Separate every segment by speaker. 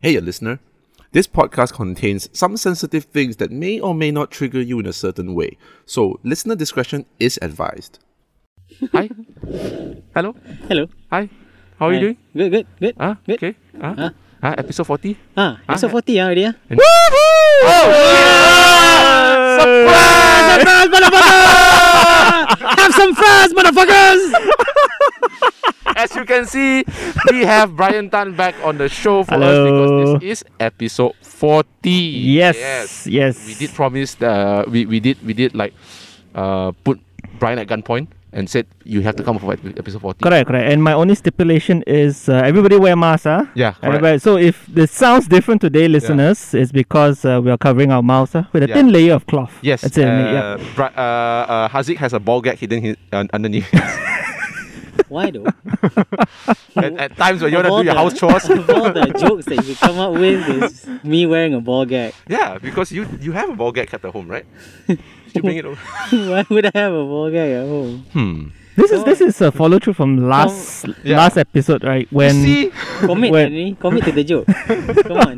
Speaker 1: Hey, listener. This podcast contains some sensitive things that may or may not trigger you in a certain way, so listener discretion is advised.
Speaker 2: Hi. Hello.
Speaker 3: Hello.
Speaker 2: Hi. How are you
Speaker 3: Hi.
Speaker 2: doing?
Speaker 3: Good, good, good.
Speaker 2: Ah,
Speaker 3: good.
Speaker 2: okay. Ah,
Speaker 3: Huh?
Speaker 2: ah, episode 40.
Speaker 3: Ah, episode
Speaker 2: Ah,
Speaker 3: 40 ah already ah.
Speaker 2: Oh! Surprise!
Speaker 3: Surprise, motherfuckers! Have some fries, motherfuckers!
Speaker 2: As you can see, we have Brian Tan back on the show for us
Speaker 4: Hello.
Speaker 2: because this is episode 40.
Speaker 4: Yes, yes.
Speaker 2: We did promise uh, we we did we did like uh put Brian at gunpoint and said you have to come for ep- episode 40.
Speaker 4: Correct, correct. And my only stipulation is uh, everybody wear masks, ah.
Speaker 2: Yeah, correct.
Speaker 4: Everybody. So if this sounds different today, listeners, it's because uh, we are covering our mouths ah, with a
Speaker 2: Yeah.
Speaker 4: thin layer of cloth.
Speaker 2: Yes.
Speaker 4: That's it. only,
Speaker 2: uh,
Speaker 4: yeah.
Speaker 2: Bri- uh, uh, Haziq has a ball gag hidden his, uh, underneath.
Speaker 3: Why though?
Speaker 2: at, at times when you want
Speaker 3: Of
Speaker 2: to
Speaker 3: all
Speaker 2: do your
Speaker 3: the-
Speaker 2: house chores.
Speaker 3: Of all the jokes that you come up with is me wearing a ball gag.
Speaker 2: Yeah, because you you have a ball gag at the home, right? you bring it over.
Speaker 3: Why would I have a ball gag at home?
Speaker 2: Hmm.
Speaker 4: This is this is a follow through from last
Speaker 2: Yeah.
Speaker 4: last episode, right? When
Speaker 2: See,
Speaker 3: Commit,
Speaker 4: Well-
Speaker 3: Henry. Commit to the joke. Come on.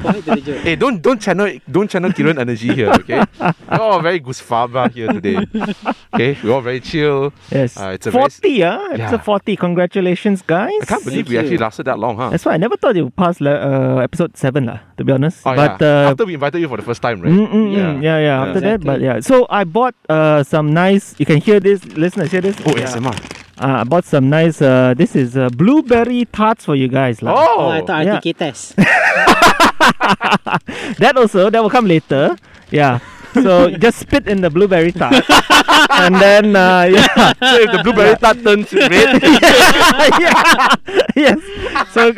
Speaker 3: Commit to the joke.
Speaker 2: hey, don't don't channel don't channel Kiran energy here, okay? We're all very gusfaba here today. Okay, we're all very chill.
Speaker 4: yes,
Speaker 2: Uh, it's a very s-
Speaker 4: forty, ah, it's
Speaker 2: Yeah.
Speaker 4: a forty. Congratulations, guys.
Speaker 2: I can't believe we
Speaker 3: Thank
Speaker 2: actually
Speaker 3: you.
Speaker 2: lasted that long, huh?
Speaker 4: That's why I never thought it would pass le- uh, episode seven, lah. To be honest,
Speaker 2: Oh,
Speaker 4: but
Speaker 2: yeah.
Speaker 4: uh,
Speaker 2: after we invited you for the first time, right?
Speaker 4: Mm, mm,
Speaker 2: Yeah.
Speaker 4: mm. yeah, yeah.
Speaker 2: Yeah.
Speaker 4: After that, but yeah. So I bought uh some nice. You can hear this, listeners. Hear this.
Speaker 2: Oh,
Speaker 4: yeah.
Speaker 2: ASMR.
Speaker 4: Uh, I bought some nice. Uh, this is uh, blueberry tarts for you guys, lah.
Speaker 2: Oh,
Speaker 3: Oh, I thought
Speaker 4: yeah.
Speaker 3: RTK test.
Speaker 4: That also that will come later. Yeah. So just spit in the blueberry tart, and then uh, yeah,
Speaker 2: so if the blueberry tart turns red,
Speaker 4: yeah, yes. So,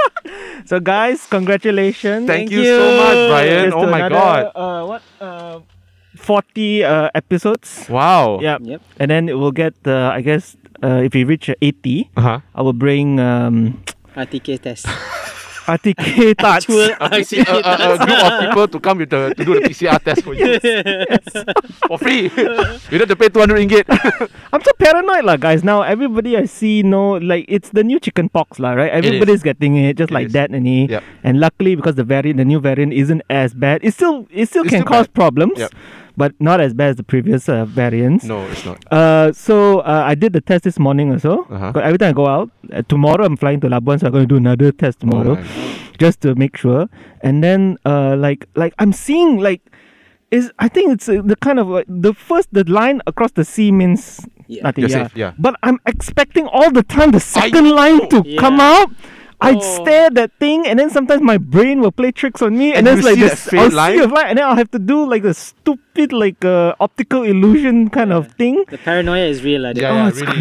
Speaker 4: so guys, congratulations.
Speaker 2: thank,
Speaker 3: Thank
Speaker 2: you, so
Speaker 3: you.
Speaker 2: much, Brian.
Speaker 4: Here's
Speaker 2: oh
Speaker 4: to
Speaker 2: my
Speaker 4: another,
Speaker 2: god.
Speaker 4: Uh, what? Uh, Forty uh, episodes.
Speaker 2: Wow.
Speaker 4: Yeah.
Speaker 3: Yep.
Speaker 4: And then it will get, uh, I guess, uh, if we reach uh, 80,
Speaker 2: Uh-huh.
Speaker 4: I will bring um,
Speaker 3: RTK test.
Speaker 4: RTK tarts.
Speaker 3: Actual
Speaker 2: A, PC, a, a, a Uh, group of people to come with the, to do the PCR test for you for free. you don't have to pay 200 ringgit.
Speaker 4: I'm so paranoid, lah, guys. Now, everybody I see know, like, it's the new chicken pox, lah, right?
Speaker 2: is.
Speaker 4: Everybody's getting it, just
Speaker 2: It
Speaker 4: like
Speaker 2: is.
Speaker 4: that, any.
Speaker 2: Yep.
Speaker 4: And luckily, because the variant, the new variant isn't as bad, it still, it still
Speaker 2: It's
Speaker 4: can
Speaker 2: still
Speaker 4: cause
Speaker 2: bad.
Speaker 4: problems,
Speaker 2: Yep.
Speaker 4: but not as bad as the previous uh, variants.
Speaker 2: No, it's not.
Speaker 4: Uh, so uh, I did the test this morning also.
Speaker 2: Uh-huh.
Speaker 4: Because Every time I go out, uh, tomorrow I'm flying to Labuan, so I'm going to do another test tomorrow,
Speaker 2: Oh, nice.
Speaker 4: just to make sure. And then, uh, like, like I'm seeing like, is I think it's uh, the kind of like, the first the line across the sea means
Speaker 3: Yeah.
Speaker 4: nothing.
Speaker 2: You're
Speaker 4: yeah.
Speaker 2: safe, yeah.
Speaker 4: But I'm expecting all the time the second line to
Speaker 3: Yeah.
Speaker 4: come out.
Speaker 3: Oh.
Speaker 4: I'd stare at that thing, and then sometimes my brain will play tricks on me,
Speaker 2: And
Speaker 4: and, then
Speaker 2: you
Speaker 4: it's like
Speaker 2: see that
Speaker 4: this.
Speaker 2: faint
Speaker 4: I'll
Speaker 2: line?
Speaker 4: see a line, and then I'll have to do like a stupid, like uh, optical illusion kind of thing.
Speaker 3: The paranoia is real. Like
Speaker 2: Yeah,
Speaker 4: Oh,
Speaker 2: yeah,
Speaker 4: it's
Speaker 2: really.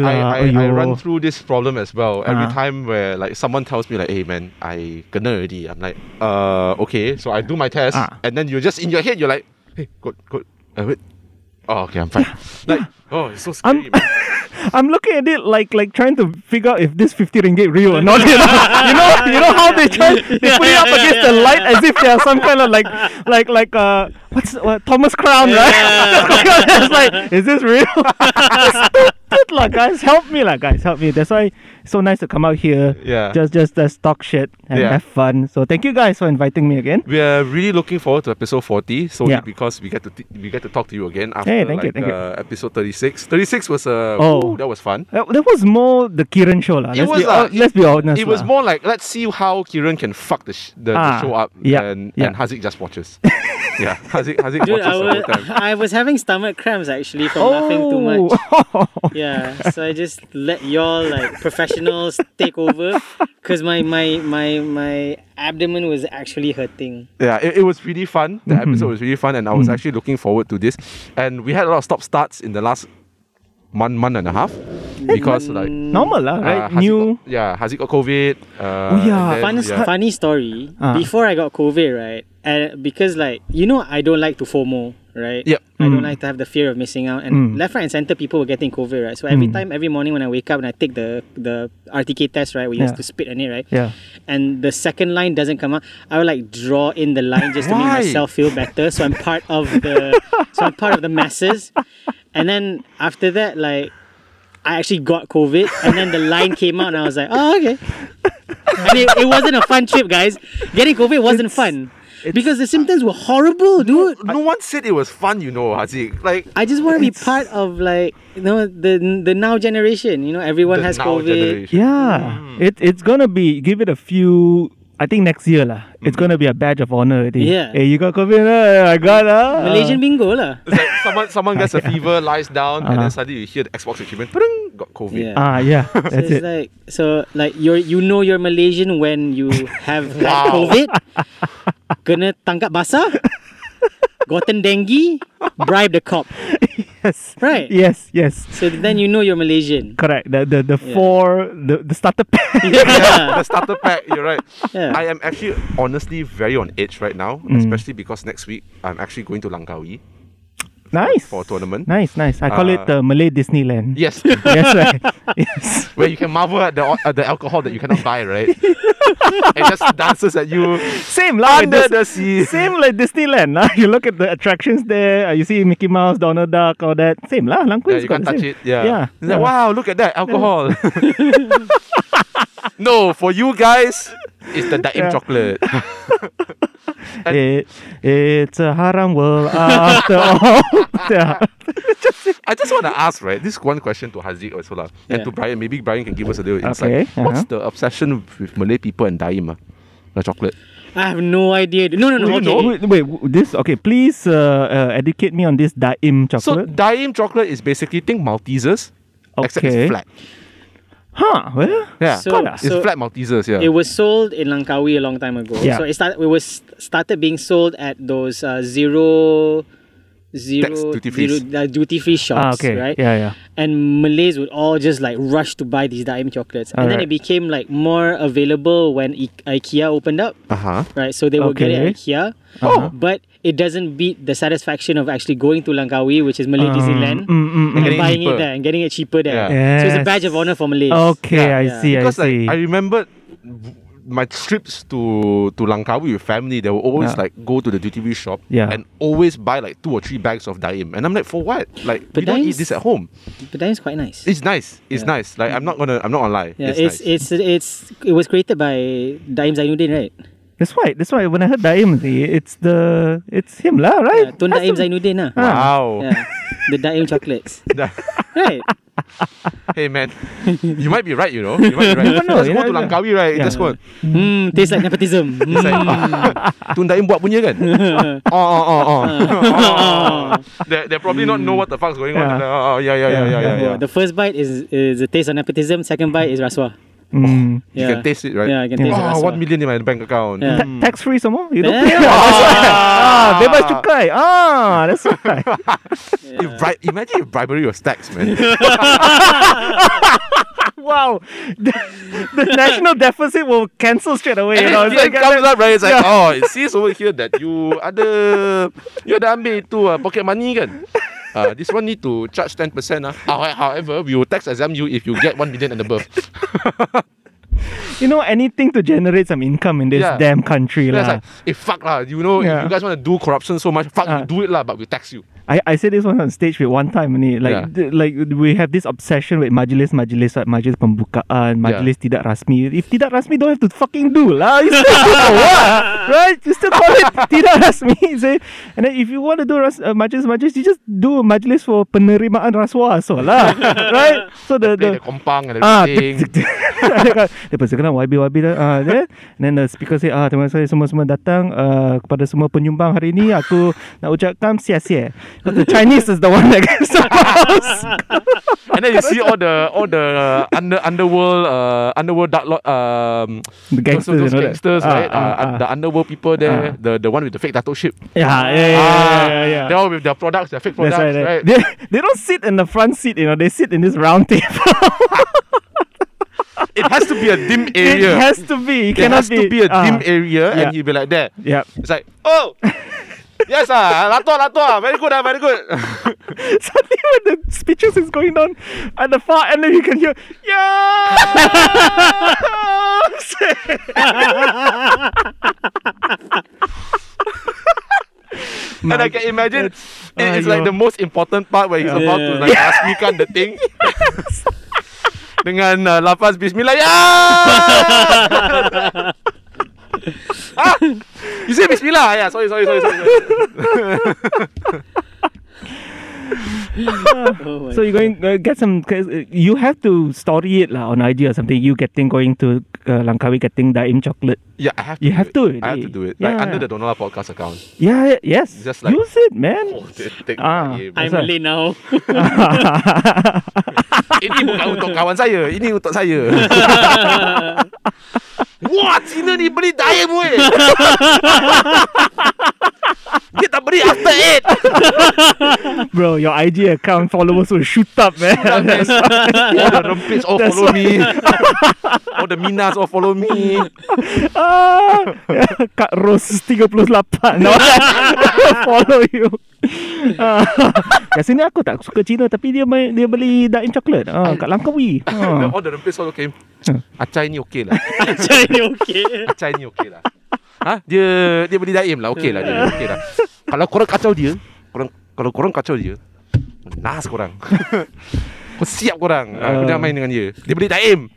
Speaker 2: I, I,
Speaker 4: lah.
Speaker 2: I, I run
Speaker 4: Aiyo.
Speaker 2: through this problem as well. Every
Speaker 4: Ah.
Speaker 2: time where like someone tells me like, "Hey man, I gonna already," I'm like, "Uh, okay." So I do my test,
Speaker 4: Ah.
Speaker 2: and then you're just in your head, you're like, "Hey, good, good. Uh, wait. Oh, okay, I'm fine." like, oh, it's so
Speaker 4: Um,
Speaker 2: scary. man.
Speaker 4: I'm looking at it like like trying to figure out if this 50 ringgit real or not. You know, you know, you know how they try they put it up against the light as if they are some kind of like like like uh what's what, Thomas Crown right? it's like is this real? Stupid lah, guys. Help me lah, guys. Help me. That's why it's so nice to come out here.
Speaker 2: Yeah.
Speaker 4: Just just just talk shit and
Speaker 2: Yeah.
Speaker 4: have fun. So thank you guys for inviting me again.
Speaker 2: We are really looking forward to episode 40 solely
Speaker 4: Yeah.
Speaker 2: because we get to t- we get to talk to you again after
Speaker 4: Hey, thank you,
Speaker 2: like,
Speaker 4: thank you.
Speaker 2: uh, episode 36. 36 was uh,
Speaker 4: Oh.
Speaker 2: ooh, that was fun.
Speaker 4: Uh, That was more the Kiran show lah.
Speaker 2: It
Speaker 4: Let's
Speaker 2: was
Speaker 4: be,
Speaker 2: lah.
Speaker 4: uh, let's be honest.
Speaker 2: It was
Speaker 4: lah.
Speaker 2: more like let's see how Kiran can fuck the, sh- the, the
Speaker 4: Ah,
Speaker 2: show up,
Speaker 4: yeah,
Speaker 2: and and
Speaker 4: yeah.
Speaker 2: Haziq just watches. yeah, Haziq Haziq
Speaker 3: Dude,
Speaker 2: watches
Speaker 3: I
Speaker 2: the whole
Speaker 3: was,
Speaker 2: time. Oh.
Speaker 3: I was having stomach cramps actually from laughing too much.
Speaker 4: Oh.
Speaker 3: Yeah, so I just let y'all like professionals take over because my, my my my abdomen was actually hurting.
Speaker 2: Yeah, it, it was really fun. The
Speaker 4: Mm-hmm.
Speaker 2: episode was really fun, and I was
Speaker 4: Mm.
Speaker 2: actually looking forward to this. And we had a lot of stop starts in the last month month and a half because like.
Speaker 4: normal
Speaker 3: Ah,
Speaker 4: lah,
Speaker 2: uh, Haziq
Speaker 4: right? New
Speaker 2: got- yeah, Haziq got COVID. Uh,
Speaker 4: Oh, yeah.
Speaker 2: and
Speaker 3: Fun,
Speaker 2: then- yeah.
Speaker 3: funny story.
Speaker 4: Ah.
Speaker 3: Before I got COVID, right? And because like you know, I don't like to FOMO, right?
Speaker 2: Yep.
Speaker 3: I don't
Speaker 4: Mm.
Speaker 3: like to have the fear of missing out. And left, right, and center, people were getting COVID, right? So every
Speaker 4: Mm.
Speaker 3: time, every morning when I wake up and I take the the RTK test, right, we used
Speaker 4: Yeah.
Speaker 3: to spit on it, right?
Speaker 4: Yeah.
Speaker 3: And the second line doesn't come out. I would like draw in the line just to make
Speaker 2: Why?
Speaker 3: myself feel better. So I'm part of the so I'm part of the masses. And then after that, like. I actually got COVID, and then the line came out, and I was like, "Oh, okay." and it, it wasn't a fun trip, guys. Getting COVID wasn't fun because the symptoms were horrible, dude.
Speaker 2: No one said it was fun, you know, Haziq. Like
Speaker 3: I just want to be part of like you know the the now generation. You know, everyone
Speaker 2: the
Speaker 3: has
Speaker 2: now
Speaker 3: COVID.
Speaker 2: generation.
Speaker 4: Yeah,
Speaker 3: Hmm.
Speaker 4: it, it's gonna be give it a few. I think next year lah. It's gonna be a badge of honor. Already.
Speaker 3: Hmm. Yeah.
Speaker 4: Hey, you got COVID? Uh, I got uh,
Speaker 3: Malaysian bingo lah.
Speaker 2: It's like someone someone gets a fever, lies down, and then
Speaker 4: Uh-huh.
Speaker 2: suddenly you hear the Xbox achievement, "Pring," got COVID.
Speaker 3: Yeah.
Speaker 4: Ah, yeah.
Speaker 3: So
Speaker 4: That's
Speaker 3: it's
Speaker 4: it.
Speaker 3: like so like you you know you're Malaysian when you have had
Speaker 2: Wow.
Speaker 3: COVID, gonna tangkap basah, gotten dengue, bribe the cop,
Speaker 4: yes.
Speaker 3: right?
Speaker 4: Yes. Yes.
Speaker 3: So then you know you're Malaysian.
Speaker 4: Correct. The the the
Speaker 3: Yeah.
Speaker 4: four the the starter pack.
Speaker 2: Yeah, the starter pack, you're right.
Speaker 3: Yeah.
Speaker 2: I am actually honestly very on edge right now,
Speaker 4: Mm.
Speaker 2: especially because next week I'm actually going to Langkawi.
Speaker 4: nice.
Speaker 2: for a tournament.
Speaker 4: Nice. Nice. I call it
Speaker 2: Uh,
Speaker 4: the Malay Disneyland.
Speaker 2: Yes,
Speaker 4: yes. Right. yes.
Speaker 2: where you can marvel at the, at the alcohol that you cannot buy, right? it just dances at you
Speaker 4: Same lah. with
Speaker 2: under
Speaker 4: Dis-
Speaker 2: the sea.
Speaker 4: Same like Disneyland, lah. You look at the attractions there. Uh, you see Mickey Mouse, Donald Duck, all that. Same lah.
Speaker 2: Yeah,
Speaker 4: Langkawi is
Speaker 2: you can't
Speaker 4: got the
Speaker 2: touch
Speaker 4: same.
Speaker 2: it. Yeah.
Speaker 4: Yeah.
Speaker 2: It's like, wow, look at that alcohol. no, for you guys, it's the Daim
Speaker 4: Yeah.
Speaker 2: chocolate.
Speaker 4: It, it's a haram world after all. yeah.
Speaker 2: I just want to ask, right? This one question to Haziq also, lah, and
Speaker 3: Yeah.
Speaker 2: to Brian. Maybe Brian can give us a little insight.
Speaker 4: Okay, uh-huh.
Speaker 2: What's the obsession with Malay people and Daim? ah? The chocolate.
Speaker 3: I have no idea. No, no, no.
Speaker 4: Wait,
Speaker 3: Okay.
Speaker 4: wait, wait, this okay? Please uh, uh, educate me on this daim
Speaker 2: So
Speaker 4: chocolate.
Speaker 2: Daim chocolate is basically think Maltesers, except it's
Speaker 4: Okay.
Speaker 2: flat.
Speaker 4: huh? Well,
Speaker 2: Yeah,
Speaker 3: So- Got ah.
Speaker 2: it's
Speaker 3: so-
Speaker 2: flat Maltesers. Yeah.
Speaker 3: It was sold in Langkawi a long time ago.
Speaker 4: Yeah.
Speaker 3: So it started. It was started being sold at those uh, zero, zero,
Speaker 2: duty frees.
Speaker 3: zero uh, duty free shops,
Speaker 4: ah, okay.
Speaker 3: right?
Speaker 4: Yeah, yeah.
Speaker 3: and Malays would all just like rush to buy these daim chocolates. and then it
Speaker 4: Alright.
Speaker 3: became like more available when I- IKEA opened up,
Speaker 2: uh huh.
Speaker 3: right? So they would get it at
Speaker 4: Okay.
Speaker 3: IKEA.
Speaker 4: Uh-huh.
Speaker 3: But it doesn't beat the satisfaction of actually going to Langkawi, which is Malay
Speaker 4: Um,
Speaker 3: Disneyland,
Speaker 4: mm, mm,
Speaker 2: Getting
Speaker 3: and buying
Speaker 2: cheaper.
Speaker 3: it there and getting it cheaper there.
Speaker 4: Yeah.
Speaker 3: So it's a
Speaker 4: Yes.
Speaker 3: badge of honor for Malays.
Speaker 4: Okay,
Speaker 2: Yeah,
Speaker 4: I
Speaker 3: yeah.
Speaker 4: see.
Speaker 2: Because
Speaker 4: I see.
Speaker 2: like I remember my trips to to Langkawi with family, they will always
Speaker 4: Yeah.
Speaker 2: like go to the duty free shop
Speaker 4: Yeah.
Speaker 2: and always buy like two or three bags of daim. And I'm like, for what? Like we
Speaker 3: But
Speaker 2: don't
Speaker 3: that
Speaker 2: eat
Speaker 3: is-
Speaker 2: this at home.
Speaker 3: But daim's quite nice.
Speaker 2: It's nice. It's
Speaker 3: Yeah.
Speaker 2: nice. Like I'm not gonna. I'm not gonna lie.
Speaker 3: yeah,
Speaker 2: it's,
Speaker 3: it's,
Speaker 2: nice.
Speaker 3: it's, it's, it was created by Daim Zainuddin, right?
Speaker 4: that's why. That's why when I heard daim, see, it's the it's him lah, right?
Speaker 3: Yeah, Tun
Speaker 4: Has
Speaker 3: Daim
Speaker 4: to-
Speaker 3: Zainuddin, lah.
Speaker 4: Ah.
Speaker 2: wow.
Speaker 3: Yeah, the Daim chocolates. Right.
Speaker 2: hey man, you might be right. You know, you might be right.
Speaker 4: never know,
Speaker 2: Just
Speaker 4: you
Speaker 2: go to
Speaker 4: never know.
Speaker 2: Langkawi, right?
Speaker 4: Yeah.
Speaker 2: Just go.
Speaker 3: Hmm, tastes like nepotism. Mm.
Speaker 2: It's like Tun daim buat punya kan? Oh oh oh oh.
Speaker 3: Ah.
Speaker 2: They they probably not know what the fuck's going on.
Speaker 4: Yeah.
Speaker 2: Oh, oh, yeah yeah yeah yeah yeah.
Speaker 3: Oh,
Speaker 2: yeah.
Speaker 3: The first bite is is a taste of nepotism. Second bite is raswa.
Speaker 4: Mm.
Speaker 2: You
Speaker 3: Yeah.
Speaker 2: can taste it, right?
Speaker 3: Yeah, I can taste
Speaker 2: Oh,
Speaker 3: it.
Speaker 2: one million in my bank account.
Speaker 3: Yeah.
Speaker 4: Ta- tax free some more. You don't
Speaker 2: Eh?
Speaker 3: Yeah.
Speaker 4: pay. lah. That's why. Ah, bebas cukai. Ah, that's right.
Speaker 2: If bri- imagine if bribery was tax, man.
Speaker 4: wow, the, the national deficit will cancel straight away. You know,
Speaker 2: it
Speaker 4: it's like,
Speaker 2: comes up, right? It's like, oh, it sees over here that you ada you ada ambil tu uh, pocket money kan. Uh, this one need to charge 10% ah. How- However, we will tax exempt you if you get 1 million and above.
Speaker 4: you know, anything to generate some income in this
Speaker 2: Yeah.
Speaker 4: damn country,
Speaker 2: Then it's
Speaker 4: lah.
Speaker 2: like, eh, fuck lah. You know, if
Speaker 4: Yeah.
Speaker 2: you guys want to do corruption so much, fuck, you
Speaker 4: Ah.
Speaker 2: do it lah, but we tax you.
Speaker 4: I, I said this one on stage with one time ni like
Speaker 2: Yeah.
Speaker 4: th- like we have this obsession with majlis majlis right? majlis pembukaan majlis tidak rasmi if tidak rasmi don't have to fucking do lah you still call it what right you still call it tidak rasmi say and then if you want to do ras, uh, majlis majlis you just do a majlis for penerimaan rasuah so lah right so the,
Speaker 2: Play the
Speaker 4: the
Speaker 2: kompang and
Speaker 4: Ah,
Speaker 2: everything.
Speaker 4: dia "Eh, persilakan YB-YB dah. Ah, then, and then the speaker say, ah, terima kasih semua-semua datang uh, kepada semua penyumbang hari ini. Aku nak ucapkan sia-sia. But the Chinese is the one that gets the most.
Speaker 2: and then you see all the all the under underworld uh, underworld dark lord um
Speaker 4: The
Speaker 2: those-
Speaker 4: gangsters
Speaker 2: those
Speaker 4: and all that.
Speaker 2: gangsters
Speaker 4: Ah,
Speaker 2: right uh,
Speaker 4: ah,
Speaker 2: un-
Speaker 4: ah.
Speaker 2: the underworld people there the the one with the fake tattoo ship
Speaker 4: Yeah, yeah, yeah, yeah, yeah, yeah.
Speaker 2: they all with their products their fake
Speaker 4: That's
Speaker 2: products right,
Speaker 4: right, right. They, they don't sit in the front seat, you know. They sit in this round table.
Speaker 2: it has to be a dim
Speaker 4: it
Speaker 2: area
Speaker 4: has to be. It
Speaker 2: There
Speaker 4: cannot
Speaker 2: has to be a
Speaker 4: ah.
Speaker 2: dim area
Speaker 4: Yeah.
Speaker 2: and he'll be like there
Speaker 4: Yep.
Speaker 2: it's like oh yes ah lato lato ah very good ah very good
Speaker 4: Suddenly, when the speeches is going on at the far end, then you can hear, yeah.
Speaker 2: and I can imagine it, it's like
Speaker 4: Aiyo.
Speaker 2: the most important part where he's about to
Speaker 3: Yeah.
Speaker 2: like ask me can the thing dengan uh, lafaz bismillah ya. ah, you say bismillah. Yeah, sorry, sorry, sorry, sorry.
Speaker 3: Oh my
Speaker 4: So you're going uh, get some. cause, uh, You have to story it lah on IG or something. You getting going to uh, Langkawi getting daim chocolate.
Speaker 2: yeah, I have to.
Speaker 4: You
Speaker 2: do
Speaker 4: have
Speaker 2: it. I have to
Speaker 4: to already.
Speaker 2: do it. Like
Speaker 4: Yeah.
Speaker 2: under the Donala podcast account.
Speaker 4: Yeah. yeah, Yes.
Speaker 2: Just like-
Speaker 4: Use it, man.
Speaker 2: Oh, take, take
Speaker 4: Ah.
Speaker 2: aim.
Speaker 3: I'm
Speaker 4: Asal?
Speaker 3: Malay now.
Speaker 2: Ini bukan untuk kawan saya Ini untuk saya Wah Cina ni beli daya weh Dia tak beri after eight
Speaker 4: Bro, your IG account followers will shoot up, man.
Speaker 2: All the rempits all
Speaker 4: That's
Speaker 2: follow me All the minas all follow me
Speaker 4: ah, Kak Ros 38 no, Follow you ah, Kat sini aku tak suka Cina Tapi dia main, dia beli daim coklat ah, Kat Langkawi ah.
Speaker 2: All the rempits all okay Acai ni okay lah
Speaker 3: Actually, okay.
Speaker 2: Acai ni okay lah ha? Dia dia beli daim lah Okay lah dia okay lah Kalau korang kacau dia korang, Kalau korang kacau dia Nas korang Kau siap korang uh. Aku jangan main dengan dia Dia beli daim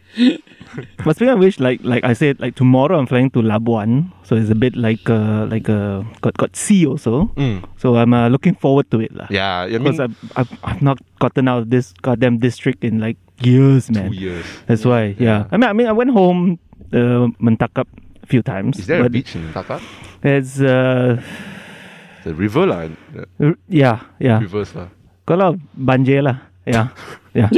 Speaker 4: But speaking of which like, like I said like Tomorrow I'm flying to Labuan So it's a bit like uh, Like uh, got, got sea also
Speaker 2: Hmm.
Speaker 4: So I'm uh, looking forward to it lah
Speaker 2: Yeah, I mean,
Speaker 4: Because I've, I've, I've not gotten out of this goddamn district in like years, man.
Speaker 2: two years.
Speaker 4: That's why, yeah. I mean, I mean, I went home, uh, Mentakap a few times.
Speaker 2: Is there a
Speaker 4: but
Speaker 2: beach in Taka?
Speaker 4: There's, uh,
Speaker 2: The river lah, uh,
Speaker 4: r- yeah, yeah.
Speaker 2: rivers lah.
Speaker 4: Got a lot of banje lah. Yeah, yeah.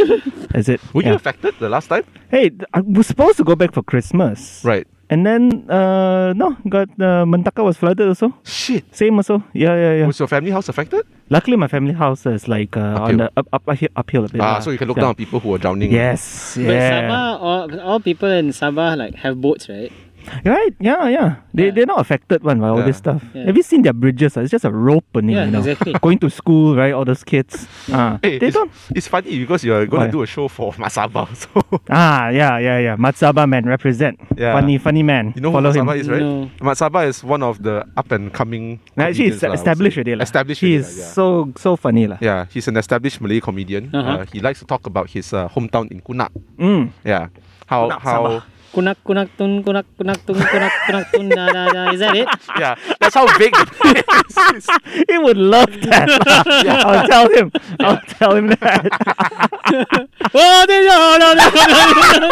Speaker 4: That's it.
Speaker 2: Were you
Speaker 4: yeah.
Speaker 2: affected the last time?
Speaker 4: Hey, th- I was supposed to go back for Christmas.
Speaker 2: Right.
Speaker 4: And then, uh, no, got uh, Mentaka was flooded also.
Speaker 2: Shit.
Speaker 4: Same also. Yeah, yeah, yeah.
Speaker 2: Was your family house affected?
Speaker 4: Luckily, my family house is like uh,
Speaker 2: Uphill.
Speaker 4: on the up, up uphill a bit.
Speaker 2: Ah,
Speaker 4: lah.
Speaker 2: so you can look down
Speaker 4: Yeah.
Speaker 2: on people who are drowning.
Speaker 4: Yes.
Speaker 3: But
Speaker 4: yeah.
Speaker 3: Sabah, all, all people in Sabah like have boats, right?
Speaker 4: Right? Yeah, yeah. They
Speaker 3: Yeah.
Speaker 4: they're not affected one by all this
Speaker 2: Yeah.
Speaker 4: stuff.
Speaker 3: Yeah.
Speaker 4: Have you seen their bridges? ah? It's just a rope, only,
Speaker 3: Yeah,
Speaker 4: you know.
Speaker 3: exactly.
Speaker 4: Going to school, right? All those kids. Ah,
Speaker 2: Hey,
Speaker 4: they
Speaker 2: it's,
Speaker 4: don't.
Speaker 2: it's funny because you're going
Speaker 4: Why?
Speaker 2: to do a show for Masaba. So
Speaker 4: Ah, yeah, yeah, yeah. Matsaba man represent.
Speaker 2: Yeah.
Speaker 4: Funny, funny man.
Speaker 2: you know
Speaker 4: Follow
Speaker 2: who
Speaker 4: him.
Speaker 2: Masaba is, right?
Speaker 3: No.
Speaker 2: Masaba is one of the up and coming.
Speaker 4: Nah, actually, he's
Speaker 2: comedians lah, I would
Speaker 4: established
Speaker 2: say.
Speaker 4: already. lah.
Speaker 2: Established
Speaker 4: He
Speaker 2: already
Speaker 4: is
Speaker 2: lah, yeah.
Speaker 4: so so funny lah.
Speaker 2: Yeah, he's an established Malay comedian. uh
Speaker 3: Uh-huh.
Speaker 2: he likes to talk about his uh, hometown in Kunak.
Speaker 4: Mm.
Speaker 2: Yeah. How
Speaker 4: Kunak,
Speaker 2: how
Speaker 4: Sabah.
Speaker 3: Kunak kunak tun kunak kunak tun kunak kunak tun da da da. Is that it?
Speaker 2: yeah, that's how big the place is.
Speaker 4: He would love that. lah. I'll tell him. I'll tell him that.
Speaker 3: Oh, there you go. No, no, no, no.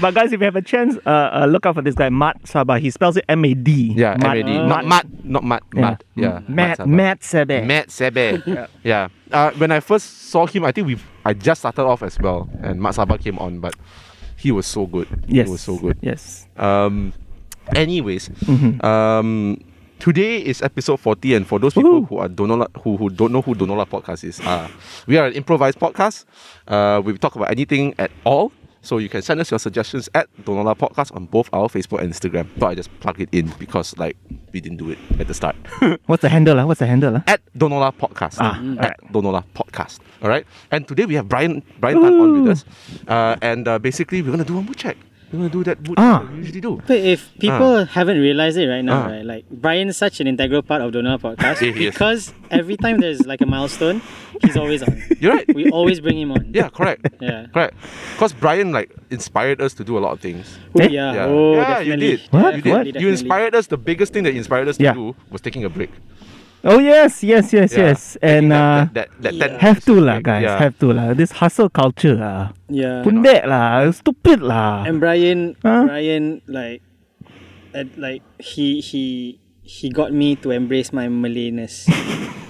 Speaker 4: But guys, if you have a chance, uh, uh, look out for this guy, Mat Sabah. He spells it M A D.
Speaker 2: Yeah, MAD. Not
Speaker 4: Mat.
Speaker 2: mad, not mad, mad. Yeah.
Speaker 4: Matt.
Speaker 2: Sabah.
Speaker 4: Matt Sabah.
Speaker 2: Matt Sebe. yeah. Uh, when I first saw him, I think we I just started off as well, and Mat Sabah came on, but he was so good.
Speaker 4: Yes.
Speaker 2: He was so good.
Speaker 4: Yes.
Speaker 2: Um, anyways,
Speaker 4: Mm-hmm.
Speaker 2: um, today is episode 40, and for those people
Speaker 4: Woohoo.
Speaker 2: who are Donola, who, who don't know who Donola Podcast is, uh, we are an improvised podcast. Uh, we talk about anything at all. So you can send us your suggestions at Donola Podcast on both our Facebook and Instagram. But I just plug it in because like we didn't do it at the start.
Speaker 4: What's the handle? ah? What's the handle? ah?
Speaker 2: at Donola Podcast.
Speaker 4: Ah,
Speaker 2: at Donola Podcast. All right. And today we have Brian Brian Tan on with us, uh, and uh, basically we're gonna do a mood check. We're gonna do that mood
Speaker 4: Ah.
Speaker 2: check that we usually do.
Speaker 3: But if people haven't realized it right now,
Speaker 2: Ah.
Speaker 3: right? Like Brian's such an integral part of Donut Podcast
Speaker 2: Yeah, he is.
Speaker 3: because every time there's like a milestone, he's always on.
Speaker 2: You're right.
Speaker 3: We always bring him on.
Speaker 2: yeah, correct.
Speaker 3: Yeah.
Speaker 2: Correct. Because Brian like inspired us to do a lot of things.
Speaker 3: Oh,
Speaker 4: Eh?
Speaker 3: yeah.
Speaker 2: Yeah.
Speaker 3: Oh,
Speaker 2: yeah,
Speaker 3: definitely.
Speaker 2: you did. You did.
Speaker 4: What? What?
Speaker 3: Definitely,
Speaker 2: You
Speaker 3: definitely.
Speaker 2: inspired us. The biggest thing that inspired us
Speaker 4: Yeah.
Speaker 2: to do was taking a break.
Speaker 4: Oh yes, yes, yes,
Speaker 2: Yeah.
Speaker 4: yes. And uh,
Speaker 2: that, that, that,
Speaker 3: Yeah.
Speaker 2: that-
Speaker 4: have to lah,
Speaker 2: break,
Speaker 4: guys.
Speaker 2: yeah.
Speaker 4: Have to lah. This hustle culture lah.
Speaker 3: Yeah.
Speaker 4: Pundek lah. Stupid lah.
Speaker 3: And Brian,
Speaker 4: Huh?
Speaker 3: Brian, like, at, like he he he got me to embrace my Malayness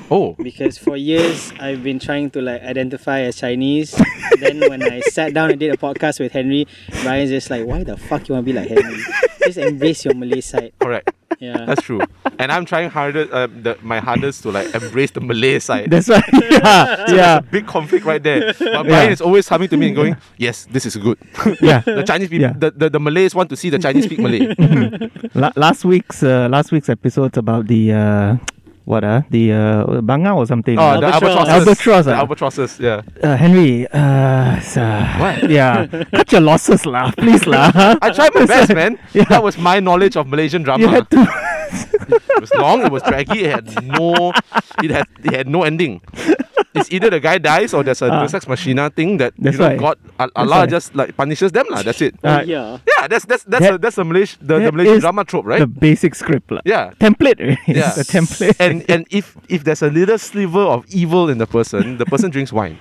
Speaker 2: Oh.
Speaker 3: because for years I've been trying to like identify as Chinese. then when I sat down and did a podcast with Henry, Brian's just like, "Why the fuck you want to be like Henry? Just embrace your Malay side."
Speaker 2: Correct.
Speaker 3: Yeah.
Speaker 2: That's true. And I'm trying harder, uh, the, my hardest to like embrace the Malay side.
Speaker 4: That's why. yeah, yeah,
Speaker 2: big conflict right there. But Brian is always coming to me and going, "Yes, this is good."
Speaker 4: yeah.
Speaker 2: the Chinese people,
Speaker 4: Yeah.
Speaker 2: the, the the Malays want to see the Chinese speak Malay.
Speaker 4: La- last week's uh, last week's episode about the uh, what uh, the uh, bangau or something.
Speaker 2: Oh, the
Speaker 3: Albatross.
Speaker 2: albatrosses.
Speaker 4: Albatross,
Speaker 2: The
Speaker 4: ah.
Speaker 2: albatrosses. Yeah.
Speaker 4: uh, Henry. Uh, so,
Speaker 2: What?
Speaker 4: Yeah, cut your losses lah, please lah.
Speaker 2: I tried my best, man. That was my knowledge of Malaysian drama.
Speaker 4: you had to.
Speaker 2: It was long. It was draggy. It had no. It had. It had no ending. It's either the guy dies or there's a Deus Ex Machina thing that
Speaker 4: Ah. That's
Speaker 2: you know
Speaker 4: why.
Speaker 2: God Al- Allah
Speaker 4: why.
Speaker 2: just like punishes them lah. That's it.
Speaker 4: Uh,
Speaker 3: yeah.
Speaker 2: yeah, that's that's that's a,
Speaker 4: That-
Speaker 2: that's a Malaysia the, the
Speaker 4: that
Speaker 2: Malaysian
Speaker 4: is
Speaker 2: drama trope, right?
Speaker 4: The basic script. lah.
Speaker 2: yeah.
Speaker 4: Template. eh? It's
Speaker 2: Yeah.
Speaker 4: The template.
Speaker 2: And and if if there's a little sliver of evil in the person, the person drinks wine.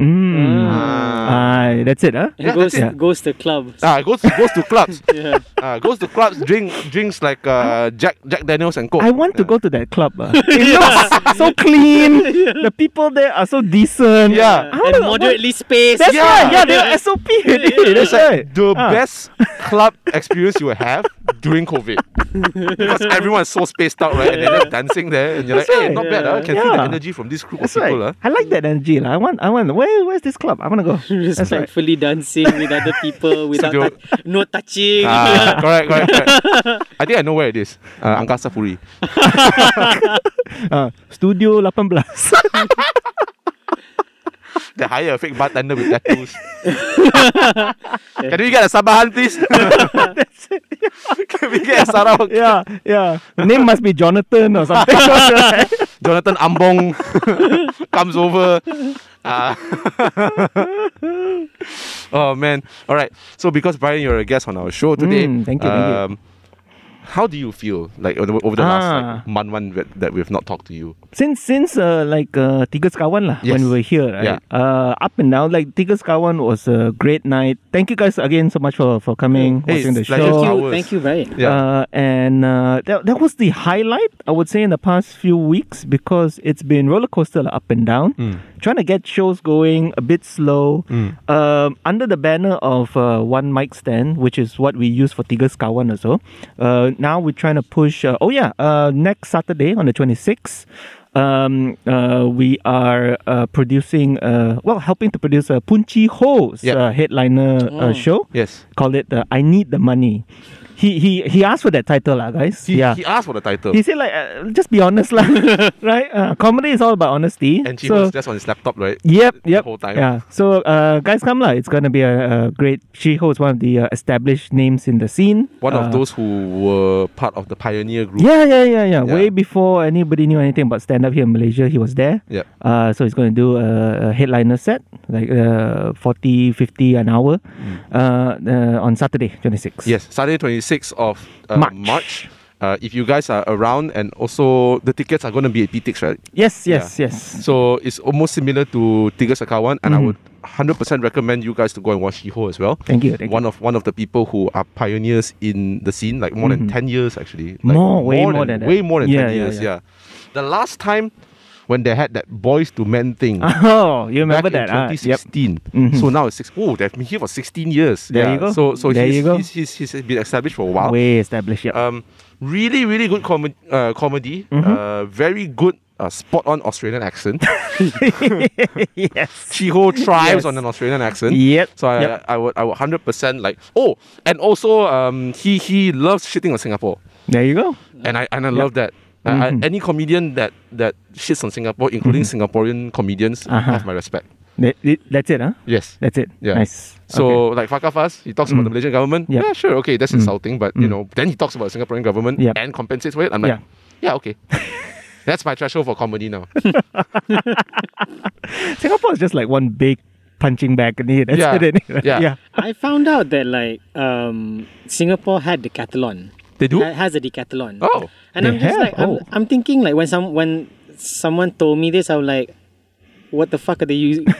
Speaker 4: Mm.
Speaker 2: Ah,
Speaker 4: Ah, that's it, huh?
Speaker 3: And
Speaker 2: Yeah,
Speaker 3: goes,
Speaker 2: that's
Speaker 4: it.
Speaker 3: goes to club.
Speaker 2: ah goes goes to clubs.
Speaker 3: yeah.
Speaker 2: Ah, goes to clubs, drink drinks like uh, Jack Jack Daniels and Coke.
Speaker 4: I want to go to that club. ah. It looks so clean. The people there are so decent.
Speaker 2: Yeah.
Speaker 3: And
Speaker 4: I wanna- I want-
Speaker 3: moderately spaced.
Speaker 4: That's
Speaker 2: Yeah.
Speaker 4: right. Yeah, they are SOP. already, That's right.
Speaker 2: the
Speaker 4: Ah.
Speaker 2: best club experience you will have during COVID. because everyone is so spaced out, right? And they're just dancing there, and you're
Speaker 4: That's
Speaker 2: like, hey,
Speaker 4: right.
Speaker 2: not bad. ah. I can feel the
Speaker 4: Yeah.
Speaker 2: energy from this group
Speaker 4: That's
Speaker 2: of people.
Speaker 4: right.
Speaker 2: ah."
Speaker 4: I like that energy. lah. I want. I want. Where? Where's this club? I want to go. That's right.
Speaker 3: Respectfully dancing with other people without
Speaker 2: they were-
Speaker 3: tou- no touching.
Speaker 2: Ah, correct, correct, correct. I think I know where it is. Uh, Angkasa Puri.
Speaker 4: Uh, Studio 18.
Speaker 2: They hire a fake bartender with tattoos. Can we get a Sabahan, please? Can we get a Sarawak?
Speaker 4: yeah, yeah. The name must be Jonathan or something.
Speaker 2: Jonathan Ambong comes over. Uh, oh man! All right. So because Brian, you're a guest on our show today. um,
Speaker 4: Mm, thank you, thank you.
Speaker 2: How do you feel like over the, over the last like,
Speaker 4: Ah.
Speaker 2: month, one that- that we've not talked to you?
Speaker 4: since since uh, like uh, Tigas Kawan lah
Speaker 2: Yes.
Speaker 4: when we were here,
Speaker 2: Yeah.
Speaker 4: right? Uh, up and down like Tigas Kawan was a great night. Thank you guys again so much for for coming,
Speaker 2: Hey,
Speaker 4: watching
Speaker 2: it's
Speaker 4: the
Speaker 2: pleasure.
Speaker 4: show.
Speaker 2: Thank
Speaker 3: Thank you,
Speaker 2: hours.
Speaker 3: thank you, Brian.
Speaker 2: Yeah.
Speaker 4: Uh, and uh, that, that was the highlight, I would say, in the past few weeks because it's been roller coaster like, up and down.
Speaker 2: Hmm.
Speaker 4: Trying to get shows going a bit slow. Um, under the banner of uh, One Mic Stand, which is what we use for Tigas Kawan also. Uh, now we're trying to push, uh, oh yeah, uh, next Saturday on the 26th. Um, uh, we are uh, producing, uh, well, helping to produce a Punchi Ho's
Speaker 2: Yeah.
Speaker 4: uh, headliner uh, show
Speaker 2: yes.
Speaker 4: called it uh, I Need the Money. He he he asked for that title, lah, guys.
Speaker 2: He,
Speaker 4: yeah.
Speaker 2: he asked for the title,
Speaker 4: He said like, uh, just be honest, lah. right? Uh, comedy is all about honesty.
Speaker 2: and she
Speaker 4: so,
Speaker 2: was just on his laptop, right?
Speaker 4: Yep,
Speaker 2: the
Speaker 4: yep.
Speaker 2: whole time.
Speaker 4: Yeah. So, uh, guys, come lah. It's gonna be a, a great. She holds one of the uh, established names in the scene.
Speaker 2: One
Speaker 4: Uh,
Speaker 2: of those who were part of the pioneer group.
Speaker 4: Yeah, yeah, yeah,
Speaker 2: Yeah.
Speaker 4: yeah. Way before anybody knew anything about stand up here in Malaysia, he was there.
Speaker 2: Yep.
Speaker 4: Uh, so he's going to do a, a headliner set, like uh, 40, 50 an hour
Speaker 2: Mm.
Speaker 4: uh, uh, on Saturday, 26.
Speaker 2: Yes, Saturday 26th of uh, March.
Speaker 4: March.
Speaker 2: Uh, if you guys are around, and also the tickets are going to be at PTX, right?
Speaker 4: Yes, yes,
Speaker 2: Yeah.
Speaker 4: yes.
Speaker 2: So it's almost similar to Tigas Akawan, and I would 100% recommend you guys to go and watch Iho as well.
Speaker 4: Mm-hmm. Thank you. Thank
Speaker 2: one of one of the people who are pioneers in the scene, like more than ten years actually. Like,
Speaker 4: Mm-hmm. More, way more than that.
Speaker 2: way more than
Speaker 4: Yeah,
Speaker 2: ten
Speaker 4: yeah,
Speaker 2: years. Yeah.
Speaker 4: yeah.
Speaker 2: The last time when they had that boys to men thing.
Speaker 4: you. Oh, you remember
Speaker 2: back
Speaker 4: that?
Speaker 2: in
Speaker 4: ah, yep.
Speaker 2: 2016.
Speaker 4: Mhm.
Speaker 2: So now it's six. Oh, they've been here for 16 years.
Speaker 4: There
Speaker 2: yeah.
Speaker 4: you go.
Speaker 2: So so
Speaker 4: There
Speaker 2: he's,
Speaker 4: you go.
Speaker 2: He's, he's, he's been established for a while.
Speaker 4: Way established. Yep.
Speaker 2: Um, really really good com- uh, comedy.
Speaker 4: Mm-hmm.
Speaker 2: Uh, very good. Uh, spot on Australian accent.
Speaker 4: yes.
Speaker 2: Chiho thrives
Speaker 4: Yes.
Speaker 2: on an Australian accent.
Speaker 4: Yep.
Speaker 2: So I,
Speaker 4: yep.
Speaker 2: I would I would hundred percent like oh and also um he he loves shitting on Singapore
Speaker 4: there you go.
Speaker 2: and I and I love that. I- I-
Speaker 4: Mm-hmm.
Speaker 2: any comedian that that shits on Singapore, including Singaporean comedians,
Speaker 4: Uh-huh.
Speaker 2: have my respect.
Speaker 4: That, it, that's it, huh?
Speaker 2: Yes.
Speaker 4: That's it.
Speaker 2: Yeah.
Speaker 4: Nice. Okay. Mm.
Speaker 2: So like Fakar Fas, he talks about the Malaysian government.
Speaker 4: Yep. Mm.
Speaker 2: Yeah, sure, okay, that's insulting, but you know, then he talks about the Singaporean government
Speaker 4: Yep.
Speaker 2: and compensates for it. I'm like,
Speaker 4: Yeah.
Speaker 2: yeah, okay. That's my threshold for comedy now.
Speaker 4: Singapore is just like one big punching bag. and That's
Speaker 2: Yeah.
Speaker 4: it. isn't it?
Speaker 2: Yeah.
Speaker 4: yeah.
Speaker 3: I found out that like um, Singapore had decathlon.
Speaker 2: They do?
Speaker 3: Ha- has a decathlon.
Speaker 2: Oh.
Speaker 3: and
Speaker 4: They
Speaker 3: I'm just
Speaker 4: have?
Speaker 3: like I'm,
Speaker 4: Oh.
Speaker 3: I'm thinking like when some when someone told me this, I was like, what the fuck are they using?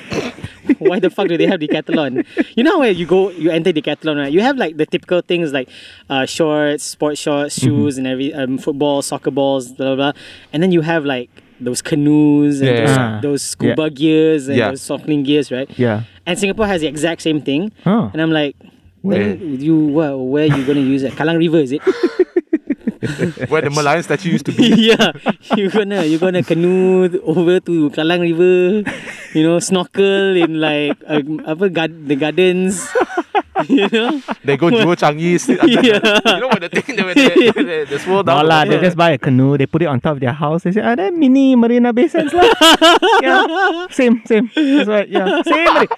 Speaker 3: Why the fuck do they have decathlon? You know where you go, you enter decathlon, right? You have like the typical things like uh, shorts, sports shorts,
Speaker 4: Mm-hmm.
Speaker 3: shoes, and every um, football, soccer balls, blah blah, blah. and then you have like those canoes and
Speaker 2: Yeah.
Speaker 3: those,
Speaker 4: Ah.
Speaker 3: those
Speaker 4: Yeah.
Speaker 3: scuba gears and
Speaker 2: Yeah.
Speaker 3: those snorkeling gears, right?
Speaker 4: Yeah.
Speaker 3: And Singapore has the exact same thing.
Speaker 4: Huh.
Speaker 3: And I'm like,
Speaker 2: Where?
Speaker 3: when you where, where you gonna use it? Kallang River is it?
Speaker 2: Where the Malayan statue used to be.
Speaker 3: yeah, you gonna you gonna canoe over to Kallang River, you know, snorkel in like uh, apa gar- the gardens, you know.
Speaker 2: They go Jewel Changi. sit-
Speaker 3: Yeah.
Speaker 2: You know what the thing they, they, they, they, they swirl
Speaker 4: No
Speaker 2: down.
Speaker 4: lah,
Speaker 2: the
Speaker 4: they just buy a canoe, they put it on top of their house. They say, ah, that mini Marina Bay Sands lah. yeah, same, same. That's right. Yeah, same. already.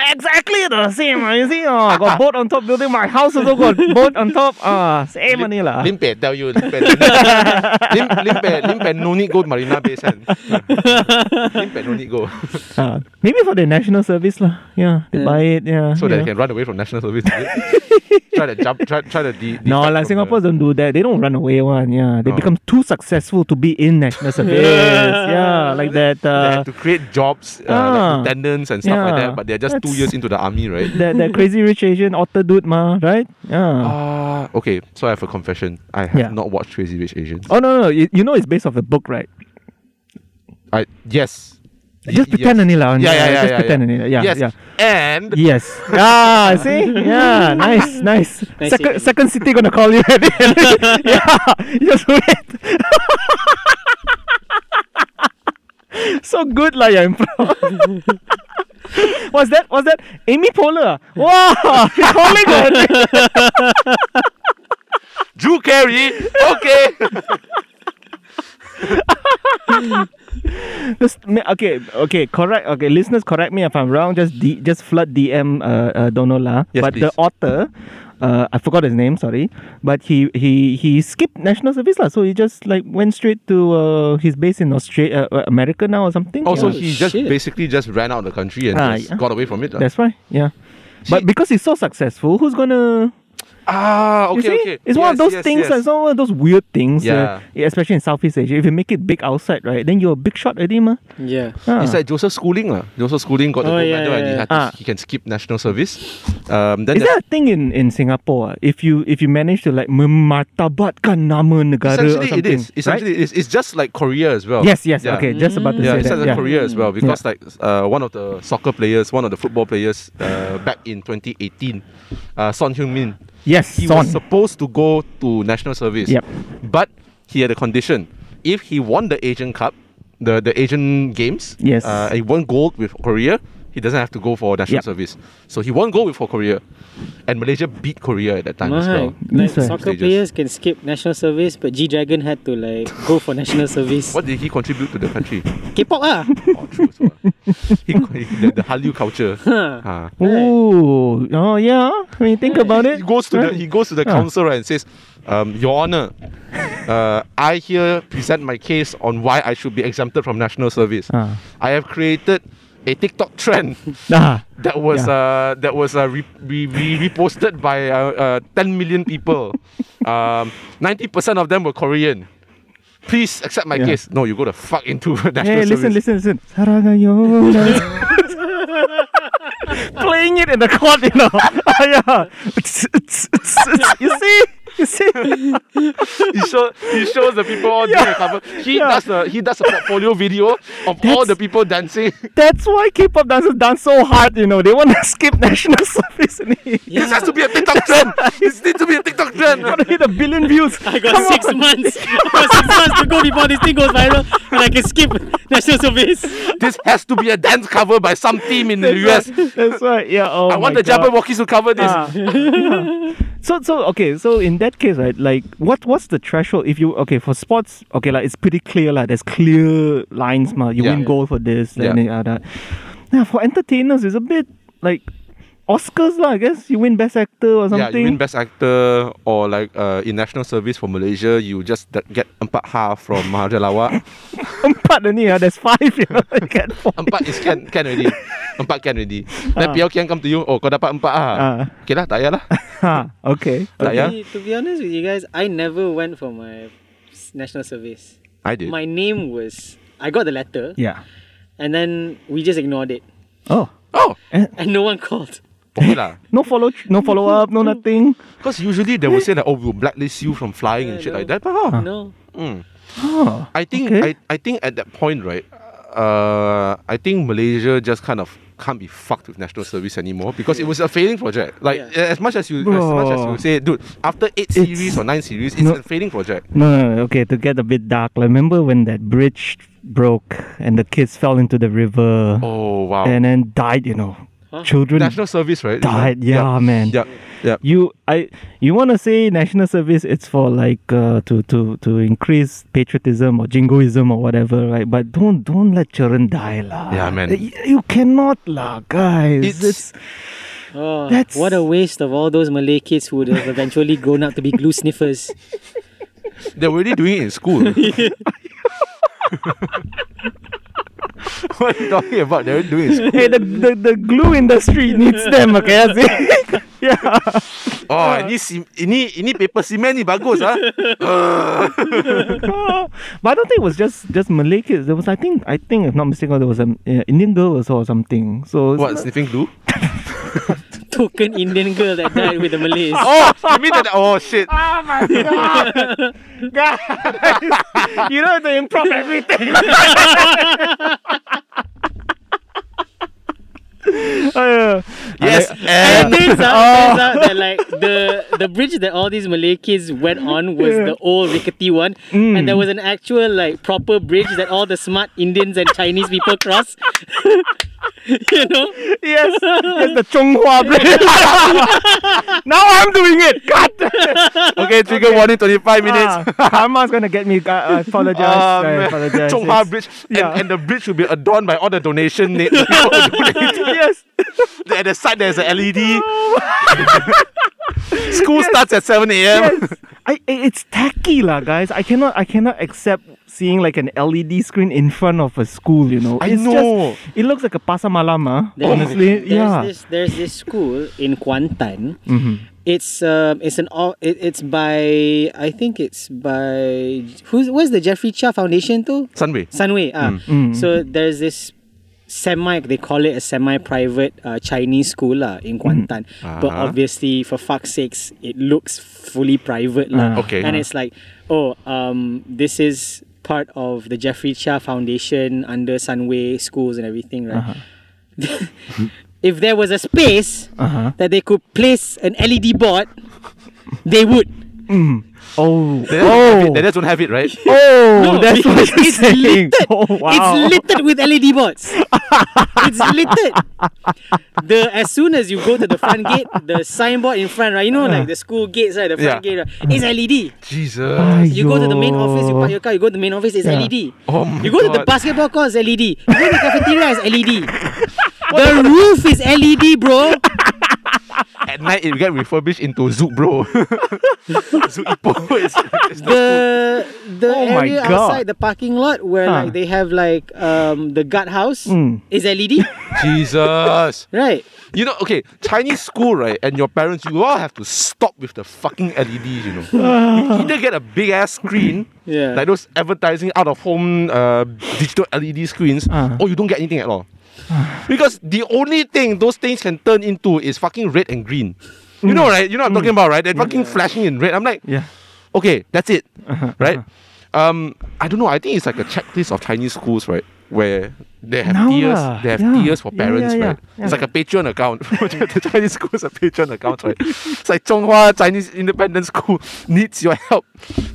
Speaker 4: exactly the same. ah, You see, oh, got boat on top building. My house also got boat on top. Ah, same only lah.
Speaker 2: Lim Peh, tell you, Lim Peh, Lim, Lim, Lim Peh, Lim Peh, no need go to Marina Bay Sands. Lim Peh, no need go.
Speaker 4: Ah, maybe for the national service lah. Yeah, they
Speaker 3: Yeah.
Speaker 4: buy it. Yeah.
Speaker 2: So
Speaker 4: you
Speaker 2: that
Speaker 4: know.
Speaker 2: they can run away from national service. is it? try to jump, try, try to de- defect
Speaker 4: No, like
Speaker 2: from
Speaker 4: Singapore
Speaker 2: the-
Speaker 4: don't do that. They don't run away one. Yeah, they
Speaker 2: Oh.
Speaker 4: become too successful to be in national service. yeah, like that.
Speaker 2: they
Speaker 4: Uh,
Speaker 2: have to create jobs, uh,
Speaker 4: Ah.
Speaker 2: like attendants and stuff like
Speaker 4: Yeah.
Speaker 2: that, but they're just two
Speaker 4: That's-
Speaker 2: years into the army, right?
Speaker 4: that that crazy rich Asian otter dude, ma, right? Yeah.
Speaker 2: Ah, okay. So I have a confession. I have
Speaker 4: Yeah.
Speaker 2: not watched Crazy Rich Asians.
Speaker 4: Oh no, no, you, you know it's based off the book, right?
Speaker 2: I yes. Y-
Speaker 4: Just pretend
Speaker 2: yes.
Speaker 4: only lah.
Speaker 2: Yeah, yeah, yeah,
Speaker 4: Just
Speaker 2: yeah,
Speaker 4: pretend
Speaker 2: yeah.
Speaker 4: only lah. Yeah,
Speaker 2: yes.
Speaker 4: yeah.
Speaker 2: And
Speaker 4: Yes. Ah, see? Yeah, nice, nice.
Speaker 3: Nice
Speaker 4: second,
Speaker 3: city.
Speaker 4: second city gonna call you. at the end. yeah, just wait. so good lah, your improv. What's that? What's that? Amy Poehler. Wow, you're calling her.
Speaker 2: Drew Carey. Okay.
Speaker 4: Just ma- okay, okay, correct. Okay, listeners, correct me if I'm wrong. Just D, just flood DM. Uh, uh don't know lah.
Speaker 2: Yes,
Speaker 4: but the
Speaker 2: please.
Speaker 4: author, uh, I forgot his name. Sorry, but he he he skipped national service lah. So he just like went straight to uh, his base in Australia, uh, America now or something.
Speaker 2: also,
Speaker 4: Yeah.
Speaker 2: he just
Speaker 3: Shit.
Speaker 2: basically just ran out of the country and
Speaker 4: Oh, Ah,
Speaker 2: just
Speaker 4: yeah.
Speaker 2: got away from it. lah.
Speaker 4: that's why. Yeah, but because he's so successful, who's gonna?
Speaker 2: ah,
Speaker 4: You
Speaker 2: okay,
Speaker 4: see,
Speaker 2: okay.
Speaker 4: it's one of
Speaker 2: Yes,
Speaker 4: those
Speaker 2: yes,
Speaker 4: things.
Speaker 2: yes.
Speaker 4: It's one of those weird things. uh,
Speaker 2: Yeah.
Speaker 4: especially in Southeast Asia, if you make it big outside, right, then you're a big shot already, ma.
Speaker 3: Yeah.
Speaker 4: Ah.
Speaker 2: It's like Joseph Schooling. lah. Joseph Schooling got the
Speaker 3: Oh,
Speaker 2: gold
Speaker 3: yeah,
Speaker 2: medal and
Speaker 3: yeah,
Speaker 2: he,
Speaker 3: yeah.
Speaker 2: had to-
Speaker 4: Ah.
Speaker 2: he can skip national service. Um, then
Speaker 4: Is
Speaker 2: there's-
Speaker 4: that a thing in, in Singapore? ah? If you if you manage to like memartabatkan nama negara or
Speaker 2: essentially
Speaker 4: something,
Speaker 2: it is. Essentially it is. It's just like Korea as well.
Speaker 4: Yes, yes.
Speaker 2: Yeah. Mm.
Speaker 4: Okay, just about to
Speaker 2: Yeah,
Speaker 4: say
Speaker 2: it's
Speaker 4: that.
Speaker 2: like
Speaker 4: Yeah.
Speaker 2: Korea as well because like uh, one of the soccer players, one of the football players uh, back in 2018, uh, Son Heung-min,
Speaker 4: Yes,
Speaker 2: he
Speaker 4: Son.
Speaker 2: was supposed to go to national service.
Speaker 4: Yep.
Speaker 2: But he had a condition. If he won the Asian Cup, the, the Asian Games,
Speaker 4: Yes.
Speaker 2: uh, and he won gold with Korea, he doesn't have to go for national
Speaker 4: Yep.
Speaker 2: service. So he won gold with for Korea. And Malaysia beat Korea at that time as
Speaker 3: My,
Speaker 2: well.
Speaker 3: like,
Speaker 4: That's right.
Speaker 3: soccer
Speaker 2: Stages.
Speaker 3: players can skip national service, but G Dragon had to like go for national service.
Speaker 2: What did he contribute to the country?
Speaker 3: K-pop ah.
Speaker 2: oh, true. as well. he, he- the, the Hallyu culture. Ah.
Speaker 4: Ooh, oh yeah. When you think about it,
Speaker 2: he goes to the
Speaker 4: right?
Speaker 2: he goes to the
Speaker 4: Ah.
Speaker 2: council right, and says, um, "Your Honor, uh, I here present my case on why I should be exempted from national service.
Speaker 4: Ah.
Speaker 2: I have created a TikTok trend
Speaker 4: Ah,
Speaker 2: that was
Speaker 4: Yeah.
Speaker 2: uh, that was uh, re- re- re- reposted by uh, uh, 10 million people. um, 90% of them were Korean." Please accept my
Speaker 4: Yeah.
Speaker 2: case. No, you go to fuck into national
Speaker 4: hey, listen,
Speaker 2: service.
Speaker 4: listen, listen. Sarangayo. Playing it in the court, you know. Ah, yeah. you see, you see.
Speaker 2: he show he shows the people all doing a cover. He
Speaker 4: Yeah.
Speaker 2: does the he does a portfolio video of all
Speaker 4: That's-
Speaker 2: the people dancing.
Speaker 4: That's why K-pop dancers dance so hard. You know, they want to skip national service. innit?
Speaker 2: This has to be a TikTok trend. this needs to be a TikTok trend.
Speaker 4: Gotta hit a billion views.
Speaker 3: I got six months. I got six months to go before this thing goes viral, and I can skip national service.
Speaker 2: this has to be a dance cover by some team in the US.
Speaker 4: That's right. Yeah. Oh
Speaker 2: I want
Speaker 4: my
Speaker 2: the Jabberwockies to cover this.
Speaker 4: God. Ah, yeah. So so okay. So in that case, right? Like, what what's the threshold? If you okay for sports, okay, like it's pretty clear, like there's clear lines, ma. You
Speaker 2: Yeah.
Speaker 4: win gold for this,
Speaker 2: Yeah.
Speaker 4: then the other. Now for entertainers, it's a bit like Oscars, lah. I guess you win best actor or
Speaker 2: Yeah,
Speaker 4: something.
Speaker 2: you win Best Actor or like uh, in National Service for Malaysia, you just d- get Empat Ha from Maharaja Lawak.
Speaker 4: Empat only, ah. There's five. You, know, you get four.
Speaker 2: Empat is can can already. Empat can already. Then Piao Kian come to you, oh kau dapat Empat Ha.
Speaker 4: Ah.
Speaker 2: Okay lah, tak payah lah.
Speaker 4: Ah, okay.
Speaker 2: Tak ya? payah.
Speaker 3: To be honest with you guys, I never went for my s- national service.
Speaker 2: I did.
Speaker 3: My name was I got the letter,
Speaker 4: Yeah.
Speaker 3: and then we just ignored it,
Speaker 4: Oh.
Speaker 2: Oh,
Speaker 3: and no one called.
Speaker 2: okay lah.
Speaker 4: No follow, no follow up, no nothing.
Speaker 2: Because usually they will say that oh we'll blacklist you from flying and
Speaker 3: Yeah,
Speaker 2: shit
Speaker 3: no.
Speaker 2: like that. But oh,
Speaker 3: No.
Speaker 4: Oh.
Speaker 2: I think
Speaker 4: Okay.
Speaker 2: I, I think at that point, right? Uh, I think Malaysia just kind of can't be fucked with national service anymore because it was a failing project. Like
Speaker 3: Yeah.
Speaker 2: as much as you as much as
Speaker 4: Bro.
Speaker 2: you say, dude, after eight series or nine series, it's
Speaker 4: No.
Speaker 2: a failing project.
Speaker 4: No, no, no, okay, to get a bit dark, like, remember when that bridge broke and the kids fell into the river
Speaker 2: Oh wow.
Speaker 4: and then died, you know? children
Speaker 2: National service, right?
Speaker 4: died. Yeah, man.
Speaker 2: Yeah. Yeah.
Speaker 4: You I you want to say national service? It's for like uh, to to to increase patriotism or jingoism or whatever, right? But don't don't let children die, lah.
Speaker 2: Yeah, man.
Speaker 4: You, you cannot, lah,
Speaker 2: It's-
Speaker 4: guys. It's-
Speaker 3: Oh,
Speaker 4: That's-
Speaker 3: what a waste of all those Malay kids who would have eventually grown up to be glue sniffers.
Speaker 2: They're already doing it in school. what are you talking about? They're already doing it in school.
Speaker 4: hey, the, the the glue industry needs them. Okay, that's it. yeah.
Speaker 2: Oh, ini si, ini ini paper cement ni bagus ah.
Speaker 4: but I don't think it was just just Malay kids. There was, I think, I think if not mistaken, there was an uh, Indian girl also or something. So it's
Speaker 2: What
Speaker 4: not-
Speaker 2: sniffing glue?
Speaker 3: Token Indian girl that died with the Malays.
Speaker 2: Oh, you mean that? Oh shit.
Speaker 4: Oh my god! Guys, you know the improv everything. Oh, yeah.
Speaker 2: Yes.
Speaker 3: And
Speaker 2: And
Speaker 3: it turns out, turns out that like the the bridge that all these Malay kids went on was the old rickety one, and there was an actual like proper bridge that all the smart Indians and Chinese people cross. you know,
Speaker 4: yes, yes, the Chonghua Bridge. now I'm doing it. God.
Speaker 2: okay, trigger warning. Twenty-five minutes.
Speaker 4: Ah, Arman's gonna get me. I I apologize.
Speaker 2: Um,
Speaker 4: I apologize.
Speaker 2: Chonghua
Speaker 4: Yes.
Speaker 2: Bridge, and,
Speaker 4: Yeah.
Speaker 2: and the bridge will be adorned by all the donation. na- the people who donate.
Speaker 4: yes.
Speaker 2: At the side, there's a LED. School starts at seven a.m.
Speaker 4: yes. I, i- it's tacky lah, guys. I cannot I cannot accept seeing like an LED screen in front of a school. You know,
Speaker 2: I
Speaker 4: it's
Speaker 2: know.
Speaker 4: Just, it looks like a pasamalama.
Speaker 3: There's-
Speaker 4: honestly,
Speaker 3: there's
Speaker 4: yeah. Mm-hmm.
Speaker 3: this there's this school in Kuantan. It's um it's an all it, it's by I think it's by who's where's the Jeffrey Chia Foundation too?
Speaker 2: Sunway.
Speaker 3: Sunway. Ah.
Speaker 2: Mm.
Speaker 3: So there's this semi they call it a semi private uh, Chinese school uh, in Kuantan. But
Speaker 2: Uh-huh.
Speaker 3: obviously for fuck's sakes it looks fully private lah.
Speaker 4: Ah.
Speaker 2: Uh. Okay.
Speaker 3: And it's like, oh, um this is part of the Jeffrey Chia Foundation under Sunway schools and everything, right? if there was a space
Speaker 4: Uh-huh.
Speaker 3: that they could place an LED board, they would.
Speaker 4: Oh,
Speaker 2: They just don't have
Speaker 4: oh,
Speaker 2: it- they just don't have it, right?
Speaker 4: oh.
Speaker 3: No,
Speaker 4: that's what
Speaker 3: it's-
Speaker 4: you're
Speaker 3: it's
Speaker 4: saying.
Speaker 3: littered.
Speaker 4: Oh, wow.
Speaker 3: It's littered with LED boards. it's littered. The as soon as you go to the front gate, the signboard in front, right? You know, like the school gates, right? The front
Speaker 2: Yeah.
Speaker 3: gate, right? It's LED.
Speaker 2: Jesus.
Speaker 3: You go to the main office, you park
Speaker 4: Aiyo.
Speaker 3: your car, you go to the main office, it's
Speaker 4: Yeah.
Speaker 3: LED.
Speaker 2: Oh my
Speaker 3: you go to the
Speaker 2: God.
Speaker 3: basketball court, it's LED. You go to the cafeteria, it's LED. the roof is LED, bro.
Speaker 2: At night, it will get refurbished into Zook Bro. Zook Ipoh. is- is the-
Speaker 3: the the
Speaker 4: Oh my
Speaker 3: area
Speaker 4: God.
Speaker 3: outside the parking lot where
Speaker 4: Ah.
Speaker 3: like they have like um the guard house
Speaker 4: Mm.
Speaker 3: is LED,
Speaker 2: Jesus.
Speaker 3: right?
Speaker 2: You know, okay, Chinese school, right? And your parents, you all have to stop with the fucking LEDs, you know. you either get a big ass screen,
Speaker 3: Yeah.
Speaker 2: like those advertising out of home uh, digital LED screens,
Speaker 4: Ah.
Speaker 2: or you don't get anything at all. because the only thing those things can turn into is fucking red and green. You know, right? You know what I'm talking about, right? They're fucking flashing in red. I'm like,
Speaker 4: Yeah.
Speaker 2: okay, that's it, right? Um, I don't know. I think it's like a checklist of Chinese schools, right? Where they have
Speaker 4: Now
Speaker 2: tiers,
Speaker 4: lah,
Speaker 2: they have
Speaker 4: yeah.
Speaker 2: tiers for
Speaker 4: Yeah,
Speaker 2: parents,
Speaker 4: yeah,
Speaker 2: right?
Speaker 4: yeah,
Speaker 2: It's
Speaker 4: yeah.
Speaker 2: like a Patreon account. the Chinese school is a Patreon account, right? it's like Chonghua Chinese Independent School needs your help.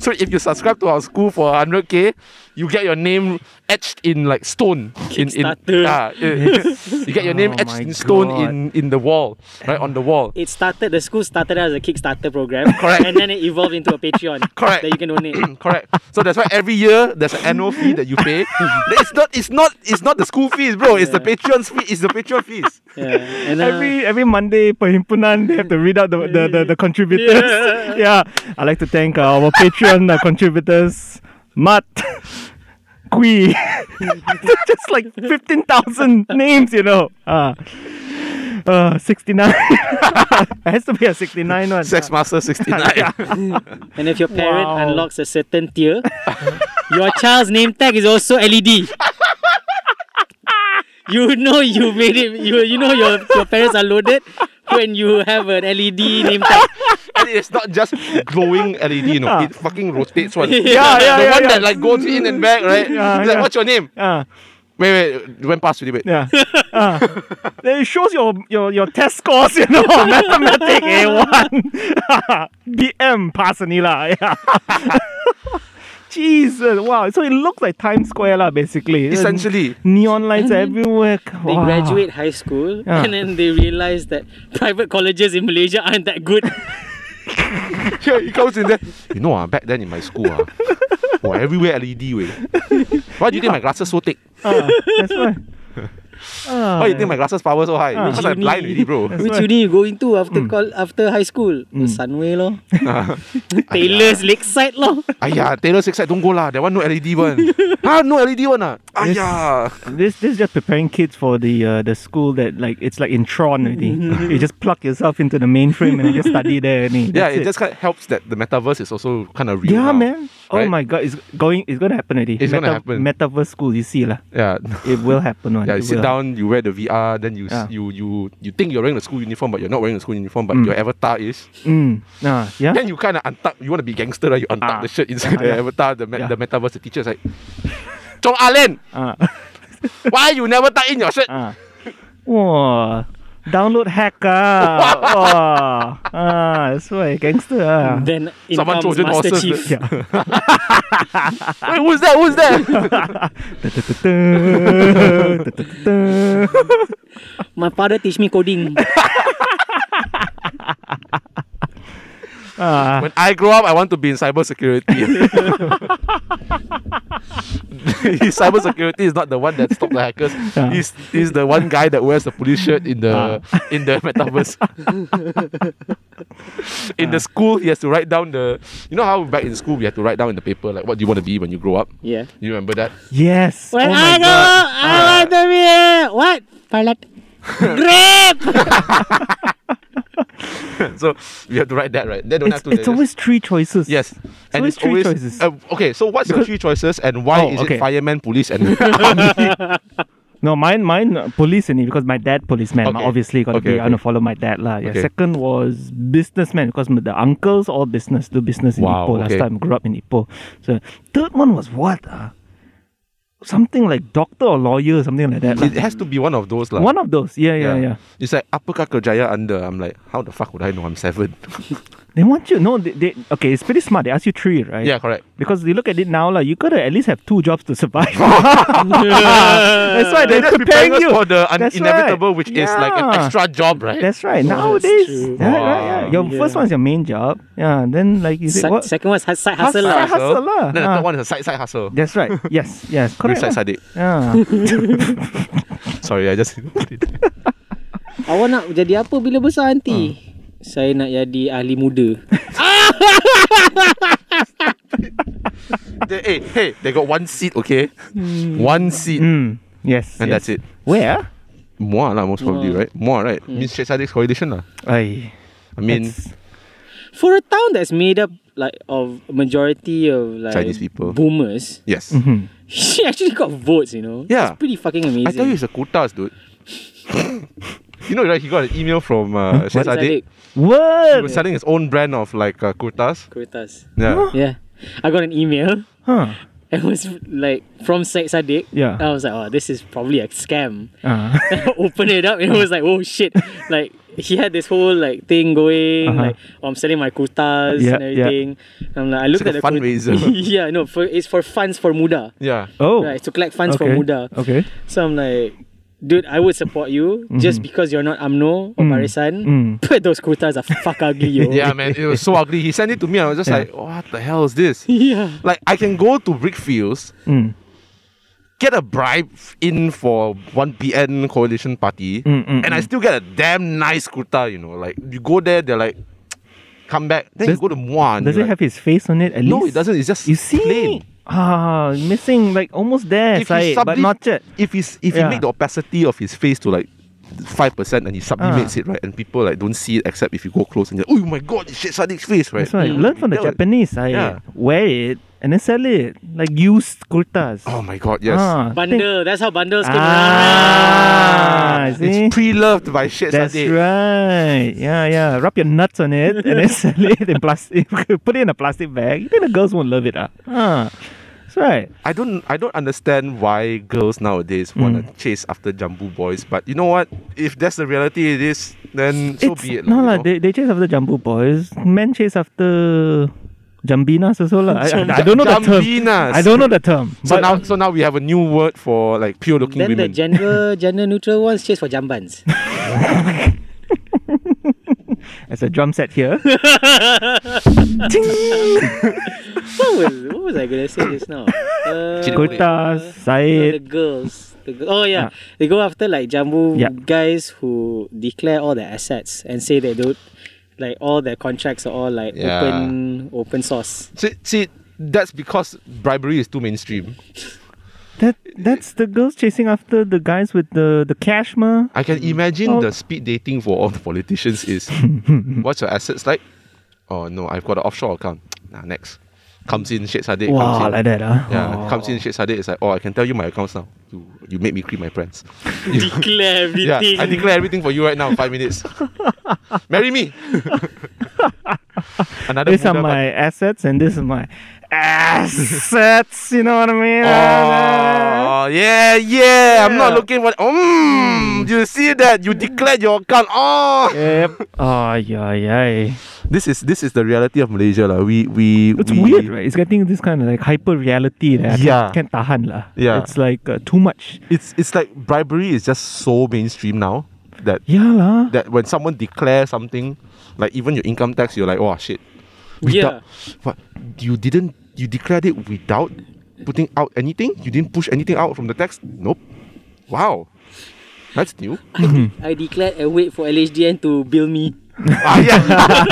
Speaker 2: So if you subscribe to our school for 100k, you get your name etched in like stone. In, in,
Speaker 3: Kickstarter.
Speaker 2: ah, eh, you get your name
Speaker 4: Oh
Speaker 2: etched
Speaker 4: my
Speaker 2: in stone
Speaker 4: God.
Speaker 2: in, in the wall, right? On the wall.
Speaker 3: It started the school started out as a Kickstarter program,
Speaker 2: Correct.
Speaker 3: and then it evolved into a Patreon,
Speaker 2: Correct.
Speaker 3: That you can donate.
Speaker 2: Correct. So that's why every year there's an annual fee that you pay. it's not it's not it's not the school fees, bro. It's the Patreon's fee. It's the Patreon fees.
Speaker 3: Yeah, and uh,
Speaker 4: Every every Monday perhimpunan they have to read out the the, the, the contributors.
Speaker 3: Yeah.
Speaker 4: Yeah. I'd like to thank uh, our Patreon uh, contributors, Matt, Kui, just like fifteen thousand names, you know. Uh, uh, sixty nine. it has to be a sixty nine one.
Speaker 2: Sex Master 69.
Speaker 3: and if your parent
Speaker 4: Wow.
Speaker 3: unlocks a certain tier, your child's name tag is also LED. You know you made it. You you know your your parents are loaded when you have an LED name tag.
Speaker 2: and it's not just glowing LED, you know. It fucking rotates one.
Speaker 4: Yeah, yeah,
Speaker 2: the
Speaker 4: yeah,
Speaker 2: one
Speaker 4: yeah.
Speaker 2: that like goes in and back, right?
Speaker 4: Yeah,
Speaker 2: It's like,
Speaker 4: yeah.
Speaker 2: what's your name?
Speaker 4: Uh,
Speaker 2: Wait, wait, went past really wait.
Speaker 4: yeah. Uh, then it shows your, your your test scores, you know, mathematics A one, BM pass ni lah. Yeah. Jesus, wow. So it looks like Times Square, lah, basically. There's
Speaker 2: Essentially.
Speaker 4: Neon lights
Speaker 3: And then
Speaker 4: everywhere.
Speaker 3: Mm-hmm. They
Speaker 4: Wow.
Speaker 3: graduate high school
Speaker 4: Yeah.
Speaker 3: and then they realize that private colleges in Malaysia aren't that good.
Speaker 2: Yeah, he comes in there. You know, ah, back then in my school, ah, wow, everywhere LED. Way. Why do you think my glasses so thick?
Speaker 4: Ah, that's why. Ah,
Speaker 2: Why do you think my glasses power so high?
Speaker 4: Ah.
Speaker 2: Because I'm blind already, bro.
Speaker 4: That's
Speaker 3: Which
Speaker 4: why.
Speaker 3: uni you go into after
Speaker 2: Hmm.
Speaker 3: col- after high school? The Sunway lor.
Speaker 2: Ah.
Speaker 3: Taylor's Lakeside lor.
Speaker 2: Ayah, Taylor Six Side, don't go lah. That one no LED one. ah, no LED one ah. Ayah.
Speaker 4: Oh, This this is just preparing kids for the uh, the school that like it's like in Tron already.
Speaker 3: Mm-hmm.
Speaker 4: you just plug yourself into the mainframe and you just study there. Only.
Speaker 2: Yeah, it
Speaker 4: That's
Speaker 2: just kind of helps that the metaverse is also kind of real.
Speaker 4: yeah,
Speaker 2: now.
Speaker 4: man. Oh
Speaker 2: right?
Speaker 4: my god, it's going. It's gonna happen already.
Speaker 2: It's gonna happen.
Speaker 4: Metaverse school, you see lah.
Speaker 2: Yeah.
Speaker 4: It will happen. One.
Speaker 2: Yeah,
Speaker 4: It
Speaker 2: you sit
Speaker 4: will.
Speaker 2: down, you wear the VR, then you s
Speaker 4: Yeah.
Speaker 2: you you you think you're wearing the school uniform, but you're not wearing the school uniform, but
Speaker 4: Mm.
Speaker 2: your avatar is.
Speaker 4: Mm. Ah, yeah.
Speaker 2: Then you kind of untuck. You want to be gangster, right? You untuck the
Speaker 4: Ah.
Speaker 2: shirt inside the
Speaker 4: Yeah.
Speaker 2: avatar, the, met
Speaker 4: Yeah.
Speaker 2: the metaverse. The teacher's like, Chong Allen,
Speaker 4: Ah.
Speaker 2: why you never tuck in your shirt?
Speaker 4: Ah. Wah. Download hack ah. Wah. Ah, that's why gangster ah.
Speaker 3: Then in
Speaker 2: Someone
Speaker 3: comes
Speaker 2: Trojan horses.
Speaker 3: Master Chief.
Speaker 4: Yeah. Ah.
Speaker 2: Wait, who's that? Who's that?
Speaker 3: My father teach me coding.
Speaker 4: Ah.
Speaker 2: when I grow up, I want to be in cybersecurity. cybersecurity is not the one that stopped the hackers.
Speaker 4: Yeah. Ah.
Speaker 2: He's, he's the one guy that wears the police shirt in the in the metaverse. in
Speaker 4: Ah.
Speaker 2: the school, he has to write down the. You know how back in school we had to write down in the paper like what do you want to be when you grow up.
Speaker 3: Yeah.
Speaker 2: You remember that?
Speaker 4: Yes.
Speaker 3: When
Speaker 4: oh
Speaker 3: I
Speaker 4: my
Speaker 3: go,
Speaker 4: god.
Speaker 2: Ah.
Speaker 3: I want to be a what? Pilot. Grape.
Speaker 2: so we have to write that right. Then don't have
Speaker 4: It's,
Speaker 2: to.
Speaker 4: it's
Speaker 2: just-
Speaker 4: always three choices.
Speaker 2: Yes,
Speaker 4: always three choices.
Speaker 2: Uh, okay, so what's your
Speaker 4: Because-
Speaker 2: three choices and why
Speaker 4: Oh,
Speaker 2: is
Speaker 4: okay.
Speaker 2: it fireman, police, and
Speaker 4: No, mine, mine uh, police only because my dad policeman.
Speaker 2: Okay.
Speaker 4: Obviously, gotta
Speaker 2: Okay,
Speaker 4: be. I wanna
Speaker 2: okay.
Speaker 4: follow my dad lah. Yeah.
Speaker 2: Okay.
Speaker 4: Second was businessman because my- the uncles all business do business in
Speaker 2: Wow,
Speaker 4: Ipoh last
Speaker 2: okay.
Speaker 4: time. Grew up in Ipoh. So third one was what? ah? something like doctor or lawyer, something like that. lah.
Speaker 2: it has to be one of those lah.
Speaker 4: One of those. Yeah, yeah, yeah.
Speaker 2: It's like apakah kerjaya anda? I'm like, how the fuck would I know? I'm seven.
Speaker 4: They want you. No, they, they. Okay, it's pretty smart. They ask you three, right?
Speaker 2: yeah, correct.
Speaker 4: Because you look at it now, like you gotta at least have two jobs to survive. That's why they're,
Speaker 2: That's
Speaker 4: preparing
Speaker 2: Uh, preparing us
Speaker 4: you
Speaker 2: for the un-
Speaker 4: That's
Speaker 2: inevitable,
Speaker 4: right.
Speaker 2: which is like an
Speaker 4: Yeah.
Speaker 2: extra job, right?
Speaker 4: That's right.
Speaker 3: Oh, that's
Speaker 4: Nowadays,
Speaker 3: true.
Speaker 4: yeah, right, yeah. your
Speaker 3: Wow.
Speaker 4: first one's your main job. Yeah, and then like you say,
Speaker 3: Sec-
Speaker 4: what?
Speaker 3: second one's hus- side hustle.
Speaker 4: Hustle.
Speaker 3: lah.
Speaker 4: hustle lah.
Speaker 2: Then the
Speaker 4: Ah.
Speaker 2: third one is a side side hustle.
Speaker 4: That's right. Yes, yes,
Speaker 2: With
Speaker 4: correct.
Speaker 2: side side.
Speaker 4: lah. Yeah.
Speaker 2: Sorry, I just.
Speaker 3: Awak nak jadi apa bila besar nanti?
Speaker 2: Ah.
Speaker 3: Saya nak jadi ahli muda.
Speaker 2: they, hey, hey, they got one seat, okay? One seat,
Speaker 4: Mm,
Speaker 2: and
Speaker 4: yes. Hmm. yes. Hmm.
Speaker 2: that's it.
Speaker 4: Where?
Speaker 2: More lah, most probably,
Speaker 3: Muar.
Speaker 2: right? More right? Means straight side correlation lah.
Speaker 4: I
Speaker 2: I mean,
Speaker 3: For a town that's made up like of majority of like
Speaker 2: Chinese people.
Speaker 3: boomers,
Speaker 2: yes.
Speaker 4: Mm-hmm.
Speaker 3: she actually got votes. You know,
Speaker 2: Yeah.
Speaker 3: it's pretty fucking amazing.
Speaker 2: I tell you, it's a quotas, dude. you know, right? He got an email from uh, Syed Saddiq.
Speaker 3: Saddiq,
Speaker 2: He was
Speaker 4: what?
Speaker 2: selling his own brand of like uh, kurtas.
Speaker 3: Kuitas.
Speaker 2: Yeah.
Speaker 3: Yeah, I got an email.
Speaker 4: Huh?
Speaker 3: It was like from Syed Saddiq.
Speaker 4: Yeah.
Speaker 3: I was like, oh, this is probably a scam.
Speaker 4: Uh,
Speaker 3: Open it up, and it was like, oh shit! like he had this whole like thing going,
Speaker 4: Uh-huh.
Speaker 3: like oh, I'm selling my kutas and
Speaker 4: Yeah, yeah.
Speaker 3: everything. And I'm like, I looked
Speaker 2: like a
Speaker 3: at the
Speaker 2: fundraiser.
Speaker 3: kut- yeah, no, for it's for funds for Muda.
Speaker 2: Yeah.
Speaker 4: oh.
Speaker 3: Right, to collect funds
Speaker 4: okay.
Speaker 3: for
Speaker 4: Oh.
Speaker 3: Muda.
Speaker 4: Okay.
Speaker 3: So I'm like, dude, I would support you just because you're not AMNO or
Speaker 4: Mm-hmm. Mm.
Speaker 3: Barisan.
Speaker 4: Mm.
Speaker 3: But those kutas are fuck ugly, yo.
Speaker 2: Yeah, man, it was so ugly. He sent it to me. I was just
Speaker 4: Yeah.
Speaker 2: like, what the hell is this?
Speaker 3: Yeah.
Speaker 2: Like, I can go to Brickfields,
Speaker 4: Mm.
Speaker 2: get a bribe in for one PN coalition party,
Speaker 4: Mm, mm,
Speaker 2: and I still get a damn nice kurta. You know, like you go there, they're like, come back. Then
Speaker 4: Does-
Speaker 2: you go to Muan.
Speaker 4: Does it have his face on it? At
Speaker 2: No,
Speaker 4: least
Speaker 2: it doesn't. It's just
Speaker 4: You see?
Speaker 2: plain.
Speaker 4: Ah, missing like almost there,
Speaker 2: you
Speaker 4: Syed, but
Speaker 2: sublim-
Speaker 4: not yet.
Speaker 2: If he's if
Speaker 4: Yeah.
Speaker 2: you make the opacity of his face to like five percent and he sublimates
Speaker 4: Ah.
Speaker 2: it right, and people like don't see it except if you go close and you're like, oh my god, it's Syed Saddiq's face, right?
Speaker 4: That's why learn from the
Speaker 2: Mm. That was-
Speaker 4: Japanese. I
Speaker 2: Yeah.
Speaker 4: wear it and then sell it like used kurtas.
Speaker 2: Oh my god, yes.
Speaker 4: Ah, think-
Speaker 3: Bundle. That's how bundles
Speaker 2: Ah.
Speaker 3: came around.
Speaker 4: Ah, see?
Speaker 2: It's pre-loved by Syed
Speaker 4: That's
Speaker 2: Saddiq.
Speaker 4: right. Yeah, yeah. Rub your nuts on it and then sell it in plastic. Put it in a plastic bag. You think the girls won't love it? Ah, ah. that's right.
Speaker 2: I don't I don't understand why girls nowadays wanna
Speaker 4: Hmm.
Speaker 2: chase after jambu boys, but you know what? If that's the reality it is, then so
Speaker 4: it's,
Speaker 2: be it. lah,
Speaker 4: No,
Speaker 2: you
Speaker 4: lah.
Speaker 2: know?
Speaker 4: they, they chase after Jambu boys. Men chase after Jambinas also lah. I, I, I don't know the term.
Speaker 2: Jambinas.
Speaker 4: I don't know the term.
Speaker 2: So
Speaker 4: but
Speaker 2: now, so now we have a new word for like pure-looking
Speaker 3: Then the
Speaker 2: women.
Speaker 3: gender gender neutral ones chase for jambans.
Speaker 4: as a drum set here.
Speaker 3: what was what was I gonna say just now? Uh,
Speaker 4: Kutas,
Speaker 3: no, the
Speaker 4: Said.
Speaker 3: girls. The, girl- oh
Speaker 2: Ah.
Speaker 3: yeah, they go after like Jambu
Speaker 4: Yeah.
Speaker 3: guys who declare all their assets and say they don't like all their contracts are all like
Speaker 2: Yeah.
Speaker 3: open open source.
Speaker 2: See, see, that's because bribery is too mainstream.
Speaker 4: That that's the girls chasing after the guys with the the cash ma.
Speaker 2: I can imagine
Speaker 4: Oh.
Speaker 2: the speed dating for all the politicians is what's your assets like? Oh no, I've got an offshore account. Nah, next. Comes in, shit Sade. comes
Speaker 4: Wow,
Speaker 2: in.
Speaker 4: like that, ah.
Speaker 2: Yeah, comes in, shit Sade. It's like, oh, I can tell you my accounts now. You, you made me creep my pants.
Speaker 3: declare
Speaker 2: Yeah,
Speaker 3: everything.
Speaker 2: I declare everything for you right now. Five minutes. Marry me. Another
Speaker 4: These are
Speaker 2: Buddha-
Speaker 4: my assets, and this is my assets. You know what I mean?
Speaker 2: Oh yeah, yeah. I'm not looking for.
Speaker 4: Hmm.
Speaker 2: Mm, you see that? You declared your account. Oh.
Speaker 4: Yep. Oh yeah, yeah.
Speaker 2: This is this is the reality of Malaysia, lah. We we.
Speaker 4: It's
Speaker 2: we-
Speaker 4: weird, right? It's getting this kind of like hyper reality. That
Speaker 2: Mm. Yeah.
Speaker 4: I can't, can't tahan lah.
Speaker 2: Yeah.
Speaker 4: It's like uh, too much.
Speaker 2: It's it's like bribery is just so mainstream now that
Speaker 4: Yeah lah.
Speaker 2: that when someone declares something, like even your income tax, you're like, oh shit.
Speaker 3: Yeah.
Speaker 2: What you didn't you declared it without putting out anything? You didn't push anything out from the tax? Nope. Wow. That's new.
Speaker 3: I declare and wait for LHDN to bill me.
Speaker 2: ah, yeah.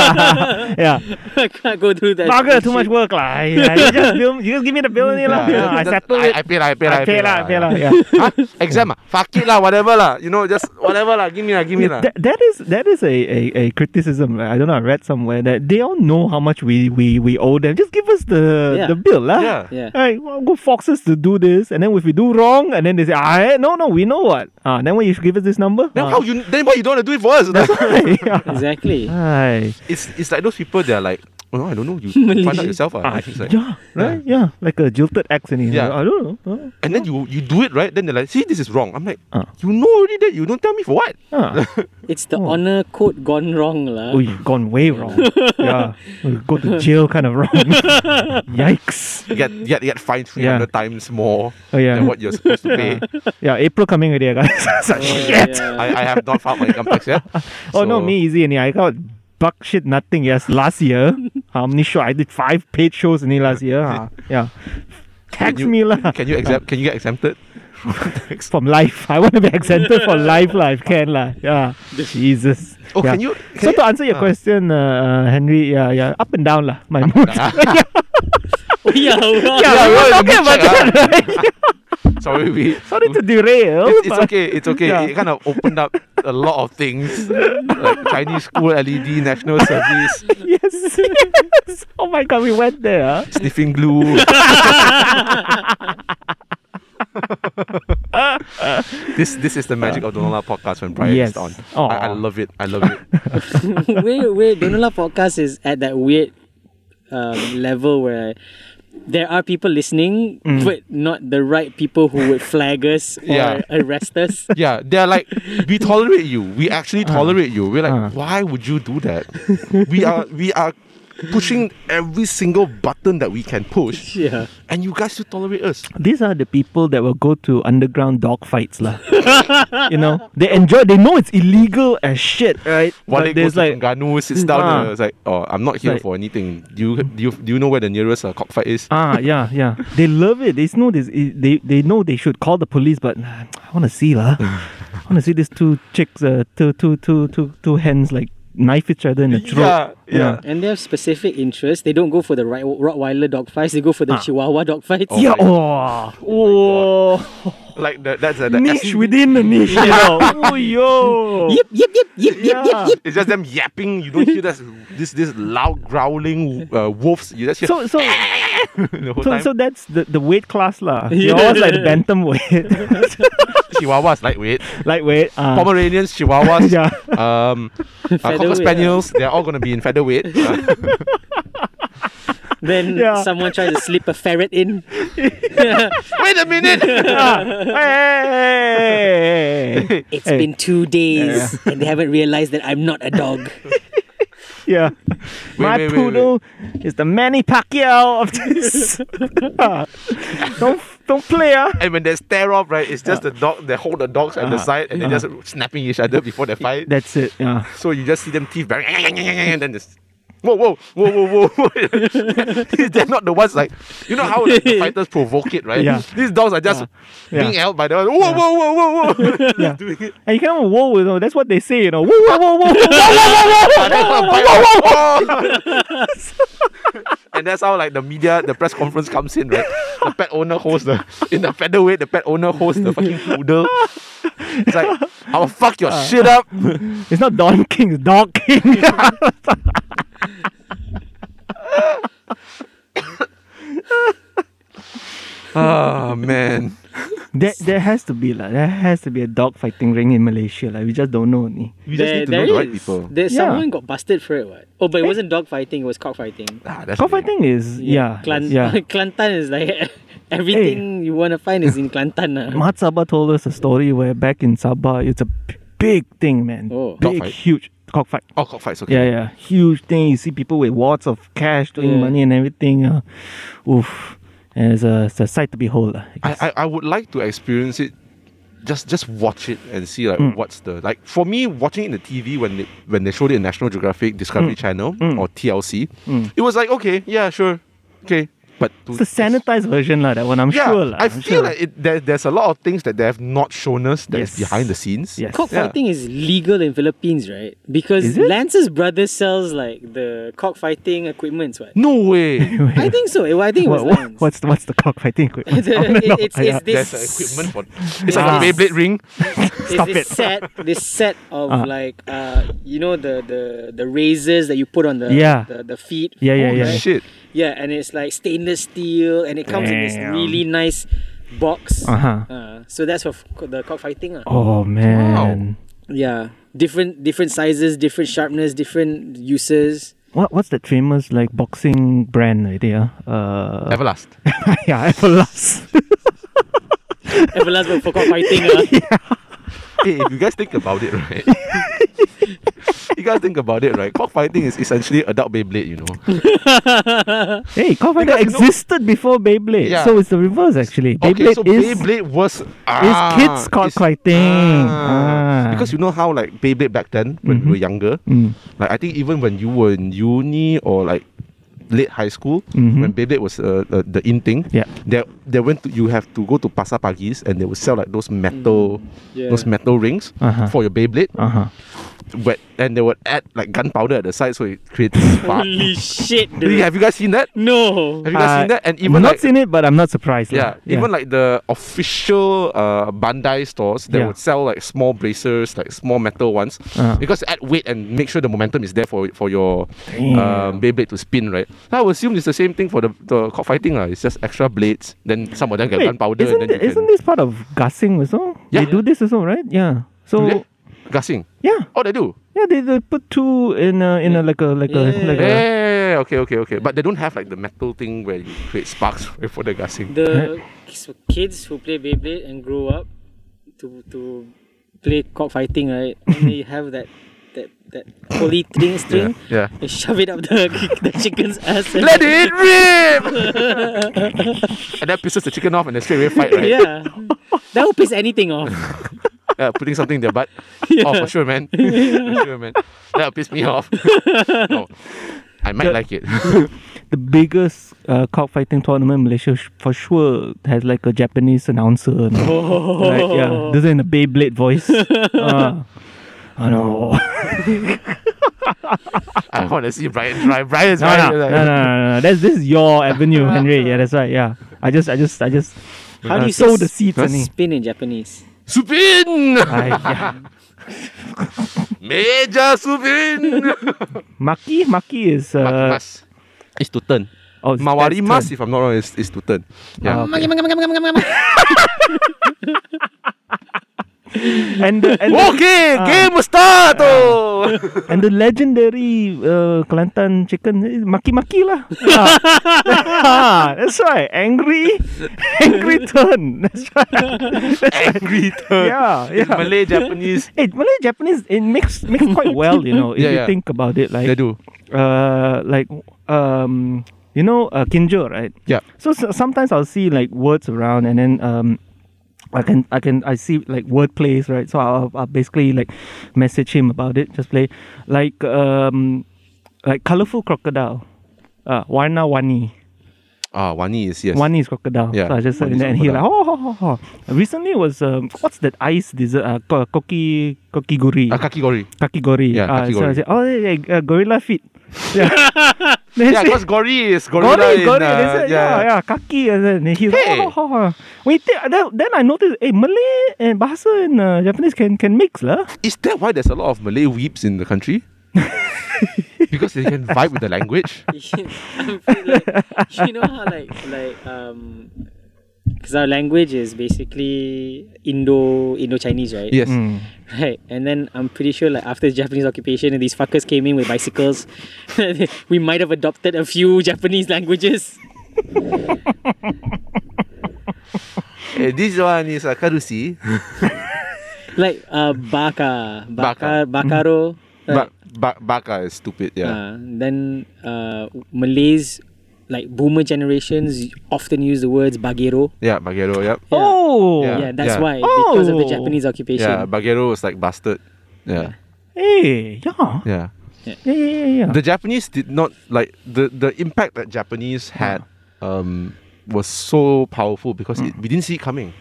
Speaker 4: Yeah.
Speaker 3: I can't go through that.
Speaker 4: Bugger,
Speaker 3: bullshit.
Speaker 4: too much work lah. Yeah, you just bill, you just give me the bill only lah. Yeah, I
Speaker 2: Just-
Speaker 4: settle
Speaker 2: I,
Speaker 4: it.
Speaker 2: I pay lah, I pay lah,
Speaker 4: I pay lah, I pay lah. Yeah.
Speaker 2: Huh? Exam ah? Fuck it lah, whatever lah. You know, just whatever lah. Give me lah, give me lah.
Speaker 4: That, that is that is a, a, a criticism. I don't know. I read somewhere that they all know how much we, we, we owe them. Just give us the
Speaker 3: Yeah.
Speaker 4: the bill, lah.
Speaker 2: Yeah.
Speaker 3: Yeah.
Speaker 4: Hey, well, go foxes to do this, and then if we do wrong, and then they say, "Ah, no, no, we know what." Ah, then when you give us this number,
Speaker 2: Then
Speaker 4: ah.
Speaker 2: how you? Then why you don't want to do it for us?
Speaker 4: yeah.
Speaker 2: Ah.
Speaker 3: Exactly.
Speaker 4: Aye.
Speaker 2: it's it's like those people. They're like, oh, no, I don't know. You find out
Speaker 3: Malaysia.
Speaker 2: yourself. Ah.
Speaker 4: Ah,
Speaker 2: It's like-
Speaker 4: yeah, right, yeah, like a jilted ex in here.
Speaker 2: Yeah.
Speaker 4: I don't know. Ah.
Speaker 2: And then you you do it right. Then they're like, see, this is wrong. I'm like,
Speaker 4: Ah.
Speaker 2: you know already that. You don't tell me for what.
Speaker 4: Ah.
Speaker 3: It's the
Speaker 4: Oh.
Speaker 3: honor code gone wrong, lah.
Speaker 4: Oh, you've gone way wrong. yeah, We go to jail, kind of wrong. Yikes.
Speaker 2: You get you get, you get fined three hundred times more
Speaker 4: Oh yeah,
Speaker 2: than what you're supposed to pay.
Speaker 4: yeah. April coming already, ah, guys. Such shit.
Speaker 3: Yeah.
Speaker 2: I, I have not filed my income tax yet.
Speaker 4: Oh no,
Speaker 2: So-
Speaker 4: me easy and I got buck shit nothing. Yes, last year. How many show? I did five paid shows in last year. Ah, yeah,
Speaker 2: Can
Speaker 4: tax
Speaker 2: you,
Speaker 4: me lah
Speaker 2: Can you exempt? Can you get exempted?
Speaker 4: from life. I want to be exempted for life life. Can lah. Yeah. Jesus.
Speaker 2: Oh,
Speaker 4: yeah.
Speaker 2: can you?
Speaker 4: so
Speaker 2: Can
Speaker 4: to answer your
Speaker 2: ah.
Speaker 4: question, uh, uh, Henry, yeah, yeah, up and down lah. My mood. yeah,
Speaker 3: Oh, yeah, well,
Speaker 4: we
Speaker 2: well,
Speaker 4: were
Speaker 2: you
Speaker 4: talking
Speaker 2: can
Speaker 4: about
Speaker 2: check, ah.
Speaker 4: that. Right?
Speaker 2: you, sorry, we
Speaker 4: Sorry to derail.
Speaker 2: It's, it's
Speaker 4: but-
Speaker 2: okay. It's okay.
Speaker 4: Yeah.
Speaker 2: It kind of opened up a lot of things, like Chinese school, LED, national service,
Speaker 4: Yes. yes. Oh my god, we went there. ah.
Speaker 2: sniffing glue. this this is the magic of Donola podcast when Brian
Speaker 4: Yes.
Speaker 2: is on.
Speaker 4: Aw.
Speaker 2: I, I love it. I love it.
Speaker 3: wait, wait. Donola podcast is at that weird um, level where there are people listening, but not the right people who would flag us or
Speaker 2: Yeah.
Speaker 3: arrest us.
Speaker 2: Yeah, they're like, we tolerate you. We actually tolerate you. We're like,
Speaker 4: uh.
Speaker 2: why would you do that? We are we are pushing every single button that we can push,
Speaker 3: Yeah.
Speaker 2: and you guys should tolerate us.
Speaker 4: these are the people that will go to underground dog fights lah. you know, they enjoy. They know it's illegal as shit, right?
Speaker 2: One
Speaker 4: But
Speaker 2: goes
Speaker 4: there's
Speaker 2: to
Speaker 4: like,
Speaker 2: Terengganu, sits down,
Speaker 4: Ah.
Speaker 2: and it's like, oh, I'm not here
Speaker 4: Like-
Speaker 2: for anything. Do you, do you do you know where the nearest uh, cockfight is?
Speaker 4: ah, yeah, yeah. They love it. They know this. They they know they should call the police, but nah, I want to see lah. I want to see these two chicks, uh, two two two two two hands like knife each other in the throat.
Speaker 2: Yeah, yeah.
Speaker 3: And they have specific interests. They don't go for the right Rottweiler dog fights. They go for the Chihuahua dog fights.
Speaker 4: Yeah, oh, oh,
Speaker 2: Like the, that's uh, the
Speaker 4: niche
Speaker 2: essence-
Speaker 4: within the niche, you know. Oh, yo.
Speaker 3: Yep, yep, yep, yep, yep, yep,
Speaker 4: Yeah.
Speaker 3: yep.
Speaker 2: It's just them yapping. You don't hear this this this loud growling uh, wolves. You just hear
Speaker 4: So, so,
Speaker 2: the whole
Speaker 4: so,
Speaker 2: time.
Speaker 4: so that's the, the weight class lah. You're always like the bantam weight.
Speaker 2: Chihuahuas lightweight,
Speaker 4: lightweight. Uh,
Speaker 2: Pomeranians, Chihuahuas,
Speaker 4: yeah.
Speaker 2: um, uh, cocker
Speaker 3: Featherweight.
Speaker 2: spaniels. They're all gonna be in featherweight. Uh,
Speaker 3: Then
Speaker 4: Yeah.
Speaker 3: someone tries to slip a ferret in.
Speaker 2: Wait a minute.
Speaker 4: Ah. hey.
Speaker 3: It's been two days, and they haven't realized that I'm not a dog.
Speaker 4: yeah. My
Speaker 2: wait, wait, wait.
Speaker 4: poodle is the Manny Pacquiao of this. don't don't play, ah.
Speaker 2: And when they stare off, right, it's just the dog. They hold the dogs at the
Speaker 4: Uh-huh.
Speaker 2: side and they're just snapping each other before they fight.
Speaker 4: That's it. Yeah.
Speaker 2: So you just see them teeth very, and then this. Whoa, whoa, whoa, whoa, whoa. They're not the ones like, you know how the fighters provoke it, right?
Speaker 4: Yeah.
Speaker 2: These dogs are just
Speaker 4: Yeah.
Speaker 2: being held by the one. Whoa, whoa, whoa, whoa, whoa. Doing it.
Speaker 4: And you can have a whoa, you know. That's what they say, you know. Whoa, whoa, whoa, whoa, whoa,
Speaker 2: And that's how- and that's how like the media, the press conference comes in, right? The pet owner holds the in the featherweight, the pet owner holds the fucking poodle. It's like I'll fuck your
Speaker 3: Ah.
Speaker 2: shit up.
Speaker 4: It's not Don King, it's Dog King.
Speaker 2: Oh man.
Speaker 4: there, there has to be like, there has to be a dog fighting ring in Malaysia. Like we just don't know only.
Speaker 2: You just
Speaker 3: there,
Speaker 2: need to
Speaker 3: there
Speaker 2: know the right
Speaker 3: is.
Speaker 2: people.
Speaker 3: There,
Speaker 4: Yeah. Eh?
Speaker 3: Someone got busted for it, what? Oh, but it wasn't dog fighting, it was cock fighting.
Speaker 2: Ah, that's
Speaker 4: Dog
Speaker 2: the thing.
Speaker 4: fighting is yeah,
Speaker 3: Klan-
Speaker 4: yeah.
Speaker 3: Kelantan is like everything you want to find is in Kelantan. ah.
Speaker 4: Mat Sabah told us a story where back in Sabah, it's a b- big thing, man.
Speaker 3: Oh.
Speaker 4: Big,
Speaker 2: Dogfight?
Speaker 4: huge cockfight.
Speaker 2: Oh, cockfights. Okay.
Speaker 4: Yeah, yeah, huge thing. You see people with wads of cash, doing
Speaker 3: Yeah.
Speaker 4: money and everything. Uh, oof, and it's a, it's a sight to behold. lah, I guess.
Speaker 2: I, I, I would like to experience it. Just just watch it and see like
Speaker 4: Mm.
Speaker 2: what's the like for me watching it in the TV when they, when they showed it in National Geographic
Speaker 4: Mm.
Speaker 2: Discovery Channel or TLC, it was like okay yeah sure okay but to,
Speaker 4: it's the sanitized version, lah. That one, I'm
Speaker 2: yeah
Speaker 4: sure, lah.
Speaker 2: I
Speaker 4: I'm
Speaker 2: feel
Speaker 4: sure.
Speaker 2: like it, there, there's a lot of things that they have not shown us that is
Speaker 4: Yes.
Speaker 2: behind the scenes.
Speaker 4: Yes.
Speaker 3: Cock
Speaker 2: Yeah.
Speaker 3: fighting is legal in Philippines, right? Because
Speaker 4: Is it?
Speaker 3: Lance's brother sells like the cock fighting equipment, what?
Speaker 2: No way.
Speaker 3: I think so. Well, I think it was
Speaker 4: What, what,
Speaker 3: Lance.
Speaker 4: what's the, what's the cockfighting equipment?
Speaker 3: The-
Speaker 4: I wanna
Speaker 3: it-
Speaker 4: know.
Speaker 3: it's- it's
Speaker 4: Yeah.
Speaker 3: this-
Speaker 2: There's a equipment for it's like
Speaker 4: Ah.
Speaker 2: a Beyblade ring.
Speaker 3: It's
Speaker 4: Stop
Speaker 3: this
Speaker 4: it. Uh-huh.
Speaker 3: set, this set of like uh, you know the the the razors that you put on the
Speaker 4: Yeah.
Speaker 3: the, the feet.
Speaker 4: Yeah, yeah,
Speaker 3: Oh,
Speaker 4: yeah.
Speaker 3: right?
Speaker 2: Shit.
Speaker 3: Yeah, and it's like stainless steel, and it comes in this
Speaker 4: Damn.
Speaker 3: really nice box.
Speaker 4: Uh-huh.
Speaker 3: Uh, so that's for f- the cockfighting. Uh.
Speaker 4: Oh man.
Speaker 3: Yeah, different different sizes, different sharpness, different uses.
Speaker 4: What what's that famous like boxing brand idea? Uh
Speaker 2: Everlast.
Speaker 4: yeah, Everlast.
Speaker 3: Everlast but for cockfighting. Uh.
Speaker 2: hey, if you guys think about it, right? you guys think about it, right? Cockfighting is essentially adult Beyblade, you know.
Speaker 4: hey, Cockfighter
Speaker 2: Because, you know-
Speaker 4: existed before Beyblade.
Speaker 2: Yeah.
Speaker 4: So it's the reverse actually.
Speaker 2: okay,
Speaker 4: Beyblade
Speaker 2: so
Speaker 4: is
Speaker 2: Beyblade was ah,
Speaker 4: kids cockfighting. Ah.
Speaker 2: Because you know how like Beyblade back then when we were younger,
Speaker 4: Mm.
Speaker 2: like I think even when you were in uni or like late high school,
Speaker 4: Mhm.
Speaker 2: when Beyblade was uh, uh, the in thing,
Speaker 4: Yeah.
Speaker 2: they they went to you have to go to pasar pagis and they would sell like those metal
Speaker 3: Yeah.
Speaker 2: those metal rings
Speaker 4: Uh-huh.
Speaker 2: for your Beyblade,
Speaker 4: Uh-huh.
Speaker 2: but and they would add like gunpowder at the side so it creates spark.
Speaker 3: Holy shit, dude.
Speaker 2: Have you guys seen that?
Speaker 3: No.
Speaker 2: Have you guys seen that? And
Speaker 4: I'm
Speaker 2: even
Speaker 4: Uh, not
Speaker 2: like,
Speaker 4: seen it, but I'm not surprised. lah.
Speaker 2: yeah, even like the official uh, Bandai stores that
Speaker 4: Yeah.
Speaker 2: would sell like small bracers, like small metal ones,
Speaker 4: Uh-huh.
Speaker 2: because add weight and make sure the momentum is there for for your
Speaker 4: Damn.
Speaker 2: um, Beyblade to spin, right? I would assume it's the same thing for the, the cockfighting. lah. It's just extra blades, then some of them get
Speaker 4: Wait,
Speaker 2: gunpowder,
Speaker 4: isn't,
Speaker 2: and then you
Speaker 4: th- isn't
Speaker 2: can.
Speaker 4: this part of gassing also?
Speaker 2: Yeah.
Speaker 4: They do this also, right? Yeah.
Speaker 2: Do
Speaker 4: So
Speaker 2: they? Gassing.
Speaker 4: yeah.
Speaker 2: Oh, they do.
Speaker 4: Yeah, they, they put two in a in a like a like a
Speaker 3: Yeah.
Speaker 4: like
Speaker 2: Yeah,
Speaker 4: a
Speaker 2: yeah, yeah, okay, okay, okay. But they don't have like the metal thing where you create sparks for the gassing.
Speaker 3: The s- kids who play Beyblade and grow up to to play cockfighting, right? And they have that that that poly string
Speaker 2: Yeah,
Speaker 3: string.
Speaker 2: yeah.
Speaker 3: They shove it up the, the chicken's ass. and-
Speaker 2: Let it rip! and that pisses the chicken off and they straight away fight, right?
Speaker 3: Yeah. That will piss anything off.
Speaker 2: Uh, putting something in their butt. Oh, for sure, man. for sure, man. That'll piss me off. no. I might like it.
Speaker 4: the biggest uh, cockfighting tournament in Malaysia sh- for sure has like a Japanese announcer. And, like, yeah, does it in a Beyblade voice. uh, I know.
Speaker 2: I want to see Brian try. Brian's
Speaker 4: No, no,
Speaker 2: right.
Speaker 4: no, no, no, no. That's this is your avenue, Henry. Yeah, that's right. Yeah, I just, I just, I just.
Speaker 3: How
Speaker 4: uh,
Speaker 3: do you
Speaker 4: sow
Speaker 3: say
Speaker 4: the
Speaker 3: s-
Speaker 4: seeds, Henry?
Speaker 3: Spin in Japanese.
Speaker 2: Supin!
Speaker 4: I, yeah.
Speaker 2: Major Supin!
Speaker 4: Maki, Maki is uh,
Speaker 2: mas. Is to turn.
Speaker 4: oh, it's-
Speaker 2: Mawari
Speaker 4: that's
Speaker 2: mas,
Speaker 4: turn.
Speaker 2: if I'm not wrong, is, Ah, is to turn. Yeah.
Speaker 4: Ah, okay. and the, and the,
Speaker 2: Okay,
Speaker 4: Ah.
Speaker 2: game start. oh.
Speaker 4: and the legendary uh, Kelantan chicken eh, maki-maki lah. ah, that's right. Angry, angry turn. That's right.
Speaker 2: Angry turn.
Speaker 4: Yeah,
Speaker 2: It's
Speaker 4: yeah.
Speaker 2: Malay Japanese.
Speaker 4: Hey, Malay Japanese it makes makes quite well, you know, if
Speaker 2: Yeah,
Speaker 4: you
Speaker 2: yeah.
Speaker 4: think about it. Like
Speaker 2: They do.
Speaker 4: uh, like um, you know, uh, kinjo, right?
Speaker 2: Yeah.
Speaker 4: So, so sometimes I'll see like words around, and then um, I can I can I see like word plays, right? So I'll, I'll basically like message him about it. Just play like um, like colorful crocodile. Uh, warna wani.
Speaker 2: Ah, Wani is yes.
Speaker 4: Wani is crocodile.
Speaker 2: Yeah,
Speaker 4: So I just said
Speaker 2: wani is
Speaker 4: that and he like,
Speaker 2: crocodile.
Speaker 4: oh, oh, oh, oh. Recently was, um, what's that ice dessert? Uh, ko- koki, kokiguri.
Speaker 2: Ah, kakigori.
Speaker 4: kakigori.
Speaker 2: Yeah,
Speaker 4: uh, So I
Speaker 2: kakigori.
Speaker 4: said, oh, yeah, yeah, uh, gorilla feet. Yeah. Then
Speaker 2: Yeah,
Speaker 4: she-
Speaker 2: because Gori is gorilla.
Speaker 4: Gorilla,
Speaker 2: in,
Speaker 4: gorilla.
Speaker 2: uh,
Speaker 4: they said, yeah, yeah, kaki. And then he's
Speaker 2: Hey.
Speaker 4: like, oh, oh, oh. When you take, then, then I noticed, hey, Malay and Bahasa and uh, Japanese can, can mix, lah.
Speaker 2: Is that why there's a lot of Malay weeps in the country? because they can vibe with the language.
Speaker 3: I'm feel like, you know how like like um because our language is basically Indo Indo Chinese, right?
Speaker 2: Yes.
Speaker 3: Right. And then I'm pretty sure like after the Japanese occupation and these fuckers came in with bicycles, we might have adopted a few Japanese languages.
Speaker 2: Eh, this one is uh, karusi.
Speaker 3: Like uh baka.
Speaker 2: Baka.
Speaker 3: Baka bakaro.
Speaker 4: Mm-hmm.
Speaker 2: Ba- ba- baka is stupid. Yeah.
Speaker 3: Uh, then uh Malays like boomer generations often use the words bagero.
Speaker 2: yeah, bagero. Yep.
Speaker 3: Yeah.
Speaker 4: Oh,
Speaker 3: Yeah, that's
Speaker 2: Yeah.
Speaker 3: why because of the
Speaker 4: Oh.
Speaker 3: Japanese occupation.
Speaker 2: Yeah, bagero is like bastard. Yeah.
Speaker 4: hey, yeah.
Speaker 2: Yeah.
Speaker 4: Yeah, yeah, yeah. yeah.
Speaker 2: The Japanese did not like the the impact that Japanese had um was so powerful because it, we didn't see it coming.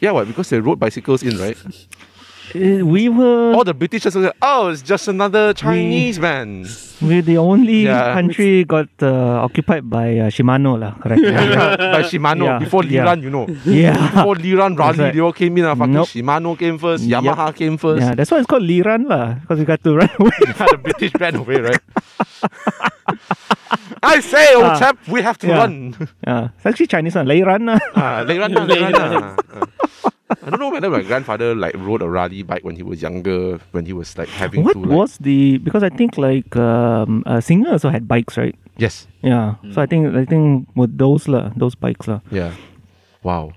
Speaker 2: Yeah, why? Because they rode bicycles in, right?
Speaker 4: Uh, we were
Speaker 2: All the British just like, oh, it's just another Chinese man.
Speaker 4: We're the only
Speaker 2: Yeah.
Speaker 4: country got uh, occupied by uh, Shimano lah, correct?
Speaker 2: Yeah, by Shimano
Speaker 4: Yeah,
Speaker 2: before
Speaker 4: yeah.
Speaker 2: Liran, you know.
Speaker 4: yeah.
Speaker 2: Before Liran Rally,
Speaker 4: right.
Speaker 2: they all came in. Uh, fucking
Speaker 4: Nope.
Speaker 2: Shimano came first,
Speaker 4: Yep.
Speaker 2: Yamaha came first.
Speaker 4: Yeah, that's why it's called Liran lah, because we got to run away.
Speaker 2: Yeah, the British ran away, right? I say, old
Speaker 4: Ah.
Speaker 2: chap, we have to
Speaker 4: Yeah.
Speaker 2: run.
Speaker 4: Yeah, it's actually Chinese one, Liran lah.
Speaker 2: Ah, they run,
Speaker 3: They
Speaker 2: they run,
Speaker 3: run.
Speaker 2: ah. Ah. I don't know whether my grandfather uh, like rode a rally bike when he was younger, when he was like having
Speaker 4: What
Speaker 2: to like,
Speaker 4: was the? Because I think like um, uh, Singer also had bikes, right?
Speaker 2: yes,
Speaker 4: Yeah. So I think I think with those lah, those bikes lah.
Speaker 2: yeah, wow.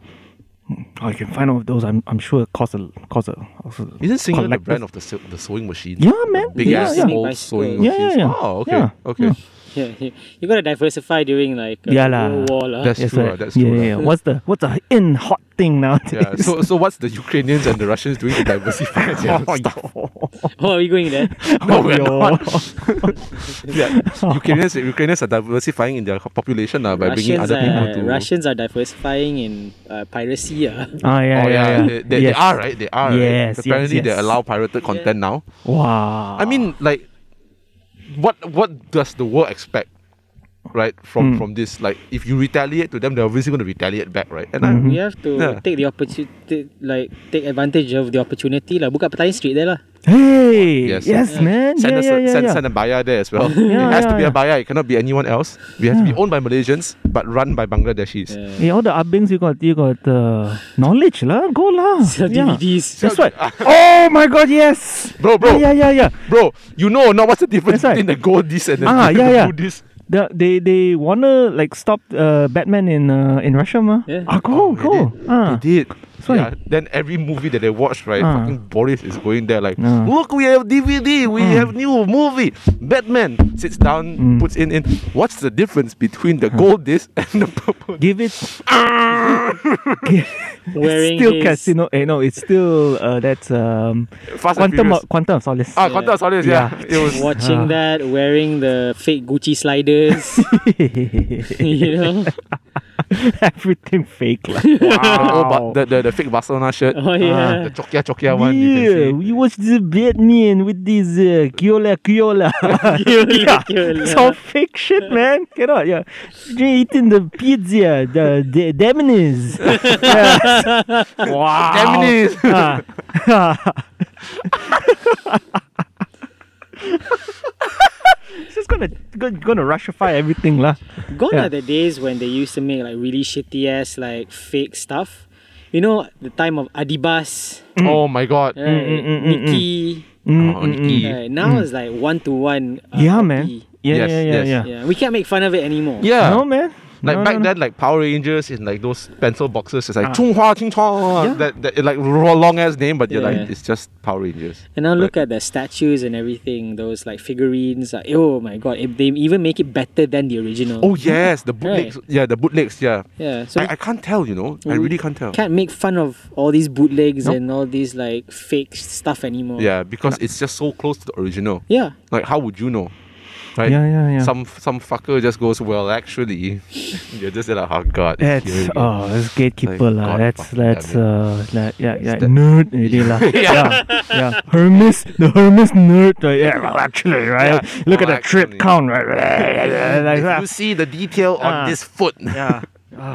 Speaker 4: Oh, I can find all of those. I'm I'm sure cost a cost a. also
Speaker 2: Isn't Singer the
Speaker 4: collectors.
Speaker 2: brand of the sew- the sewing machine?
Speaker 4: Yeah, man.
Speaker 2: Big
Speaker 4: Yeah,
Speaker 2: ass
Speaker 4: yeah.
Speaker 2: old
Speaker 3: Bicycle.
Speaker 2: sewing
Speaker 4: Yeah, yeah,
Speaker 2: machines.
Speaker 4: yeah.
Speaker 2: Oh, okay,
Speaker 4: Yeah,
Speaker 2: okay.
Speaker 4: yeah.
Speaker 3: Yeah, yeah. you gotta diversify during like uh,
Speaker 4: Yeah lah.
Speaker 3: World War lah.
Speaker 2: That's
Speaker 4: Yes,
Speaker 2: true. ah,
Speaker 4: right.
Speaker 2: That's
Speaker 4: yeah,
Speaker 2: true.
Speaker 4: yeah,
Speaker 2: ah.
Speaker 4: yeah. What's the what's the in hot thing now?
Speaker 2: Yeah, So, oh, so what's the Ukrainians and the Russians doing to diversify their stuff?
Speaker 3: Oh, are we going there?
Speaker 2: No,
Speaker 4: Oh,
Speaker 2: we're not. yeah, Ukrainians, Ukrainians are diversifying in their population uh, by bringing
Speaker 3: Russians
Speaker 2: other people
Speaker 3: are,
Speaker 2: to.
Speaker 3: Russians are diversifying in uh, piracy. Uh.
Speaker 4: Ah, yeah,
Speaker 2: Oh
Speaker 4: yeah,
Speaker 2: yeah,
Speaker 4: yeah.
Speaker 2: They, they,
Speaker 4: Yes.
Speaker 2: they are right. They are.
Speaker 4: Yes,
Speaker 2: right?
Speaker 4: yes,
Speaker 2: Apparently, they
Speaker 4: yes.
Speaker 2: allow pirated content now.
Speaker 4: Wow.
Speaker 2: I mean, like, what what does the world expect, right?
Speaker 4: Hmm.
Speaker 2: From from this, like, if you retaliate to them, they're obviously going to retaliate back, right? And
Speaker 4: Hmm.
Speaker 3: We
Speaker 2: I,
Speaker 3: have to
Speaker 2: Yeah.
Speaker 3: take the opportunity, like take advantage of the opportunity lah. Buka Petaling Street there lah.
Speaker 4: Hey,
Speaker 2: Yes.
Speaker 4: yes, man.
Speaker 2: send
Speaker 4: yeah,
Speaker 2: us
Speaker 4: yeah,
Speaker 2: a,
Speaker 4: yeah,
Speaker 2: send,
Speaker 4: yeah.
Speaker 2: send a buyer there as well.
Speaker 4: Yeah,
Speaker 2: it has to
Speaker 4: yeah,
Speaker 2: be a
Speaker 4: yeah.
Speaker 2: buyer. It cannot be anyone else. We have to be owned by Malaysians but run by Bangladeshis.
Speaker 4: Yeah, all the abings you got, you got uh, knowledge lah. Go lah.
Speaker 3: Sell
Speaker 4: Yeah.
Speaker 3: DVDs.
Speaker 4: That's right. oh my God, yes.
Speaker 2: Bro, bro.
Speaker 4: Yeah, yeah, yeah. yeah.
Speaker 2: Bro, you know not what's the difference
Speaker 4: That's right.
Speaker 2: between the Goldis and the,
Speaker 4: Ah,
Speaker 2: the
Speaker 4: yeah, yeah.
Speaker 2: Buddhist?
Speaker 4: The, they they wanna like stop uh, Batman in uh, in Russia, ma?
Speaker 3: Yeah.
Speaker 4: Ah, go,
Speaker 2: They
Speaker 4: go.
Speaker 2: did.
Speaker 4: Ah.
Speaker 2: Oh, They did.
Speaker 4: right.
Speaker 2: Yeah. Then every movie that they watch, right?
Speaker 4: Ah.
Speaker 2: Fucking Boris is going there like,
Speaker 4: Ah.
Speaker 2: look, we have DVD, we have new movie. Batman sits down,
Speaker 4: Mm.
Speaker 2: puts in in. What's the difference between the gold disc and the purple?
Speaker 4: Give it
Speaker 3: Wearing
Speaker 4: still
Speaker 3: his,
Speaker 4: casino. Eh, no, it's still uh, that's um,
Speaker 2: Fast and
Speaker 4: quantum
Speaker 2: Furious.
Speaker 4: of, quantum of solace.
Speaker 2: Ah, Quantum of Solace, yeah.
Speaker 4: Yeah.
Speaker 2: It was.
Speaker 3: watching
Speaker 4: Ah.
Speaker 3: that, wearing the fake Gucci sliders. you know.
Speaker 4: Everything fake lah.
Speaker 2: Wow. ah, the, the, the fake Barcelona shirt.
Speaker 3: Oh,
Speaker 4: Ah,
Speaker 3: yeah.
Speaker 2: the Chokia Chokia one. You
Speaker 4: Yeah,
Speaker 2: can see.
Speaker 4: we watch the Batman with this uh, Kiola Kiola. yeah.
Speaker 3: Kiola.
Speaker 4: It's all fake shit, man. Cannot, yeah. They eating the pizza, the, the Demonies. wow.
Speaker 2: Japanese.
Speaker 4: Ah. It's just gonna go- gonna rushify everything lah.
Speaker 3: Gone
Speaker 4: Yeah.
Speaker 3: are the days when they used to make like really shitty ass like fake stuff. you know, the time of Adibas,
Speaker 2: Oh my god.
Speaker 3: right?
Speaker 4: mm, mm, mm.
Speaker 3: Nikki.
Speaker 2: Oh, Nikki.
Speaker 3: Right? Now it's like one to one.
Speaker 4: Yeah, man. Yeah,
Speaker 2: Yes,
Speaker 4: yeah, yeah,
Speaker 2: yes.
Speaker 4: yeah.
Speaker 3: Yeah, we can't make fun of it anymore.
Speaker 2: Yeah.
Speaker 4: No, man.
Speaker 2: Like
Speaker 4: No,
Speaker 2: back
Speaker 4: no, no.
Speaker 2: then, like Power Rangers in like those pencil boxes, it's like Chung Hua Ching Chong. That, that like long ass name, but you're like
Speaker 3: Yeah.
Speaker 2: it's just Power Rangers.
Speaker 3: And now look at the statues and everything. Those like figurines. Like, oh my god! If they even make it better than the original.
Speaker 2: Oh yes, the bootlegs. Yeah, the bootlegs. Yeah.
Speaker 3: yeah. So
Speaker 2: I, I can't tell. You know, I
Speaker 3: we
Speaker 2: really can't tell.
Speaker 3: can't make fun of all these bootlegs and all these like fake stuff anymore.
Speaker 2: Yeah, because it's just so close to the original.
Speaker 3: Yeah.
Speaker 2: Like, how would you know? Right?
Speaker 4: Yeah, yeah, yeah.
Speaker 2: Some some fucker just goes, well, actually, you're just like, oh god. it's here
Speaker 4: That's
Speaker 2: again."
Speaker 4: oh, that's gatekeeper
Speaker 2: Like,
Speaker 4: lah.
Speaker 2: God
Speaker 4: That's
Speaker 2: fucking
Speaker 4: that's uh, like, yeah, yeah,
Speaker 2: that-
Speaker 4: nerd really lah. yeah, yeah. Hermes, the Hermes nerd. Right? Yeah, well, actually, right.
Speaker 2: Yeah,
Speaker 4: Look
Speaker 2: well,
Speaker 4: at the trip
Speaker 2: actually.
Speaker 4: count, right? like
Speaker 2: If you
Speaker 4: that.
Speaker 2: see the detail
Speaker 4: Ah.
Speaker 2: on this foot,
Speaker 4: Yeah.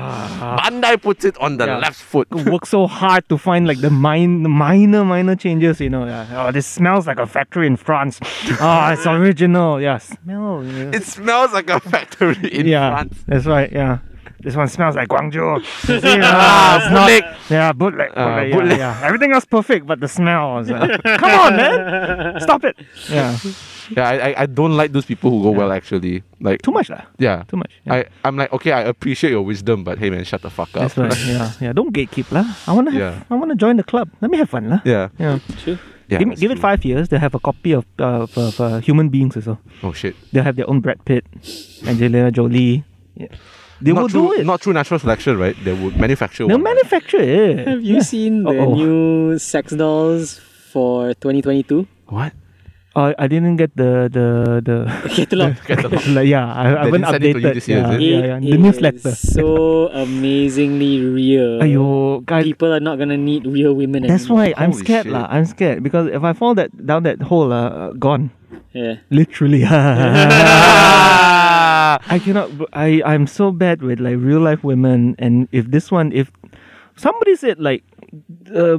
Speaker 2: Bandai puts it on the
Speaker 4: Yeah.
Speaker 2: left foot.
Speaker 4: Work so hard to find like the min- the minor minor changes, you know. Yeah. Oh, this smells like a factory in France. Ah, it's original. Yeah, smell. yeah.
Speaker 2: It smells like a factory in
Speaker 4: yeah,
Speaker 2: France.
Speaker 4: that's right. Yeah, this one smells like Guangzhou.
Speaker 2: Ah,
Speaker 4: yeah, it's not,
Speaker 2: bootleg.
Speaker 4: yeah, bootleg. bootleg, yeah,
Speaker 2: Uh, bootleg.
Speaker 4: yeah. everything else perfect, but the smell. Is, uh, come on, man, stop it. Yeah,
Speaker 2: Yeah, I, I, I don't like those people who go well actually. Like
Speaker 4: too much lah.
Speaker 2: Yeah.
Speaker 4: Too much. Yeah.
Speaker 2: I, I'm like, okay, I appreciate your wisdom, but hey man, shut the fuck up.
Speaker 4: that's right. Yeah, yeah. Don't gatekeep lah. I wanna have,
Speaker 2: Yeah.
Speaker 4: I wanna join the club. Let me have fun lah.
Speaker 2: Yeah.
Speaker 4: Yeah.
Speaker 3: True.
Speaker 2: yeah
Speaker 4: give me,
Speaker 2: that's
Speaker 4: give
Speaker 2: true.
Speaker 4: it five years. They'll have a copy of uh, of, of uh, human beings also.
Speaker 2: Oh shit.
Speaker 4: They'll have their own Brad Pitt, Angelina Jolie. Yeah. They
Speaker 2: not
Speaker 4: will
Speaker 2: through,
Speaker 4: do it.
Speaker 2: Not through natural selection, right? They would manufacture
Speaker 4: They'll
Speaker 2: one, right?
Speaker 4: manufacture it.
Speaker 3: Have you seen the
Speaker 4: Uh-oh.
Speaker 3: new sex dolls for 2022?
Speaker 2: What?
Speaker 4: Uh, I didn't get the the the.
Speaker 3: Catalog.
Speaker 4: like, yeah, I, I haven't
Speaker 2: didn't send it to you
Speaker 4: updated.
Speaker 2: this year, is it?
Speaker 4: yeah, yeah,
Speaker 3: It
Speaker 4: yeah, The
Speaker 3: is uh,
Speaker 4: newsletter.
Speaker 3: So amazingly real.
Speaker 4: Ayo, guys,
Speaker 3: People are not gonna need real women
Speaker 4: that's
Speaker 3: anymore.
Speaker 4: why I'm
Speaker 2: Holy
Speaker 4: scared,
Speaker 2: shit.
Speaker 4: lah. I'm scared because if I fall that down that hole, uh, gone,
Speaker 3: Yeah.
Speaker 4: literally.
Speaker 2: Ah!
Speaker 4: I cannot. I I'm so bad with like real life women, and if this one, if somebody said like, uh,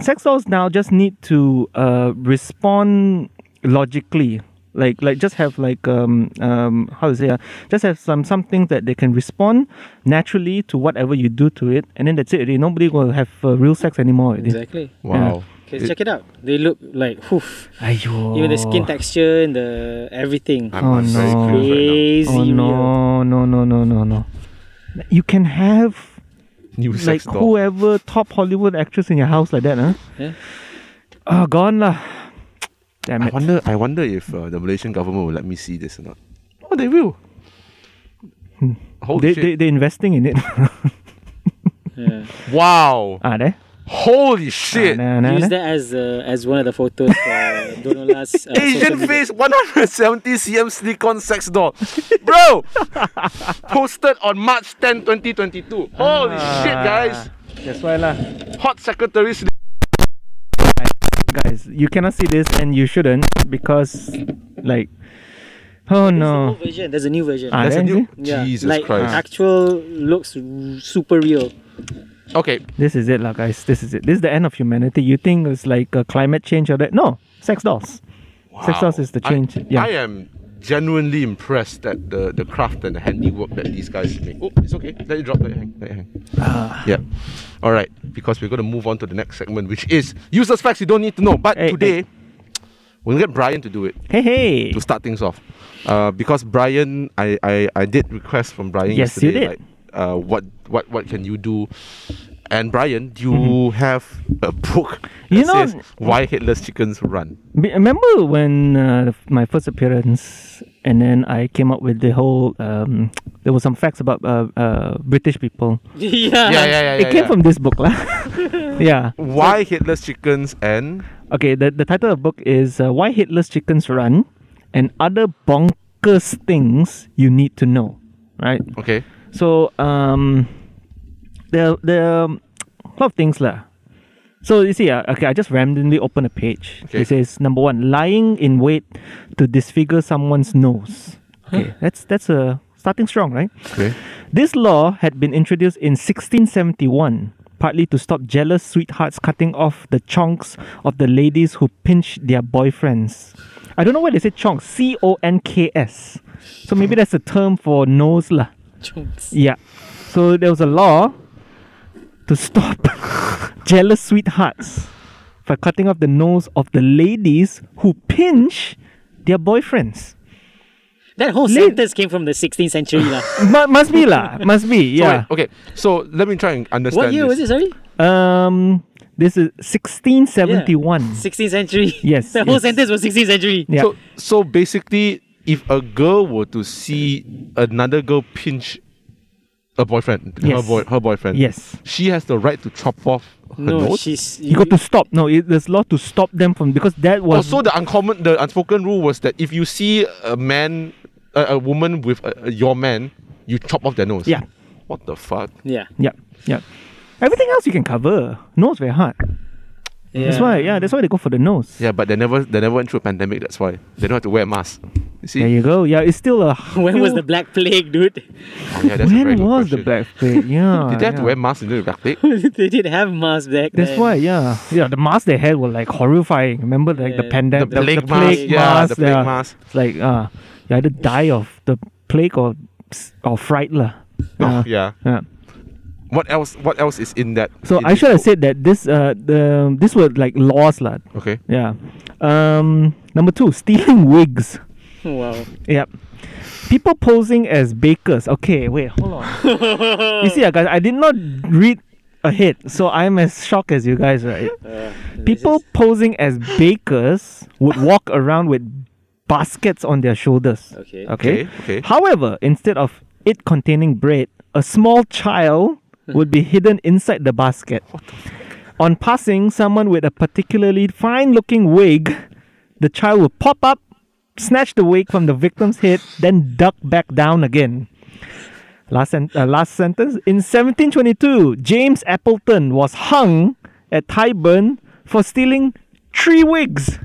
Speaker 4: sex dolls now just need to uh respond logically. Like, like, just have like um um how to say uh, just have some something that they can respond naturally to whatever you do to it, and then that's it. Already. Nobody will have uh, real sex anymore. Already.
Speaker 3: Exactly.
Speaker 2: Wow.
Speaker 3: Okay, check it out. They look like whoof.
Speaker 4: Aiyo.
Speaker 3: Even the skin texture and the everything.
Speaker 2: I'm,
Speaker 4: Oh,
Speaker 2: I'm very
Speaker 4: no.
Speaker 2: curious right
Speaker 3: Crazy
Speaker 4: Oh
Speaker 3: real.
Speaker 4: no no no no no no! You can have
Speaker 2: now. New
Speaker 4: like
Speaker 2: sex doll.
Speaker 4: whoever top Hollywood actress in your house like that, huh?
Speaker 3: Yeah.
Speaker 4: Ah, gone lah. Damn
Speaker 2: I
Speaker 4: it.
Speaker 2: wonder. I wonder if uh, the Malaysian government will let me see this or not. Oh, they will. Holy
Speaker 4: They,
Speaker 2: shit!
Speaker 4: they they investing in it.
Speaker 3: Yeah.
Speaker 2: wow!
Speaker 4: ah, there.
Speaker 2: Holy shit!
Speaker 4: Nah, nah,
Speaker 3: Use
Speaker 4: nah.
Speaker 3: that as uh, as one of the photos for Donola's uh, social
Speaker 2: Asian
Speaker 3: media.
Speaker 2: face 170 cm silicone sex doll, bro. Posted on March 10, 2022. Holy
Speaker 4: Ah.
Speaker 2: shit, guys!
Speaker 4: That's why lah,
Speaker 2: Hot secretary. sli-
Speaker 4: guys. You cannot see this, and you shouldn't because, like, oh
Speaker 3: There's a
Speaker 4: no.
Speaker 3: new version. There's a new version.
Speaker 4: Ah,
Speaker 2: That's a
Speaker 4: there,
Speaker 2: new.
Speaker 4: see?
Speaker 3: yeah,
Speaker 2: Jesus
Speaker 3: like
Speaker 2: Christ.
Speaker 3: actual looks r- super real.
Speaker 2: Okay,
Speaker 4: This is it, lah, guys. This is it. This is the end of humanity. You think it's like uh, climate change or that? No, sex dolls. Sex dolls
Speaker 2: Wow.
Speaker 4: is the change.
Speaker 2: I,
Speaker 4: yeah.
Speaker 2: I am genuinely impressed at the, the craft and the handiwork that these guys make. Oh, it's okay. Let it drop. Let it hang. Let it hang.
Speaker 4: Ah.
Speaker 2: yeah. All right. Because we're going to move on to the next segment, which is useless facts you don't need to know. But
Speaker 4: Hey,
Speaker 2: today, we'll get Brian to do it
Speaker 4: hey hey.
Speaker 2: to start things off. Uh, because Brian, I, I, I did request from Brian
Speaker 4: Yes, you
Speaker 2: yesterday.
Speaker 4: did.
Speaker 2: Like, uh, what what what can you do? And Brian, do you have a book that
Speaker 4: Mm-hmm. You know-
Speaker 2: says why headless chickens run?
Speaker 4: Be- Remember when uh, my first appearance, and then I came up with the whole. Um, there was some facts about uh, uh, British people.
Speaker 3: yeah.
Speaker 2: Yeah, yeah, yeah.
Speaker 4: Uh-huh. it
Speaker 2: yeah,
Speaker 4: came
Speaker 2: yeah.
Speaker 4: from this book, lah. yeah.
Speaker 2: Why Headless Chickens and
Speaker 4: Okay. The, the title of the book is uh, "Why Hitless Chickens Run," and other bonkers things you need to know. Right.
Speaker 2: okay,
Speaker 4: So um, there there um, a lot of things lah. So you see, uh, okay, I just randomly open a page.
Speaker 2: Okay.
Speaker 4: It says number one, lying in wait to disfigure someone's nose. Okay, that's that's a starting strong, right?
Speaker 2: okay,
Speaker 4: This law had been introduced in 1671, partly to stop jealous sweethearts cutting off the chonks of the ladies who pinch their boyfriends. I don't know why they say chonks, C O N K S. So maybe that's a term for nose lah.
Speaker 3: Chunks.
Speaker 4: Yeah. So there was a law to stop jealous sweethearts by cutting off the nose of the ladies who pinch their boyfriends.
Speaker 3: That whole
Speaker 4: Late-
Speaker 3: sentence came from the 16th century. lah.
Speaker 4: Mu- must be lah. Must be. Yeah.
Speaker 2: Sorry, okay, so let me try and understand.
Speaker 3: What year was
Speaker 2: this.
Speaker 3: it, sorry?
Speaker 4: Um. This is 1671.
Speaker 3: 16th century.
Speaker 4: Yes,
Speaker 3: The whole
Speaker 4: yes.
Speaker 3: sentence was 16th century.
Speaker 4: Yeah.
Speaker 2: So, so basically, if a girl were to see another girl pinch a boyfriend, her,
Speaker 4: Yes.
Speaker 2: boy, her boyfriend,
Speaker 4: Yes.
Speaker 2: she has the right to chop off her
Speaker 3: No,
Speaker 2: nose.
Speaker 3: she's.
Speaker 4: You got to stop. No, it, there's law to stop them from because
Speaker 3: Oh,
Speaker 4: that was
Speaker 2: Also, Oh, the uncommon, the unspoken rule was that if you see a man, a, a woman with a, a- your man, you chop off their nose.
Speaker 4: Yeah.
Speaker 2: What the fuck?
Speaker 3: Yeah.
Speaker 4: yeah, yeah. Everything else you can cover. Nose very hard. That's why. Yeah, that's why they go for the nose.
Speaker 2: Yeah, but they never, they never went through a pandemic. That's why they don't have to wear a mask. You see?
Speaker 4: There you go. Yeah, it's still a.
Speaker 3: When was the
Speaker 4: still-
Speaker 3: Black Plague, dude?
Speaker 2: Oh, yeah, that's a very
Speaker 4: When
Speaker 2: good
Speaker 4: was the
Speaker 2: question.
Speaker 4: black plague? Yeah.
Speaker 2: Did they have to
Speaker 4: yeah.
Speaker 2: wear masks during the Black Plague?
Speaker 3: they did have masks back
Speaker 4: That's
Speaker 3: then.
Speaker 4: why, yeah, yeah. The masks they had were like horrifying. Remember, like the
Speaker 3: Yeah.
Speaker 4: pandemic,
Speaker 2: The plague mask, yeah, the plague mask.
Speaker 4: It's like, uh, you either die of the plague or s- or fright lah.
Speaker 2: Oh,
Speaker 4: Uh,
Speaker 2: yeah.
Speaker 4: yeah.
Speaker 2: What else? What else is in that?
Speaker 4: So
Speaker 2: in
Speaker 4: I
Speaker 2: this
Speaker 4: should have
Speaker 2: book?
Speaker 4: said that this uh the this were like laws lah.
Speaker 2: Okay.
Speaker 4: Yeah. Um. Number two, stealing wigs.
Speaker 3: Wow.
Speaker 4: Yep. People posing as bakers. Okay, wait, hold on. you see, uh, guys, I did not read ahead, so I'm as shocked as you guys, right?
Speaker 3: Uh, this
Speaker 4: People
Speaker 3: is-
Speaker 4: posing as bakers would walk around with baskets on their shoulders.
Speaker 3: Okay.
Speaker 4: Okay.
Speaker 2: Okay, okay.
Speaker 4: However, instead of it containing bread, a small child would be hidden inside Hmm. the basket. On passing someone with a particularly fine looking wig, the child would pop up, snatch the wig from the victim's head, then duck back down again. Last, sen- uh, last sentence. In 1722, James Appleton was hung at Tyburn for stealing three wigs.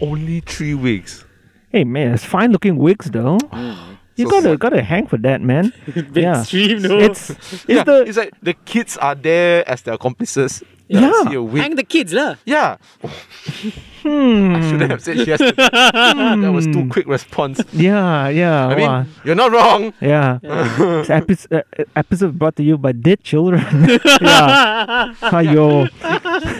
Speaker 2: Only three weeks.
Speaker 4: Hey man, it's fine looking wigs though. You
Speaker 2: So
Speaker 4: gotta
Speaker 2: sad.
Speaker 4: gotta hang for that, man.
Speaker 3: bit extreme, though.
Speaker 4: It's it's
Speaker 2: yeah,
Speaker 4: the
Speaker 2: it's like the kids are there as their accomplices.
Speaker 4: Yeah.
Speaker 2: I see a wig.
Speaker 3: Hang the kids, lah.
Speaker 2: yeah.
Speaker 4: Hmm.
Speaker 2: I shouldn't have said she has to. Hmm, that was too quick response.
Speaker 4: yeah yeah.
Speaker 2: I mean,
Speaker 4: wah.
Speaker 2: you're not wrong.
Speaker 4: yeah. This episode, uh, episode brought to you by dead children. yeah. Ayo.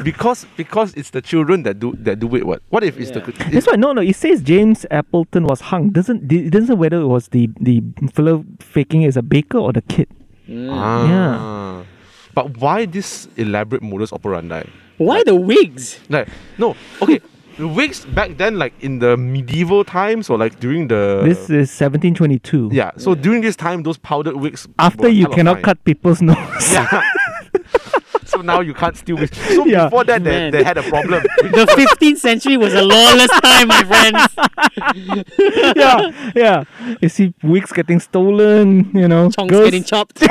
Speaker 2: Because because it's the children that do that do it. What? What if it's
Speaker 3: Yeah.
Speaker 2: the it's,
Speaker 4: That's why no no. It says James Appleton was hung. Doesn't it doesn't say whether it was the the fellow faking it as a baker or the kid.
Speaker 2: Mm. ah. But why this elaborate modus operandi?
Speaker 3: Why the wigs?
Speaker 2: Like no, okay. The wigs back then, like in the medieval times, or like during the
Speaker 4: this is 1722.
Speaker 2: yeah. So during this time, those powdered wigs
Speaker 4: After
Speaker 2: were
Speaker 4: you
Speaker 2: hella
Speaker 4: cannot
Speaker 2: fine.
Speaker 4: cut people's nose.
Speaker 2: Yeah. so now you can't steal wigs. So
Speaker 4: Yeah.
Speaker 2: before that, they,
Speaker 3: Man.
Speaker 2: they had a problem.
Speaker 3: The 15th century was a lawless time, my friends.
Speaker 4: yeah, yeah. You see wigs getting stolen, you know.
Speaker 3: Chunks
Speaker 4: girls-
Speaker 3: getting chopped.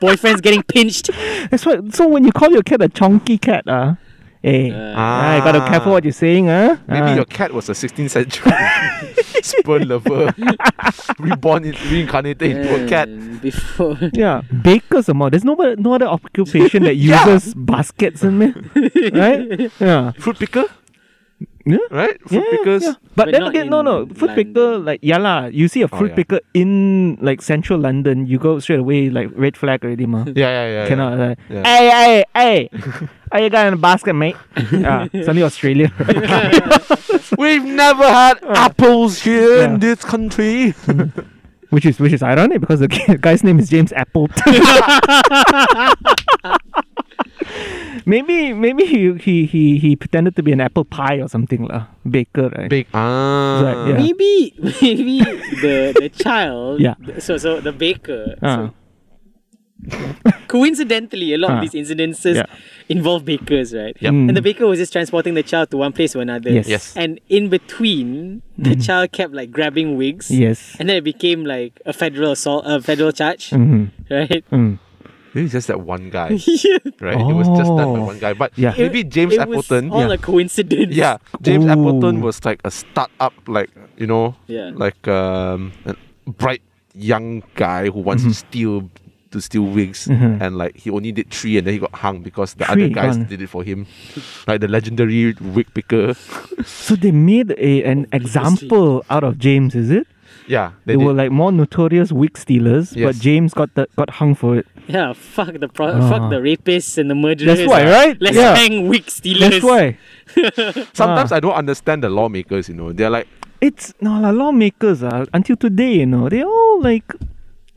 Speaker 3: Boyfriends getting pinched.
Speaker 4: That's what. So when you call your cat a chonky cat, ah, hey,
Speaker 3: Uh,
Speaker 4: ah, you gotta careful what you're saying, huh?
Speaker 2: Maybe
Speaker 4: Ah.
Speaker 2: your cat was a 16th century sperm lover, reborn, in, reincarnated into a cat.
Speaker 3: Um, Before.
Speaker 4: yeah, bakers or more. There's no other- no other occupation that uses baskets in there, right? Yeah,
Speaker 2: Fruit picker,
Speaker 4: yeah.
Speaker 2: right?
Speaker 4: Yeah,
Speaker 2: Fruit pickers.
Speaker 4: yeah.
Speaker 3: But
Speaker 4: But, then
Speaker 3: not
Speaker 4: again, no, no.
Speaker 3: in
Speaker 4: Fruit picker,
Speaker 3: London.
Speaker 4: like yeah lah. You see a fruit
Speaker 2: Oh, yeah.
Speaker 4: picker in like central London, you go straight away like red flag already, ma.
Speaker 2: Yeah, yeah, Oh, yeah.
Speaker 4: Cannot. Like,
Speaker 2: Yeah.
Speaker 4: Hey, hey, hey! Are you got in a basket, mate? Ah, suddenly Australia.
Speaker 2: yeah. We've never had apples here
Speaker 4: Uh. Yeah.
Speaker 2: in this country.
Speaker 4: Which is which is ironic because the g- guy's name is James Appleton. maybe maybe he, he he he pretended to be an apple pie or something lah. Baker, right?
Speaker 2: Big. Ah.
Speaker 4: Right, yeah.
Speaker 3: Maybe, maybe the the child.
Speaker 4: Yeah.
Speaker 3: So so the baker.
Speaker 4: Ah.
Speaker 3: So coincidentally, a lot
Speaker 4: Ah.
Speaker 3: of these incidences
Speaker 4: Yeah.
Speaker 3: involve bakers, right?
Speaker 2: Yep.
Speaker 4: Mm.
Speaker 3: And the baker was just transporting the child to one place or another.
Speaker 4: Yes. Mm.
Speaker 2: Yes.
Speaker 3: And in between, the child kept like grabbing wigs.
Speaker 4: Yes.
Speaker 3: And then it became like a federal assault, a federal charge,
Speaker 4: Mhm.
Speaker 3: right?
Speaker 4: Mm.
Speaker 2: Maybe it's just that one guy, right? It was just that
Speaker 4: Oh.
Speaker 2: one guy. But
Speaker 4: Yeah.
Speaker 3: It-
Speaker 2: maybe James
Speaker 3: it
Speaker 2: Appleton.
Speaker 3: Was all
Speaker 2: yeah.
Speaker 3: a coincidence.
Speaker 2: Yeah, James Appleton
Speaker 4: Ooh.
Speaker 2: was like a startup, like you know,
Speaker 3: Yeah.
Speaker 2: like um, a bright young guy who wants to
Speaker 4: Mm-hmm.
Speaker 2: steal to steal wigs, and like he only did three, and then he got hung because the other
Speaker 4: Three,
Speaker 2: guys
Speaker 4: gone.
Speaker 2: did it for him, like the legendary wig picker.
Speaker 4: So they made a, an example out of James, is it?
Speaker 2: Yeah, they,
Speaker 4: They,
Speaker 2: did.
Speaker 4: were like more notorious wig stealers,
Speaker 2: Yes.
Speaker 4: but James got the, got hung for it.
Speaker 3: Yeah, fuck the pro-
Speaker 4: Ah.
Speaker 3: fuck the rapists and the murderers.
Speaker 4: That's why,
Speaker 3: ah.
Speaker 4: right?
Speaker 3: Let's
Speaker 4: Yeah.
Speaker 3: hang weak stealers.
Speaker 4: That's why ah.
Speaker 2: Sometimes I don't understand the lawmakers. You know, they're like,
Speaker 4: it's no la lawmakers ah, until today. You know they all like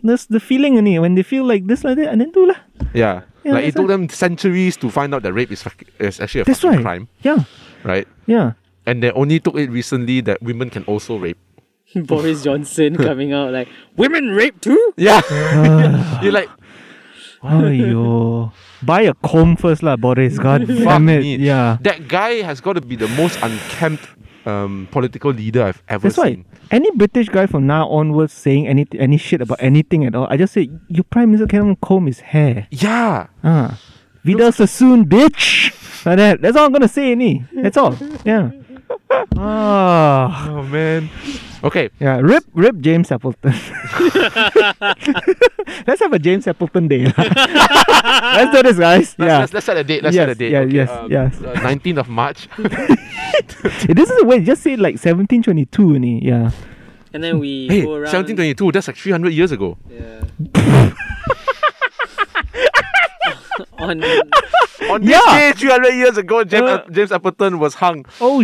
Speaker 4: there's the feeling in when they feel like this like that and then do lah.
Speaker 2: yeah,
Speaker 4: Yeah,
Speaker 2: like it took
Speaker 4: that's why.
Speaker 2: them centuries to find out that rape is, fuck- is actually a
Speaker 4: That's
Speaker 2: fucking
Speaker 4: why.
Speaker 2: crime,
Speaker 4: Yeah,
Speaker 2: right?
Speaker 4: yeah.
Speaker 2: And they only took it recently that women can also rape.
Speaker 3: Boris Johnson coming out like women rape too.
Speaker 2: Yeah,
Speaker 4: Ah.
Speaker 2: you're like,
Speaker 4: Ayo. Buy a comb first lah, Boris. God
Speaker 2: fuck
Speaker 4: damn it.
Speaker 2: me.
Speaker 4: Yeah.
Speaker 2: that guy has got to be the most unkempt um, political leader I've ever
Speaker 4: That's why
Speaker 2: seen.
Speaker 4: any British guy from now onwards saying any any shit about anything at all, I just say your prime minister cannot comb his hair.
Speaker 2: Yeah,
Speaker 4: Ah, Vidal Sassoon, bitch. Like that. That's all I'm gonna say, any. That's all. Yeah. Ah.
Speaker 2: Oh man. Okay.
Speaker 4: Yeah. Rip, rip James Appleton. Let's have a James Appleton day. lah. Let's do this, guys.
Speaker 2: Let's,
Speaker 4: yeah.
Speaker 2: let's, let's set a date. Let's set a
Speaker 4: Yes,
Speaker 2: date.
Speaker 4: yeah,
Speaker 2: okay,
Speaker 4: yes,
Speaker 2: um,
Speaker 4: yes.
Speaker 2: uh, 19th of March.
Speaker 4: Eh, this is a way. Just say like 1722, any. Yeah.
Speaker 3: And then we
Speaker 2: hey,
Speaker 3: go around.
Speaker 2: 1722. That's like 300 years ago.
Speaker 3: Yeah. On
Speaker 2: On this
Speaker 4: Yeah.
Speaker 2: day, 300 years ago, James,
Speaker 4: Uh,
Speaker 2: James Appleton was hung.
Speaker 4: Oh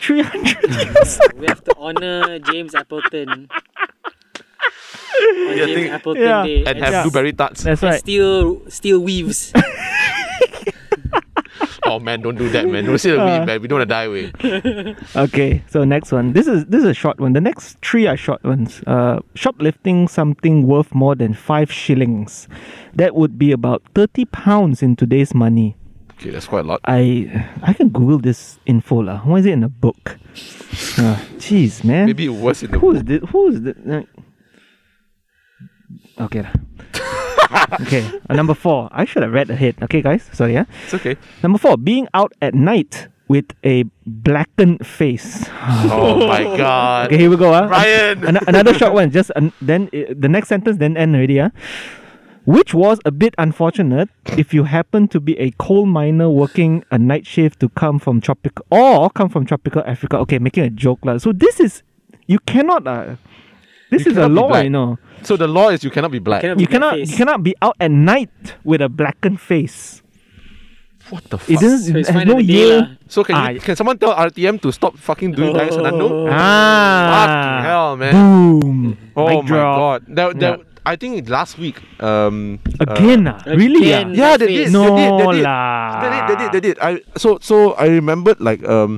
Speaker 4: 300 years.
Speaker 3: we have to honor James Appleton. On James
Speaker 2: think-
Speaker 3: Appleton
Speaker 4: Yeah.
Speaker 3: Day.
Speaker 2: And have
Speaker 4: Yeah.
Speaker 2: blueberry tarts.
Speaker 4: That's right.
Speaker 3: Steel steel weaves.
Speaker 2: oh man, don't do that, man. Don't say that we,
Speaker 4: Uh.
Speaker 2: man. We don't want to die away.
Speaker 4: Okay, so next one. This is this is a short one. The next three are short ones. Uh, shoplifting something worth more than five shillings, that would be about thirty pounds in today's money.
Speaker 2: Okay, that's quite a lot.
Speaker 4: I I can Google this info lah. Why is it in a book? Uh, Jeez, man.
Speaker 2: Maybe it was in the
Speaker 4: Who's this? Who's this? Okay. lah. okay. Uh, number four. I should have read ahead. Okay, guys. Sorry. Yeah.
Speaker 2: It's okay.
Speaker 4: Number four. Being out at night with a blackened face.
Speaker 2: Oh my god.
Speaker 4: Okay, here we go. ah.
Speaker 2: Ryan!
Speaker 4: An- another short one. Just an- then uh, the next sentence then end already. ah. Which was a bit unfortunate if you happen to be a coal miner working a night shift to come from tropical or come from tropical Africa. Okay, making a joke lah. So this is you cannot. Uh, this
Speaker 2: You
Speaker 4: is a
Speaker 2: cannot be
Speaker 4: law,
Speaker 2: black.
Speaker 4: you know.
Speaker 2: So the law is you cannot be black.
Speaker 3: Cannot be
Speaker 4: You
Speaker 3: blackface.
Speaker 4: cannot you cannot be out at night with a blackened face.
Speaker 2: What the fuck?
Speaker 4: It doesn't
Speaker 3: So it's
Speaker 4: it has
Speaker 3: fine
Speaker 4: no
Speaker 3: at the day lah.
Speaker 4: year.
Speaker 2: so can you,
Speaker 4: Ah.
Speaker 2: can someone tell RTM to stop fucking doing Dance Anando? Fucking
Speaker 4: Ah,
Speaker 2: hell, man.
Speaker 4: boom!
Speaker 2: Oh
Speaker 4: Mic
Speaker 2: my
Speaker 4: drop.
Speaker 2: god. That, that,
Speaker 4: Yeah.
Speaker 2: I think last week. Um, uh,
Speaker 4: Again, ah, really? ah?
Speaker 3: Again.
Speaker 2: Yeah, they did.
Speaker 4: No
Speaker 2: they did, they did.
Speaker 4: lah.
Speaker 2: They did. They did. They did. I so so I remembered like um,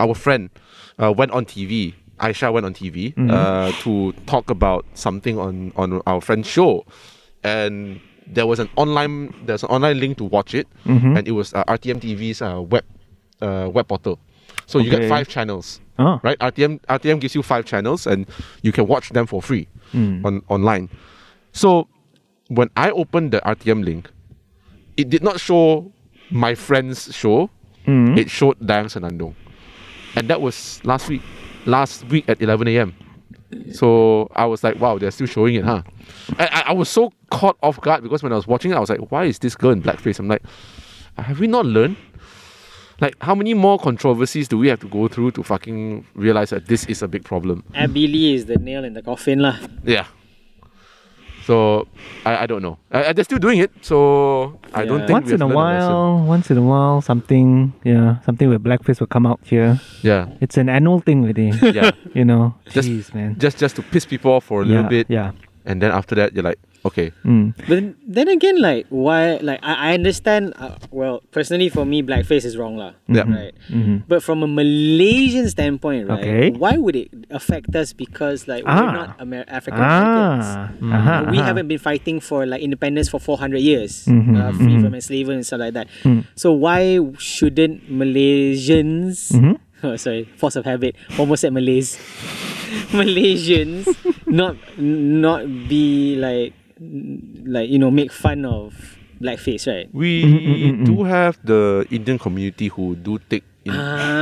Speaker 2: our friend, uh, went on TV. Aisha went on TV
Speaker 4: Mm-hmm.
Speaker 2: uh, to talk about something on on our friend's show, and there was an online there's an online link to watch it,
Speaker 4: Mm-hmm.
Speaker 2: and it was uh, RTM TV's uh, web uh, web portal. So you get
Speaker 4: Okay.
Speaker 2: five channels.
Speaker 4: Oh.
Speaker 2: Right? RTM RTM gives you five channels and you can watch them for free on online. So when I opened the RTM link, it did not show my friend's show. It showed Dayang Senandung. And that was last week. Last week at 11 a.m. So I was like, wow, they're still showing it, huh? And I, I was so caught off guard because when I was watching it, I was like, why is this girl in blackface? I'm like, have we not learned? Like, how many more controversies do we have to go through to fucking realize that this is a big problem?
Speaker 3: Abby Lee is the nail in the coffin lah.
Speaker 2: Yeah. So, I, I don't know. I, I- they're still doing it, so I don't
Speaker 3: Yeah.
Speaker 2: think
Speaker 4: once
Speaker 2: we've
Speaker 4: in a
Speaker 2: learned lesson.
Speaker 4: while, once in a while, something, yeah, something with blackface will come out here.
Speaker 2: Yeah,
Speaker 4: It's an annual thing, really.
Speaker 2: yeah.
Speaker 4: you know,
Speaker 2: Just-
Speaker 4: jeez, man.
Speaker 2: just just to piss people off for a little
Speaker 4: yeah,
Speaker 2: bit,
Speaker 4: Yeah.
Speaker 2: and then after that, you're like, okay,
Speaker 4: Mm.
Speaker 3: But then again, like why? Like I, I understand. Uh, well, personally, for me, blackface is wrong lah.
Speaker 2: Yeah.
Speaker 3: Right.
Speaker 4: mhm.
Speaker 3: But from a Malaysian standpoint, right?
Speaker 4: Okay.
Speaker 3: Why would it affect us? Because like we're
Speaker 4: Ah.
Speaker 3: not Amer- African Americans.
Speaker 2: Mm.
Speaker 4: Ah. aha,
Speaker 3: We
Speaker 2: Uh-huh.
Speaker 4: aha.
Speaker 3: haven't been fighting for like independence for 400 years,
Speaker 2: Mm-hmm,
Speaker 3: uh, free from enslavement and stuff like that.
Speaker 2: Mm.
Speaker 3: So why shouldn't Malaysians?
Speaker 2: Mm-hmm.
Speaker 3: Oh, sorry, force of habit. Almost said Malays. Malaysians not not be like like you know make fun of blackface, right?
Speaker 4: Mm-hmm,
Speaker 2: we do have the Indian community who do take in,
Speaker 3: Ah,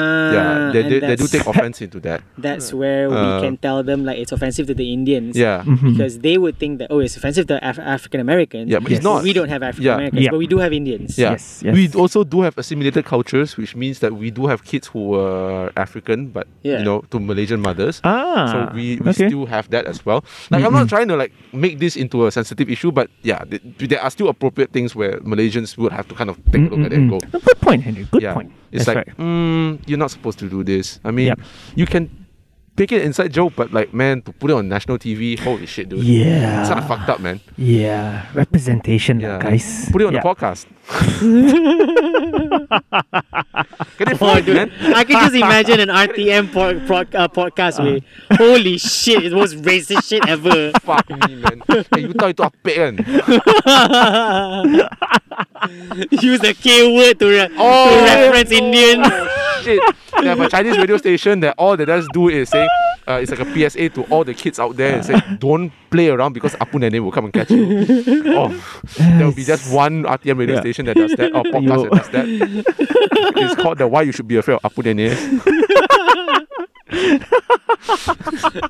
Speaker 2: yeah, they,
Speaker 3: and
Speaker 2: they, they do
Speaker 3: that's-
Speaker 2: take offense into that.
Speaker 3: That's where
Speaker 2: Uh,
Speaker 3: we can tell them like it's offensive to the Indians.
Speaker 2: Yeah, Mm-hmm.
Speaker 3: Because they would think that oh, it's offensive to Af- African Americans.
Speaker 2: Yeah, but it's not.
Speaker 3: We don't have African Americans,
Speaker 4: Yeah.
Speaker 3: but we do have Indians.
Speaker 2: yeah.
Speaker 4: Yes, yes.
Speaker 2: We also do have assimilated cultures, which means that we do have kids who are African, but
Speaker 3: Yeah.
Speaker 2: you know, to Malaysian mothers.
Speaker 4: Ah,
Speaker 2: so we, we
Speaker 4: okay.
Speaker 2: still have that as well. Like I'm not trying to like make this into a sensitive issue, but yeah, th- there are still appropriate things where Malaysians would have to kind of take a look at it and go,
Speaker 4: Mm, No, Good point, Henry. Good
Speaker 2: yeah,
Speaker 4: point.
Speaker 2: it's
Speaker 4: That's
Speaker 2: like mm, you're not supposed to do this. I mean,
Speaker 4: Yep.
Speaker 2: you can take it inside joke, but like man, to put it on national TV, holy shit, dude,
Speaker 4: Yeah.
Speaker 2: it's kind of fucked up, man.
Speaker 4: Yeah, representation, lah,
Speaker 2: Yeah,
Speaker 4: guys.
Speaker 2: put it on
Speaker 4: yeah.
Speaker 2: the podcast. Get it
Speaker 3: Oh,
Speaker 2: right,
Speaker 3: dude,
Speaker 2: man.
Speaker 3: I can just imagine an RTM pod, prod- uh, podcast with holy shit, it's the most racist shit ever.
Speaker 2: Fuck me, man. Hey, you thought you thought pig, kan?
Speaker 3: Use the K word to, re-
Speaker 4: Oh.
Speaker 3: to reference Indians.
Speaker 2: shit. They have a Chinese radio station that all they does do is say, uh, it's like a PSA to all the kids out there and say, don't play around because Apu Nene will come and catch you. Oh, there will be just one RTM radio
Speaker 4: Yeah.
Speaker 2: station that does that or podcast
Speaker 4: Yo.
Speaker 2: that does that. It's called the Why You Should Be Afraid of Apu Nene.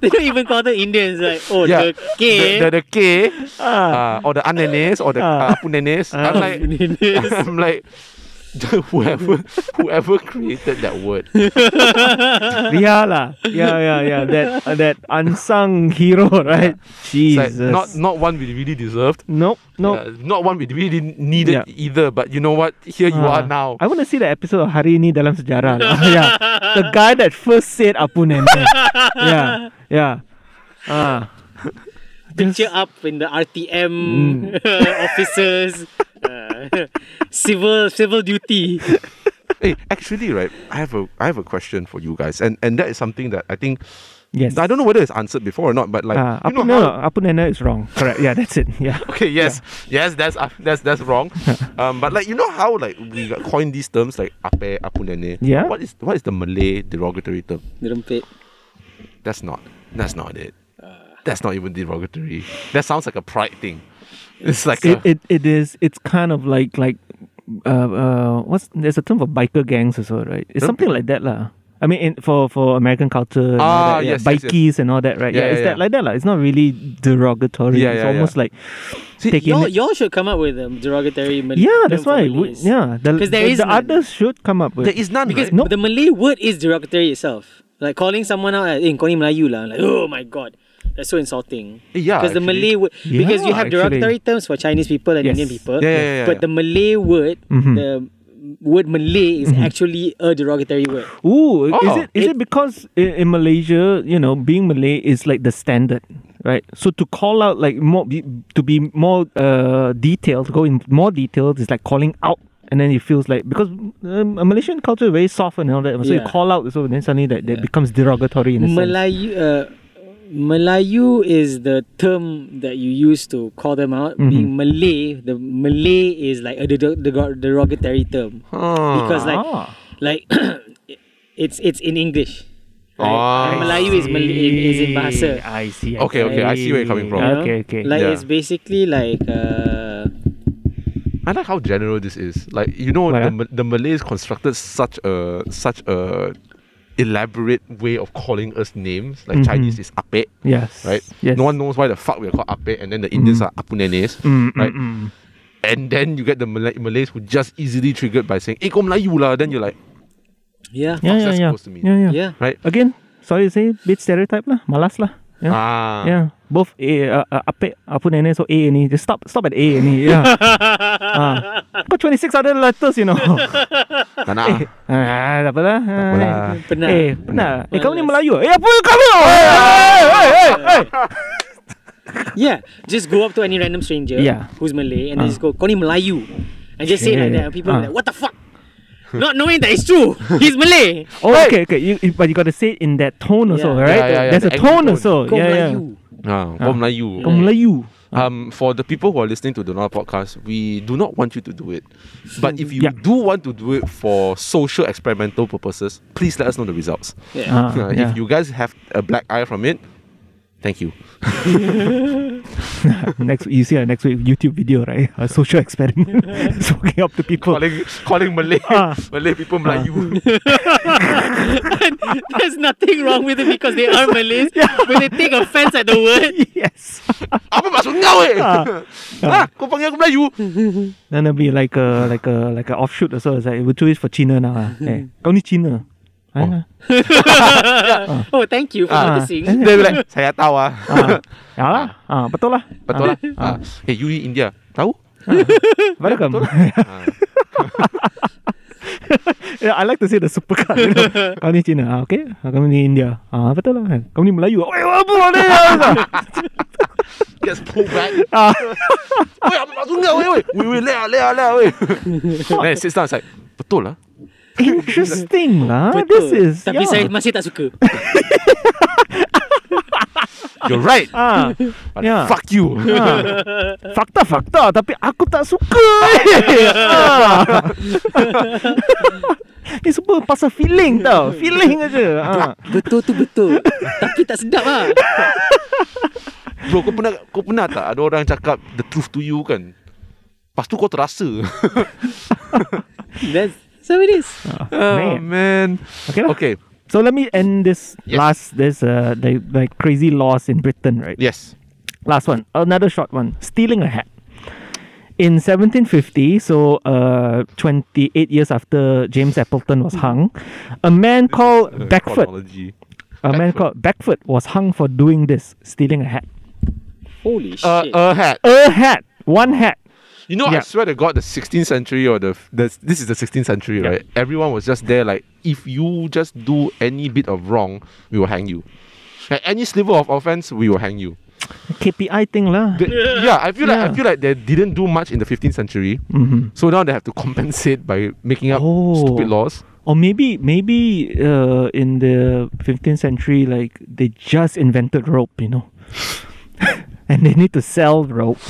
Speaker 3: They don't even call them Indians. Like, oh,
Speaker 2: Yeah.
Speaker 3: the K.
Speaker 2: The, the, the K
Speaker 4: Ah.
Speaker 2: uh, or the Anenes or the uh, Apu Nenes. I'm like, I'm like, whoever whoever created that word.
Speaker 4: Yeah, lah. Yeah, yeah, yeah. That uh, that unsung hero, right?
Speaker 2: It's like
Speaker 4: Jesus.
Speaker 2: not not one we really deserved.
Speaker 4: nope, nope.
Speaker 2: Uh, not one we really didn't need it
Speaker 4: Yeah.
Speaker 2: either, but you know what? Here you
Speaker 4: Ah.
Speaker 2: are now.
Speaker 4: I want to see the episode of Hari Ini Dalam Sejarah. lah. yeah. The guy that first said Apu Nene. yeah. Yeah. Ah.
Speaker 3: picture up in the
Speaker 4: Mm.
Speaker 3: RTM officers, uh, civil civil duty.
Speaker 2: hey, actually, right, I have a I have a question for you guys, and and that is something that I think
Speaker 4: Yes.
Speaker 2: I don't know whether it's answered before or not, but like
Speaker 4: Ah,
Speaker 2: you know
Speaker 4: Apu, no,
Speaker 2: how-
Speaker 4: no, Apu Nene is wrong. Correct. Yeah, that's it. Yeah.
Speaker 2: Okay, yes, yes, that's uh, that's that's wrong. um, but like you know how like we got coined these terms like ape, apunene.
Speaker 4: Yeah.
Speaker 2: What is what is the Malay derogatory term?
Speaker 3: Rumpit.
Speaker 2: That's not. That's not it.
Speaker 3: Uh.
Speaker 2: That's not even derogatory. That sounds like a pride thing. It's like
Speaker 4: it,
Speaker 2: a,
Speaker 4: it, it is it's kind of like like uh, uh what's there's a term for biker gangs also right it's
Speaker 2: Huh?
Speaker 4: something like that lah I mean in, for for American culture and all
Speaker 2: Ah,
Speaker 4: that, yeah,
Speaker 2: yes, yes, yes.
Speaker 4: bikies and all that right yeah,
Speaker 2: Yeah,
Speaker 4: it's
Speaker 2: yeah,
Speaker 4: that
Speaker 2: yeah.
Speaker 4: like that lah it's not really derogatory
Speaker 2: Yeah,
Speaker 4: it's
Speaker 2: yeah, yeah.
Speaker 4: almost like
Speaker 2: See,
Speaker 4: taking
Speaker 3: Y'all,
Speaker 4: it-
Speaker 3: y'all should come up with a derogatory Malay
Speaker 4: yeah
Speaker 3: term
Speaker 4: that's
Speaker 3: for
Speaker 4: why we,
Speaker 3: Malays.
Speaker 4: yeah the,
Speaker 3: 'Cause there
Speaker 4: the,
Speaker 3: is
Speaker 4: the
Speaker 3: none.
Speaker 4: others should come up with
Speaker 2: there is none
Speaker 3: Because
Speaker 2: right?
Speaker 4: Nope.
Speaker 3: the Malay word is derogatory itself. Like calling someone out, like, eh, calling Melayu lah. Like, oh my god, that's so insulting.
Speaker 2: Eh, yeah,
Speaker 3: Because the
Speaker 2: actually.
Speaker 3: Malay word, because you
Speaker 4: Yeah,
Speaker 3: have
Speaker 4: actually.
Speaker 3: derogatory terms for Chinese people and
Speaker 4: Yes.
Speaker 3: Indian people.
Speaker 2: Yeah, yeah, yeah,
Speaker 3: But
Speaker 2: yeah. Mm-hmm.
Speaker 3: the Malay word,
Speaker 4: Mhm.
Speaker 3: the word Malay is actually a derogatory word.
Speaker 4: Ooh, is
Speaker 2: Oh.
Speaker 4: it is it,
Speaker 3: It-
Speaker 4: because in, in Malaysia, you know, being Malay is like the standard, right? So to call out like more be- to be more uh, detailed, to go in more details is like calling out, and then it feels like because um, Malaysian culture is very soft and all that, so
Speaker 3: Yeah.
Speaker 4: you call out, so then suddenly that, that becomes derogatory in a sense.
Speaker 3: Malayu, uh, Malayu is the term that you use to call them out.
Speaker 2: Mm-hmm.
Speaker 3: Being Malay, the Malay is like a de- de- derogatory term because like
Speaker 4: Ah.
Speaker 3: like it's it's in English. Right?
Speaker 2: Ah.
Speaker 3: And Malayu is Malay is in Bahasa.
Speaker 4: I see. I
Speaker 2: Okay, okay, I see where you're coming from.
Speaker 3: you know?
Speaker 4: Okay, okay.
Speaker 3: Like
Speaker 2: Yeah.
Speaker 3: it's basically like uh,
Speaker 2: I like how general this is. Like you know,
Speaker 4: Why,
Speaker 2: the,
Speaker 4: ah?
Speaker 2: Ma- the Malays constructed such a such a elaborate way of calling us names. Like Chinese is ape,
Speaker 4: yes.
Speaker 2: right?
Speaker 4: Mm-hmm. Yes. Mm.
Speaker 2: No one knows why the fuck we are called ape, and then the Indians are apunenes, right? And then you get the Malay- Malays who just easily triggered by saying "Eh, kau Melayu lah." Then you're like,
Speaker 3: yeah,
Speaker 4: Yeah,
Speaker 2: What's
Speaker 4: yeah,
Speaker 2: that
Speaker 4: yeah.
Speaker 2: supposed to mean?
Speaker 4: yeah, yeah.
Speaker 3: yeah.
Speaker 2: right?
Speaker 4: Again, sorry to say, bit stereotype lah, malas lah. Yeah.
Speaker 2: Ah,
Speaker 4: Yeah, both A, uh, uh, ape, apa nene, so A ni. Just stop, stop at A ni. Yeah. ah. Got 26 other letters, you know.
Speaker 2: tak nak ah.
Speaker 4: ah, tak apa lah.
Speaker 2: apa lah.
Speaker 3: Penat.
Speaker 4: Eh, pernah. Eh, kamu ni
Speaker 3: Malas.
Speaker 4: Melayu. Eh, apa kamu?
Speaker 2: ya,
Speaker 4: Eh, eh, eh, eh, eh.
Speaker 3: Yeah, just go up to any random stranger
Speaker 4: Yeah. Ah.
Speaker 3: who's Malay and then just go, call him Melayu. And just say it like
Speaker 4: Shit.
Speaker 3: that. And people are
Speaker 4: Ah.
Speaker 3: like, what the fuck? Not knowing that it's true. He's Malay.
Speaker 4: Oh, okay, okay. You, you- but you got to say it in that tone also,
Speaker 3: Yeah.
Speaker 4: right?
Speaker 2: Yeah, yeah, yeah,
Speaker 4: There's
Speaker 2: the
Speaker 4: a
Speaker 2: angry
Speaker 4: tone
Speaker 2: tone.
Speaker 4: also.
Speaker 3: Kau
Speaker 4: yeah, yeah.
Speaker 3: Melayu.
Speaker 2: Ah, kau Melayu.
Speaker 4: Kau Melayu.
Speaker 2: Um, for the people who are listening to the Donald podcast, we do not want you to do it. But if you
Speaker 4: Yeah.
Speaker 2: do want to do it for social experimental purposes, please let us know the results.
Speaker 3: Yeah.
Speaker 4: Ah,
Speaker 2: Uh,
Speaker 4: yeah.
Speaker 2: If you guys have a black eye from it, thank you.
Speaker 4: next you see our next week YouTube video, right? A social experiment. It's walking up to people.
Speaker 2: calling calling Malay
Speaker 4: Oh. Ah.
Speaker 2: Malay people Melayu.
Speaker 3: There's nothing wrong with it because they are Malays, but they take offense at the word.
Speaker 4: Yes.
Speaker 2: Apa maksud kau eh?
Speaker 4: Ah.
Speaker 2: Ah, kau panggil aku Melayu.
Speaker 4: Then it'll be like a like a like a offshoot or so. It's like we do it for China now. ah. Eh, kau ni China. Ah,
Speaker 3: Oh, thank you for
Speaker 4: Ah.
Speaker 3: noticing.
Speaker 2: Dia bilang, saya tahu ah.
Speaker 4: ah. Ya lah. Ah, betul lah.
Speaker 2: Betul lah. Ah. Eh, you in India. Tahu?
Speaker 4: Ah, welcome.
Speaker 2: lah. Ah.
Speaker 4: yeah, I like to say the supercar. You know? kau ni China. Ah, okay. Ah, kau ni India. Ah, betul lah. kan. Kau ni Melayu. Oi, apa ni?
Speaker 2: Gets pulled back.
Speaker 4: Ah.
Speaker 2: Weh, apa maksud kau? Weh, weh. Weh, weh, leh, ah, leh, ah, leh, ah, weh. Then it sits down. It's like, betul lah.
Speaker 4: Interesting lah.
Speaker 3: Betul.
Speaker 4: This is.
Speaker 3: Tapi
Speaker 4: yeah.
Speaker 3: saya masih tak suka.
Speaker 2: You're right.
Speaker 4: Ah,
Speaker 2: But
Speaker 4: yeah.
Speaker 2: fuck you.
Speaker 4: Ah. fakta fakta tapi aku tak suka. ah. Ni semua pasal feeling tau. Feeling aja. Ah.
Speaker 3: Betul tu betul. Tapi tak sedap lah.
Speaker 2: Bro, kau pernah kau pernah tak ada orang cakap the truth to you kan? Lepas tu kau terasa.
Speaker 3: That's so it is.
Speaker 2: oh,
Speaker 4: Man.
Speaker 2: man.
Speaker 4: Okay lah.
Speaker 2: Okay.
Speaker 4: So let me end this
Speaker 2: Yes.
Speaker 4: last this uh the, like crazy laws in Britain, right?
Speaker 2: Yes.
Speaker 4: Last one. Another short one. Stealing a hat. In 1750, so uh, 28 years after James Appleton was hung, a man called Beckford
Speaker 2: Chronology.
Speaker 4: A man
Speaker 2: uh, Beckford.
Speaker 4: called Beckford was hung for doing this, stealing a hat.
Speaker 3: Holy shit.
Speaker 2: Uh, a hat.
Speaker 4: A hat, one hat.
Speaker 2: You know, I
Speaker 4: Yeah.
Speaker 2: swear to God, the 16th century or the, the this is the 16th century, right?
Speaker 4: Yeah.
Speaker 2: Everyone was just there. Like, if you just do any bit of wrong, we will hang you. Like, any sliver of offense, we will hang you.
Speaker 4: KPI thing lah.
Speaker 2: The- yeah, I feel like I
Speaker 4: Yeah.
Speaker 2: feel like they didn't do much in the 15th century,
Speaker 4: Mhm.
Speaker 2: so now they have to compensate by making up
Speaker 4: Oh.
Speaker 2: stupid laws.
Speaker 4: Or maybe maybe uh, in the 15th century, like they just invented rope, you know, and they need to sell rope.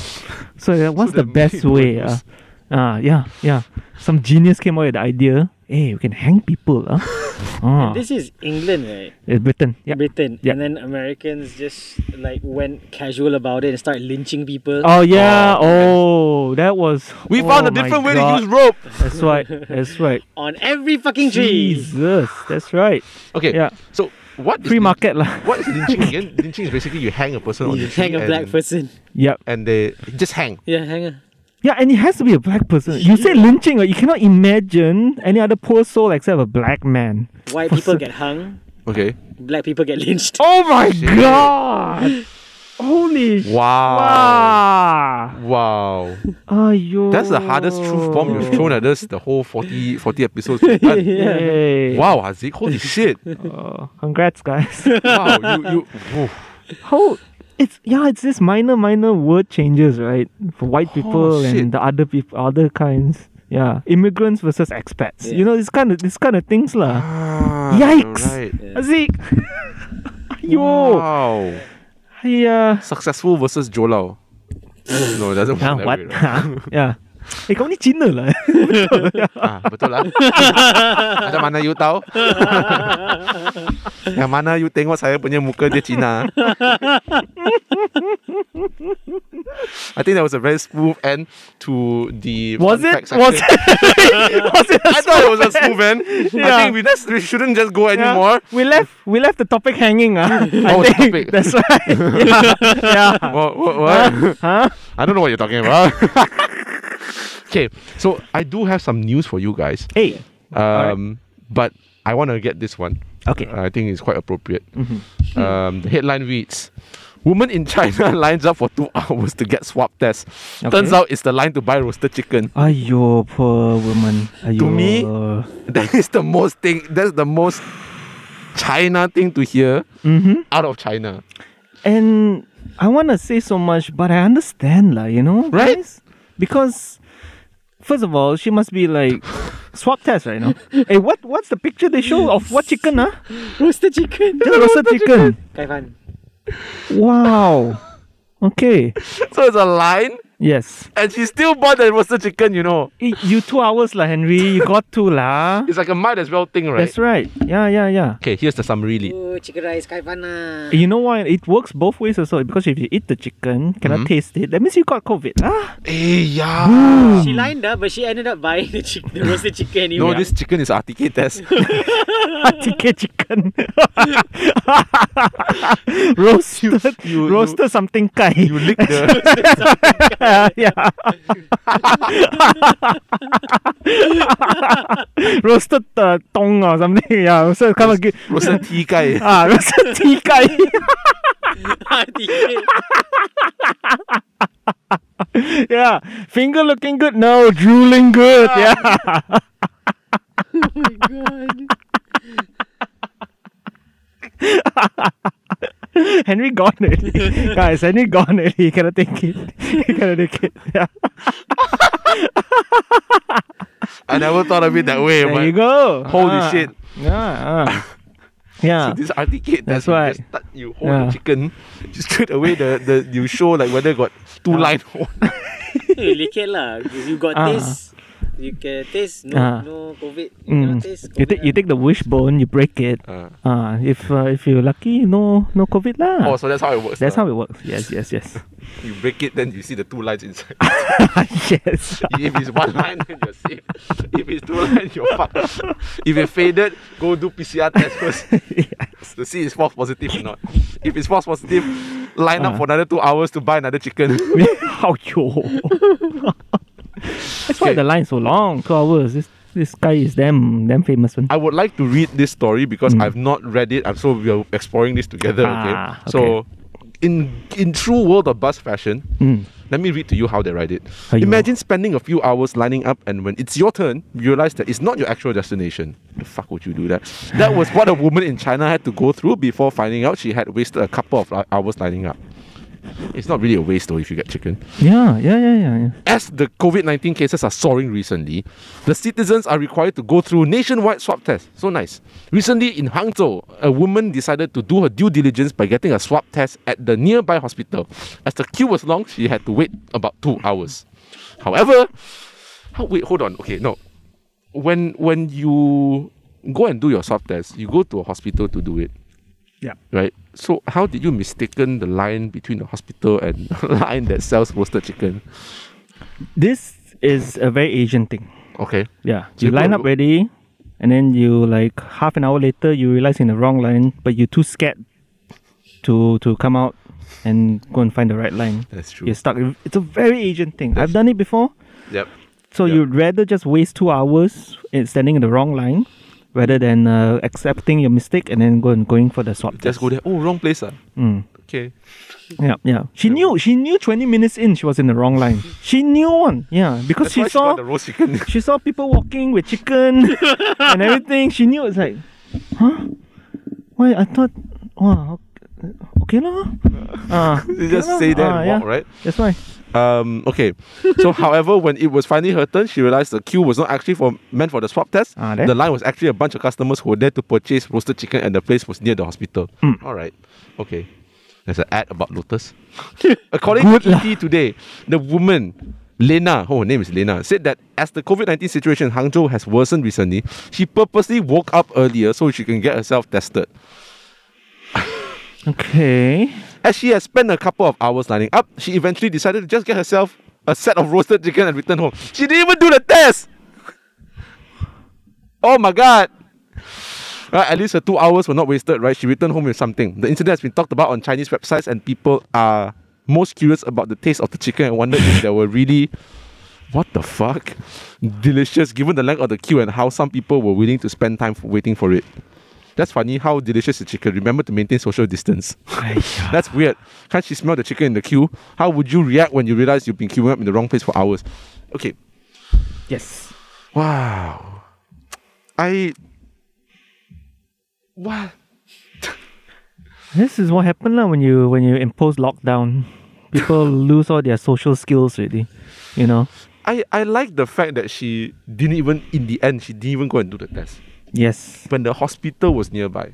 Speaker 4: So uh, what's
Speaker 2: they
Speaker 4: the
Speaker 2: made
Speaker 4: best way? Uh,
Speaker 2: ropes.
Speaker 4: uh, yeah, yeah. Some genius came up with the idea. Hey, we can hang people. Huh? Ah,
Speaker 3: This is England, right?
Speaker 4: it's Britain. Yeah.
Speaker 3: Britain.
Speaker 4: Yeah.
Speaker 3: And then Americans just like went casual about it and started lynching people.
Speaker 4: Oh yeah.
Speaker 2: Oh, man.
Speaker 4: Oh, that was.
Speaker 2: We
Speaker 4: oh
Speaker 2: found a
Speaker 4: my
Speaker 2: different way to
Speaker 4: God.
Speaker 2: use rope.
Speaker 4: That's right. That's right.
Speaker 3: on every fucking tree.
Speaker 4: Jesus, that's right.
Speaker 2: Okay,
Speaker 4: Yeah.
Speaker 2: So what is
Speaker 4: Free
Speaker 2: lyn-
Speaker 4: market lah.
Speaker 2: What is lynching again? lynching is basically you hang a person on
Speaker 3: You
Speaker 2: the tree
Speaker 3: hang a
Speaker 2: and,
Speaker 3: black person.
Speaker 4: Yep.
Speaker 2: and they just hang.
Speaker 3: Yeah, hang on.
Speaker 4: Yeah, and it has to be a black person. You say lynching, right? You cannot imagine any other poor soul except a black man.
Speaker 3: White people get hung,
Speaker 2: Okay.
Speaker 3: black people get lynched.
Speaker 4: Oh my god! Holy sh-
Speaker 2: Wow.
Speaker 4: wow!
Speaker 2: Wow.
Speaker 4: Ayo.
Speaker 2: That's the hardest
Speaker 4: Oh.
Speaker 2: truth bomb you've thrown at us the whole 40, 40 episodes. we've done.
Speaker 4: Yay.
Speaker 2: Wow, Hazik, holy shit!
Speaker 4: Oh, congrats, guys.
Speaker 2: Wow, you, you oof.
Speaker 4: How? It's yeah, it's this minor, minor word changes, right? For white people
Speaker 2: Oh, shit.
Speaker 4: and the other people, other kinds. Yeah, immigrants versus expats. You know, this kind of this kind of things, lah.
Speaker 2: Ah,
Speaker 4: Yikes. Oh.
Speaker 2: alright.
Speaker 4: Azik! Yo!
Speaker 2: Wow,
Speaker 4: Yeah.
Speaker 2: successful versus Jolao. no, it doesn't work
Speaker 4: Ah,
Speaker 2: that
Speaker 4: what?
Speaker 2: way, right?
Speaker 4: Ha, yeah. Eh, kau ni Cina lah.
Speaker 2: Ah, betul lah. Macam mana you tahu? Yang mana you tengok saya punya muka dia Cina. I think that was a very smooth end to the
Speaker 4: Was
Speaker 2: fun
Speaker 4: it?
Speaker 2: fact
Speaker 4: Was
Speaker 2: section.
Speaker 4: it? was it?
Speaker 2: I thought it was a smooth end. I
Speaker 4: Yeah.
Speaker 2: think we, just, we shouldn't just go
Speaker 4: Yeah.
Speaker 2: anymore.
Speaker 4: We left we left the topic hanging. Ah, I
Speaker 2: Oh, the
Speaker 4: think
Speaker 2: topic.
Speaker 4: that's right. yeah. yeah.
Speaker 2: What? What? what?
Speaker 4: Huh?
Speaker 2: I don't know what you're talking about. okay, so I do have some news for you guys.
Speaker 4: Hey.
Speaker 2: Um, but I want to get this one.
Speaker 4: Okay. Mm-hmm.
Speaker 2: I think it's quite appropriate. Um, the headline reads Woman in China lines up for two hours to get swab test. Turns
Speaker 4: Okay.
Speaker 2: out it's the line to buy roasted chicken.
Speaker 4: Ayo, poor woman. Ayo.
Speaker 2: To me- That is the most thing, that's the most China thing to hear
Speaker 4: Mm-hmm.
Speaker 2: out of China.
Speaker 4: And I want to say so much, but I understand, lah. You know,
Speaker 2: Right?
Speaker 4: guys? Because first of all, she must be like swab test right now. hey, what what's the picture they show of what chicken? Ah,
Speaker 3: Roasted chicken.
Speaker 4: Just roasted chicken.
Speaker 3: Kai Fan.
Speaker 4: Wow. Okay.
Speaker 2: So it's a line
Speaker 4: Yes.
Speaker 2: and she still bought the roasted chicken. You know,
Speaker 4: Eh, you two hours lah, Henry. You got two lah.
Speaker 2: it's like a might as well thing, right?
Speaker 4: That's right. Yeah, yeah, yeah. Eh,
Speaker 2: Okay, here's the summary lead.
Speaker 3: Ooh, Oh, chicken rice, lah. kai panna.
Speaker 4: You know why? It works both ways also because if you eat the chicken, cannot
Speaker 2: Mm-hmm.
Speaker 4: taste it, that means you got COVID. Ah,
Speaker 2: Eh, yeah.
Speaker 3: She lined up, but she ended up buying the, chick- the roasted chicken anyway.
Speaker 2: No, this chicken is RTK test.
Speaker 4: ticket chicken. roasted,
Speaker 2: you-
Speaker 4: roasted something kai.
Speaker 2: you lick the.
Speaker 4: yeah. roasted uh, tong or something. Yeah. So come again.
Speaker 2: roasted tea guy.
Speaker 4: Ah, roasted tea kai. yeah. Finger looking good. No, drooling good. Yeah. Henry gone already. Guys, Henry gone already. He cannot take it. He cannot take it. Yeah.
Speaker 2: I never thought of it that way.
Speaker 4: There
Speaker 2: but
Speaker 4: you go.
Speaker 2: Holy
Speaker 4: Ah.
Speaker 2: shit.
Speaker 4: Yeah. ah. Yeah.
Speaker 2: So this RTK
Speaker 4: That's
Speaker 2: test, you
Speaker 4: why.
Speaker 2: just start, you hold
Speaker 4: Yeah.
Speaker 2: the chicken, you straight away the, the you show like whether got two line or
Speaker 3: hey, lick it lah. If you got
Speaker 4: Ah.
Speaker 3: taste, you can taste. No,
Speaker 4: Ah.
Speaker 3: no COVID. You
Speaker 4: Mm.
Speaker 3: cannot taste.
Speaker 4: You
Speaker 3: COVID
Speaker 4: take you
Speaker 3: lah.
Speaker 4: take the wishbone, you break it.
Speaker 2: Uh.
Speaker 4: Ah, if uh, if you're lucky, no no COVID lah.
Speaker 2: Oh, so that's how it works.
Speaker 4: That's
Speaker 2: lah.
Speaker 4: how it works. Yes, yes, yes.
Speaker 2: you break it, then you see the two lines inside.
Speaker 4: yes.
Speaker 2: if it's one line, then you're safe. If it's two lines, you're fucked. If it faded, go do PCR test first
Speaker 4: yes.
Speaker 2: to see it's false positive or not. If it's false positive, line
Speaker 4: Uh-huh.
Speaker 2: up for another two hours to buy another chicken.
Speaker 4: How yo. That's
Speaker 2: Okay.
Speaker 4: why the line's so long. Two hours. This this guy is damn damn famous one.
Speaker 2: I would like to read this story because I've not read it, and so we are exploring this together. Okay,
Speaker 4: Mm. Ah, okay.
Speaker 2: so in in true world of bus fashion,
Speaker 4: Mm.
Speaker 2: let me read to you how they write it.
Speaker 4: Aiyo.
Speaker 2: Imagine spending a few hours lining up, and when it's your turn, you realize that it's not your actual destination. The fuck would you do that? That was what a woman in China had to go through before finding out she had wasted a couple of hou- hours lining up. It's not really a waste though if you get chicken.
Speaker 4: Yeah, yeah, yeah, yeah, yeah.
Speaker 2: As the COVID 19 cases are soaring recently, the citizens are required to go through nationwide swab tests. So nice. Recently in Hangzhou, a woman decided to do her due diligence by getting a swab test at the nearby hospital. As the queue was long, she had to wait about two hours. However, how, wait, hold on. Okay, no. When, when you go and do your swab test, you go to a hospital to do it
Speaker 4: Yeah.
Speaker 2: right? So how did you mistaken the line between the hospital and line that sells roasted chicken?
Speaker 4: This is a very Asian thing.
Speaker 2: Okay.
Speaker 4: Yeah.
Speaker 2: So
Speaker 4: You
Speaker 2: you
Speaker 4: line
Speaker 2: go-
Speaker 4: up ready and then you like half an hour later you realize in the wrong line, but you're too scared to to come out and go and find the right line.
Speaker 2: That's true.
Speaker 4: You're stuck. It's a very Asian thing. I've done it before.
Speaker 2: Yep.
Speaker 4: So
Speaker 2: Yeah.
Speaker 4: you'd rather just waste two hours in standing in the wrong line rather than uh, accepting your mistake and then go and going for the swap
Speaker 2: Just
Speaker 4: test.
Speaker 2: go there. Oh, wrong place. Ah.
Speaker 4: Mm.
Speaker 2: Okay.
Speaker 4: Yeah, yeah. She knew. She knew. Twenty minutes in, she was in the wrong line. She knew one. Yeah, because
Speaker 2: That's why
Speaker 4: she
Speaker 2: she got
Speaker 4: saw
Speaker 2: the roast chicken.
Speaker 4: she saw people walking with chicken and everything. She knew it's like, huh? Why? I thought, wow, okay, okay lah. Ah,
Speaker 2: You
Speaker 4: okay
Speaker 2: just
Speaker 4: lah.
Speaker 2: stay there
Speaker 4: Ah,
Speaker 2: and
Speaker 4: yeah.
Speaker 2: walk, right?
Speaker 4: That's why.
Speaker 2: Um, okay. So, however, when it was finally her turn, she realized the queue was not actually for meant for the swab test.
Speaker 4: Ah, there.
Speaker 2: the line was actually a bunch of customers who were there to purchase roasted chicken, and the place was near the hospital.
Speaker 4: Hmm.
Speaker 2: All right. Okay. There's an ad about Lotus. According
Speaker 4: Good
Speaker 2: to
Speaker 4: lah.
Speaker 2: ET today, the woman. Lena, oh, her name is Lena, said that as the COVID 19 situation in Hangzhou has worsened recently, she purposely woke up earlier so she can get herself tested.
Speaker 4: Okay.
Speaker 2: As she had spent a couple of hours lining up, she eventually decided to just get herself a set of roasted chicken and return home. She didn't even do the test! Oh my god! Right, at least her two hours were not wasted, right? She returned home with something. The incident has been talked about on Chinese websites, and people are most curious about the taste of the chicken and wonder if there were really. What the fuck? Delicious, given the length of the queue and how some people were willing to spend time for waiting for it. That's funny how delicious the chicken. Remember to maintain social distance. That's weird. Can't she smell the chicken in the queue? How would you react when you realize you've been queuing up in the wrong place for hours? Okay.
Speaker 4: Yes.
Speaker 2: Wow. I. What?
Speaker 4: This is what happened lah when you when you impose lockdown. People lose all their social skills already. You know?
Speaker 2: I, I like the fact that she didn't even, in the end, she didn't even go and do the test.
Speaker 4: Yes.
Speaker 2: When the hospital was nearby.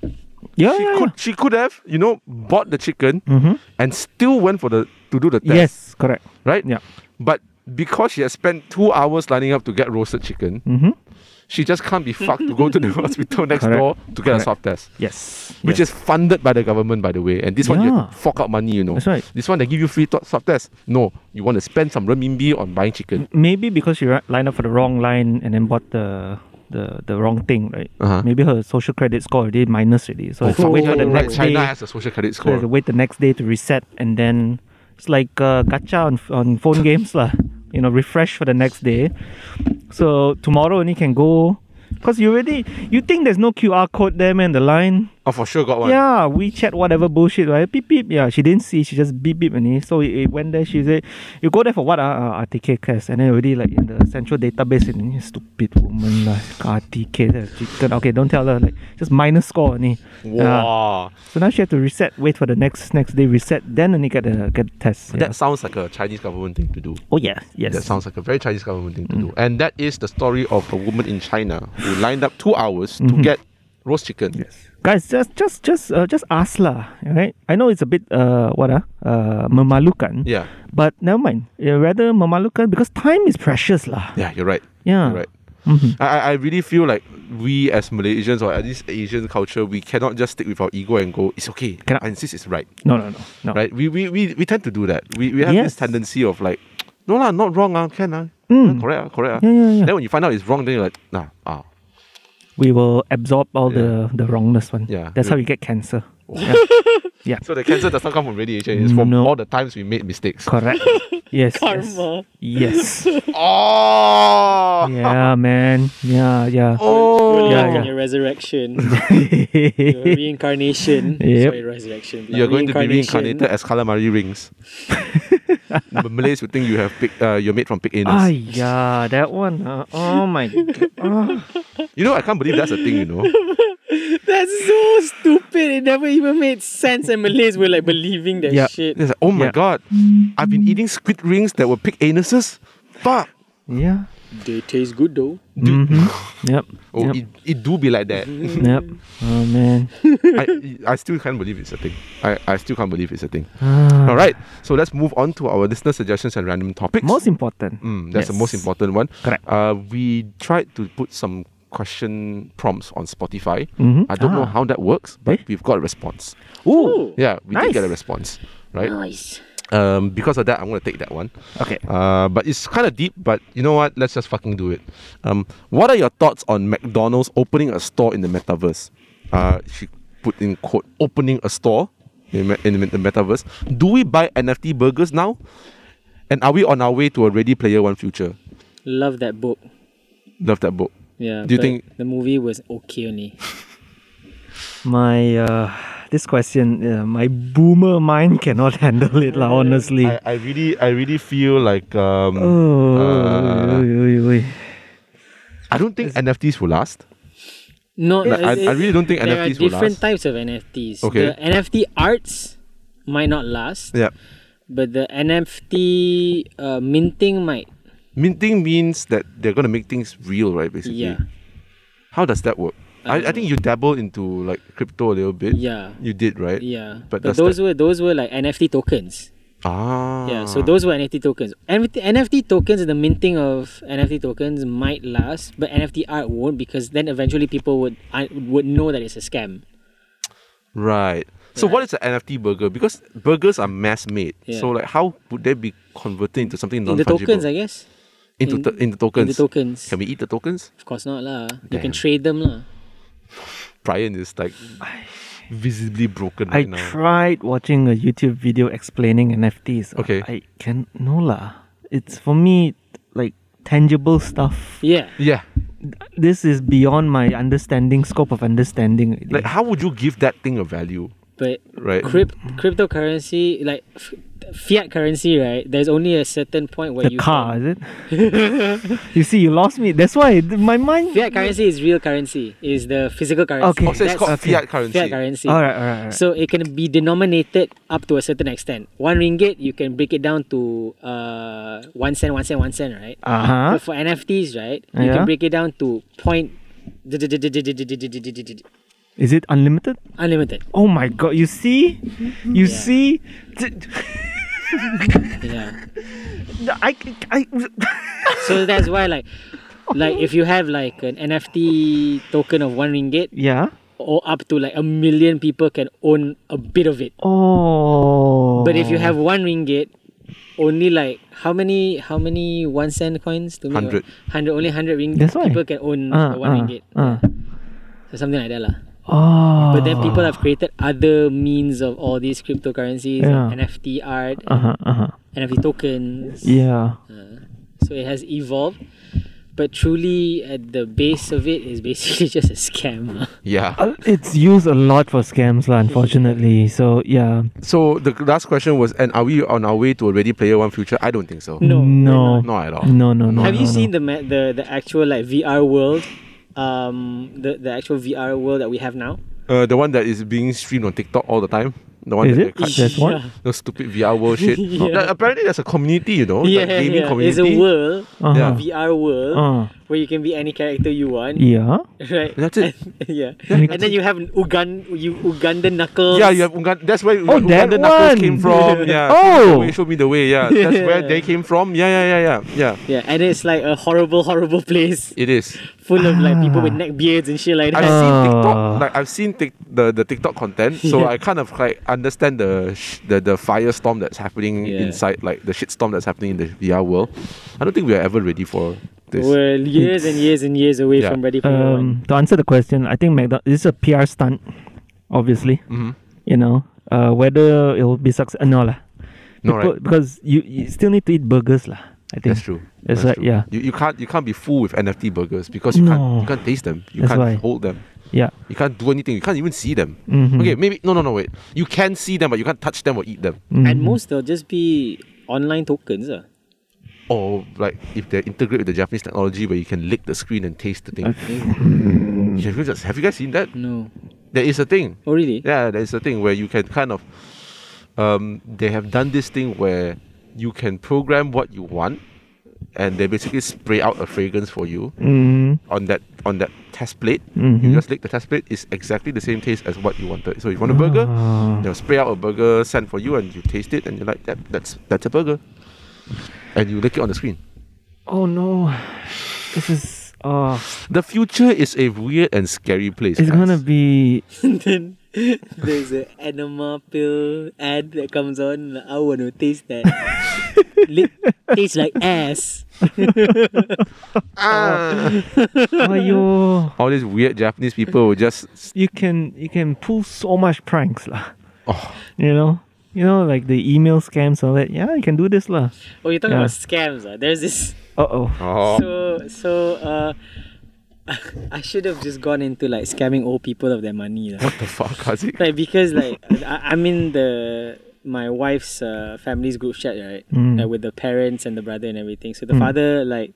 Speaker 4: Yeah.
Speaker 2: She
Speaker 4: yeah,
Speaker 2: could she could have, you know, bought the chicken
Speaker 4: Mhm.
Speaker 2: and still went for the to do the
Speaker 4: yeah.
Speaker 2: test.
Speaker 4: Yes, correct.
Speaker 2: Right?
Speaker 4: Yeah.
Speaker 2: But because she has spent two hours lining up to get roasted chicken,
Speaker 4: Mhm.
Speaker 2: she just can't be fucked to go to the hospital next
Speaker 4: Correct.
Speaker 2: door to get a
Speaker 4: Correct.
Speaker 2: swab test.
Speaker 4: Yes.
Speaker 2: Which
Speaker 4: yes.
Speaker 2: is funded by the government, by the way. And this one, you
Speaker 4: Yeah.
Speaker 2: fork out money, you know.
Speaker 4: That's right.
Speaker 2: This one, they give you free th- swab test. No, you want to spend some renminbi on buying chicken.
Speaker 4: maybe because she ri- lined up for the wrong line and then bought the the, the wrong thing, right?
Speaker 2: Uh-huh.
Speaker 4: Maybe her social credit score already minus already. So I have to
Speaker 2: fuck.
Speaker 4: wait for the
Speaker 2: Right,
Speaker 4: next
Speaker 2: China
Speaker 4: day.
Speaker 2: has a social credit
Speaker 4: So I have to
Speaker 2: score.
Speaker 4: wait the next day to reset and then it's like uh, gacha on, on phone games lah. You know, refresh for the next day. So tomorrow only can go. Cause you already you think there's no QR code there, man. The line,
Speaker 2: Oh, for sure got one.
Speaker 4: yeah, WeChat whatever bullshit, right? Beep beep. Yeah, she didn't see. She just beep beep and so it, it went there. She said, "You go there for what? Ah, uh, RTK cash." And then already like in the central database, and you stupid woman Ah, like RTK the chicken. Okay, don't tell her like just minus score only. Ah,
Speaker 2: Wow.
Speaker 4: so now she had to reset. Wait for the next next day reset. Then only get the get the test. yeah.
Speaker 2: That sounds like a Chinese government thing to do.
Speaker 4: oh yeah, yes.
Speaker 2: That sounds like a very Chinese government thing to
Speaker 4: Mm.
Speaker 2: do. And that is the story of a woman in China who lined up two hours to get roast chicken.
Speaker 4: Mm-hmm. Yes. Guys, just just just uh, just ask lah, right? I know it's a bit uh what ah uh memalukan.
Speaker 2: Yeah.
Speaker 4: But never mind. Yeah, rather memalukan because time is precious lah.
Speaker 2: Yeah, you're right.
Speaker 4: Yeah.
Speaker 2: You're right.
Speaker 4: Mm-hmm.
Speaker 2: I, I I really feel like we as Malaysians or at least Asian culture, we cannot just stick with our ego and go, it's okay.
Speaker 4: Cannot.
Speaker 2: I insist it's right.
Speaker 4: No, no, no, no.
Speaker 2: Right? We we, we, we tend to do that. We, we have this
Speaker 4: Yes.
Speaker 2: tendency of like, no lah, not wrong, ah, can ah. Yeah,
Speaker 4: Mm.
Speaker 2: Correct, ah, correct. ah."
Speaker 4: Yeah, yeah, yeah.
Speaker 2: Then when you find out it's wrong, then you're like, nah, ah.
Speaker 4: We will absorb all the the wrongness one.
Speaker 2: Yeah. Oh.
Speaker 4: That's how
Speaker 2: We-
Speaker 4: you get cancer.
Speaker 2: So the cancer does not come from radiation, it's from
Speaker 4: No.
Speaker 2: all the times we made mistakes.
Speaker 4: Correct. yes.
Speaker 3: Karma.
Speaker 4: Yes. yes.
Speaker 2: Oh!
Speaker 4: yeah, man. Yeah, yeah.
Speaker 2: Oh!
Speaker 3: Reliant
Speaker 4: yeah.
Speaker 3: on your resurrection, your reincarnation.
Speaker 4: Yep.
Speaker 3: Sorry, resurrection. but
Speaker 2: You're going to be
Speaker 3: reincarnation.
Speaker 2: reincarnated as calamari rings. the Malays would think you have pig, uh, you're made from pig anus.
Speaker 4: Ah, yeah, that one. ah. oh my. God. Ah.
Speaker 2: You know, I can't believe that's a thing. You know,
Speaker 3: That's so stupid. It never even made sense. And Malays were like believing that
Speaker 4: Yeah.
Speaker 3: shit.
Speaker 2: it's like, oh my
Speaker 4: Yeah.
Speaker 2: god, I've been eating squid rings that were pig anuses. Fuck.
Speaker 4: Yeah.
Speaker 3: They taste good though.
Speaker 4: hmm Yep.
Speaker 2: Oh,
Speaker 4: Yep.
Speaker 2: it, it do be like that.
Speaker 4: yep. Oh man.
Speaker 2: I, I still can't believe it's a thing. I, I still can't believe it's a thing.
Speaker 4: Ah.
Speaker 2: All right, so let's move on to our listener suggestions and random topics.
Speaker 4: Most important.
Speaker 2: Mm, that's the
Speaker 4: Yes.
Speaker 2: most important one.
Speaker 4: Correct.
Speaker 2: Uh, we tried to put some question prompts on Spotify.
Speaker 4: Mhm.
Speaker 2: I don't know
Speaker 4: Ah.
Speaker 2: how that works, but
Speaker 4: Eh?
Speaker 2: we've got a response.
Speaker 4: Ooh.
Speaker 2: Yeah, we did
Speaker 4: Nice.
Speaker 2: get a response, right?
Speaker 3: Nice.
Speaker 2: Um, because of that, I'm gonna take that one.
Speaker 4: Okay.
Speaker 2: Uh, but it's kind of deep. But you know what? Let's just fucking do it. Um, what are your thoughts on McDonald's opening a store in the metaverse? Uh, she put in quote opening a store in, the me- in the metaverse. Do we buy NFT burgers now? And are we on our way to a Ready Player One future?
Speaker 3: Love that book.
Speaker 2: Love that book.
Speaker 3: Yeah.
Speaker 2: Do you
Speaker 3: but
Speaker 2: think-
Speaker 3: the movie was okay only?
Speaker 4: My uh, this question, uh, my boomer mind cannot handle it lah. Honestly.
Speaker 2: I, I really, I really feel like um,
Speaker 4: Oh,
Speaker 2: Uh,
Speaker 4: oi, oi, oi.
Speaker 2: I don't think NFTs will last.
Speaker 3: No,
Speaker 2: Like, I-
Speaker 3: it-
Speaker 2: I really don't think
Speaker 3: there
Speaker 2: NFTs
Speaker 3: are
Speaker 2: will
Speaker 3: different
Speaker 2: last.
Speaker 3: types of NFTs.
Speaker 2: Okay.
Speaker 3: The NFT arts might not last,
Speaker 2: Yeah.
Speaker 3: but the NFT uh, minting might.
Speaker 2: Minting means that they're gonna make things real, right? Basically.
Speaker 3: Yeah.
Speaker 2: How does that work? I, I think you dabble into like crypto a little bit.
Speaker 3: Um, Yeah.
Speaker 2: You did, right?
Speaker 3: Yeah.
Speaker 2: But
Speaker 3: But,
Speaker 2: does
Speaker 3: those
Speaker 2: that-
Speaker 3: were those were like NFT tokens.
Speaker 2: Ah.
Speaker 3: Yeah, so those were NFT tokens. NFT, NFT tokens, the minting of NFT tokens might last, but NFT art won't because then eventually people would I, would know that it's a scam.
Speaker 2: Right. So
Speaker 3: Yeah.
Speaker 2: what is an NFT burger? Because burgers are mass made.
Speaker 3: Yeah.
Speaker 2: So like, how would they be converted into something non
Speaker 3: In the tokens, I guess.
Speaker 2: into
Speaker 3: in-
Speaker 2: to- into tokens.
Speaker 3: In the tokens.
Speaker 2: Can we eat the tokens?
Speaker 3: Of course not lah. You
Speaker 2: Damn.
Speaker 3: can trade them lah.
Speaker 2: Brian is like visibly broken
Speaker 4: I
Speaker 2: right now.
Speaker 4: tried watching a YouTube video explaining NFTs.
Speaker 2: Okay.
Speaker 4: I can no lah. It's for me like tangible stuff.
Speaker 3: Yeah.
Speaker 2: yeah.
Speaker 4: This is beyond my understanding scope of understanding. already.
Speaker 2: Like, how would you give that thing a value?
Speaker 3: But
Speaker 2: Right.
Speaker 3: crypt,
Speaker 4: Mm.
Speaker 3: cryptocurrency, like f- fiat currency, right? There's only a certain point where you.
Speaker 4: the car
Speaker 3: Can,
Speaker 4: is it? you see, you lost me. That's why th- my mind.
Speaker 3: fiat currency is real currency, is the physical currency.
Speaker 4: Okay.
Speaker 2: Oh, so it's
Speaker 3: That's
Speaker 2: called
Speaker 4: okay.
Speaker 2: fiat currency.
Speaker 3: fiat currency.
Speaker 4: All right, all right, all right.
Speaker 3: So it can be denominated up to a certain extent. One ringgit, you can break it down to uh, one cent, one cent, one cent, right?
Speaker 4: uh huh.
Speaker 3: But for NFTs, right, you can
Speaker 4: Yeah.
Speaker 3: break it down to point. d- d- d- d- d- d- d- d- d- d- d- d- d-
Speaker 4: Is it unlimited?
Speaker 3: Unlimited.
Speaker 4: Oh my god! You see, you see. T-
Speaker 3: Yeah.
Speaker 4: I, I,
Speaker 3: So that's why like like if you have like an NFT token of one ringgit
Speaker 4: yeah.
Speaker 3: or up to like a million people can own a bit of it.
Speaker 4: Oh.
Speaker 3: But if you have one ringgit, only like how many how many one cent coins to me?
Speaker 2: Hundred.
Speaker 3: Hundred only hundred ringgit.
Speaker 4: That's why.
Speaker 3: People can own
Speaker 4: uh,
Speaker 3: the one
Speaker 4: uh,
Speaker 3: ringgit.
Speaker 4: uh.
Speaker 3: So something like that lah.
Speaker 4: Oh.
Speaker 3: But then people have created other means of all these cryptocurrencies,
Speaker 4: Yeah.
Speaker 3: like NFT art,
Speaker 4: Uh huh. Uh huh.
Speaker 3: NFT tokens.
Speaker 4: Yeah.
Speaker 3: So it has evolved. But truly, at the base of it is basically just a scam. lah.
Speaker 2: Yeah.
Speaker 4: Uh, It's used a lot for scams, lah. Unfortunately, so yeah.
Speaker 2: So the last question was, and are we on our way to a Ready Player One future? I don't think so.
Speaker 3: No,
Speaker 4: No.
Speaker 3: they're
Speaker 2: Not at all.
Speaker 4: No. No. No.
Speaker 3: Have you
Speaker 4: no,
Speaker 3: seen
Speaker 4: no.
Speaker 3: the ma- the the actual like VR world, um, the the actual VR world that we have now?
Speaker 2: Uh, the one that is being streamed on TikTok all the time. The one
Speaker 4: Is
Speaker 2: that
Speaker 4: it?
Speaker 2: they cut-
Speaker 4: That's one?
Speaker 3: Yeah.
Speaker 2: those stupid VR world shit.
Speaker 3: Yeah.
Speaker 2: Like, apparently, there's a community, you know, Oh,
Speaker 3: yeah,
Speaker 2: like gaming
Speaker 3: yeah. It's
Speaker 2: community.
Speaker 3: a world,
Speaker 4: Uh-huh.
Speaker 2: Yeah.
Speaker 3: VR world,
Speaker 4: Uh,
Speaker 3: where you can be any character you want,
Speaker 4: yeah.
Speaker 3: right?
Speaker 2: That's it.
Speaker 3: yeah.
Speaker 4: Yeah.
Speaker 3: And then you have Ugan, you Ugandan knuckles.
Speaker 2: Yeah, you have Ungan- That's where
Speaker 4: Oh,
Speaker 2: Ugandan
Speaker 4: that
Speaker 2: knuckles
Speaker 4: one.
Speaker 2: came from. Yeah.
Speaker 4: Oh.
Speaker 2: Show me, show me the way. Yeah, that's where they came from. Yeah, yeah, yeah, yeah, yeah.
Speaker 3: Yeah, and it's like a horrible, horrible place
Speaker 2: It is.
Speaker 3: full of like people with
Speaker 4: Ah.
Speaker 3: neck beards and shit like
Speaker 2: I've
Speaker 3: that.
Speaker 2: seen
Speaker 4: Ah.
Speaker 2: TikTok, like I've seen tic- the the TikTok content, so I kind of like understand the sh- the the firestorm that's happening
Speaker 3: Yeah.
Speaker 2: inside, like the shitstorm that's happening in the VR world. I don't think we are ever ready for this.
Speaker 3: We're years and years and years away
Speaker 2: Yeah.
Speaker 3: from ready for one.
Speaker 4: Um, to answer the question, I think McDonald this is a PR stunt, obviously.
Speaker 2: Mhm.
Speaker 4: You know, uh, whether it will be success, uh, no lah.
Speaker 2: No,
Speaker 4: People-
Speaker 2: right?
Speaker 4: Because you, you still need to eat burgers lah. I think
Speaker 2: That's true.
Speaker 4: That's, right.
Speaker 2: true.
Speaker 4: Yeah,
Speaker 2: You, you can't you can't be fooled with NFT burgers because you
Speaker 4: No.
Speaker 2: can't you can't taste them. You
Speaker 4: That's
Speaker 2: can't
Speaker 4: why.
Speaker 2: hold them.
Speaker 4: yeah.
Speaker 2: You can't do anything. You can't even see them.
Speaker 4: Mhm.
Speaker 2: Okay, maybe no no no wait. You can see them, but you can't touch them or eat them.
Speaker 4: Mm.
Speaker 3: At most, they'll just be online tokens. ah.
Speaker 2: Or like if they integrate with the Japanese technology where you can lick the screen and taste the thing. Have you just- have you guys seen that?
Speaker 3: No.
Speaker 2: There is a thing.
Speaker 3: Oh, really?
Speaker 2: Yeah, there's a thing where you can kind of. Um, they have done this thing where you can program what you want, and they basically spray out a fragrance for you
Speaker 4: Mm.
Speaker 2: on that on that test plate.
Speaker 4: Mhm.
Speaker 2: You just lick the test plate; it's exactly the same taste as what you wanted. So if you want a burger,
Speaker 4: Ah.
Speaker 2: they'll spray out a burger scent for you, and you taste it, and you're like, that, "That's that's a burger," and you lick it on the screen.
Speaker 4: Oh no, this is. Oh,
Speaker 2: The future is a weird and scary place.
Speaker 4: it's
Speaker 2: guys.
Speaker 4: gonna be.
Speaker 3: then there's an enema pill ad that comes on. like, I want to taste that. Li- tastes like ass.
Speaker 2: Ah.
Speaker 4: Oh, you.
Speaker 2: all these weird Japanese people will just
Speaker 4: You can you can pull so much pranks lah.
Speaker 2: oh.
Speaker 4: You know. You know, like the email scams, all that. Yeah, you can do this lah.
Speaker 3: Oh, you're talking
Speaker 4: Yeah.
Speaker 3: about scams. ah. There's this.
Speaker 4: Uh oh.
Speaker 2: Oh.
Speaker 3: So, so uh, I should have just gone into like scamming old people of their money. lah.
Speaker 2: What the fuck, Kazik?
Speaker 3: Like, because like I, I'm in the my wife's uh, family's group chat, right?
Speaker 4: Mm.
Speaker 3: Like, with the parents and the brother and everything. So the father like.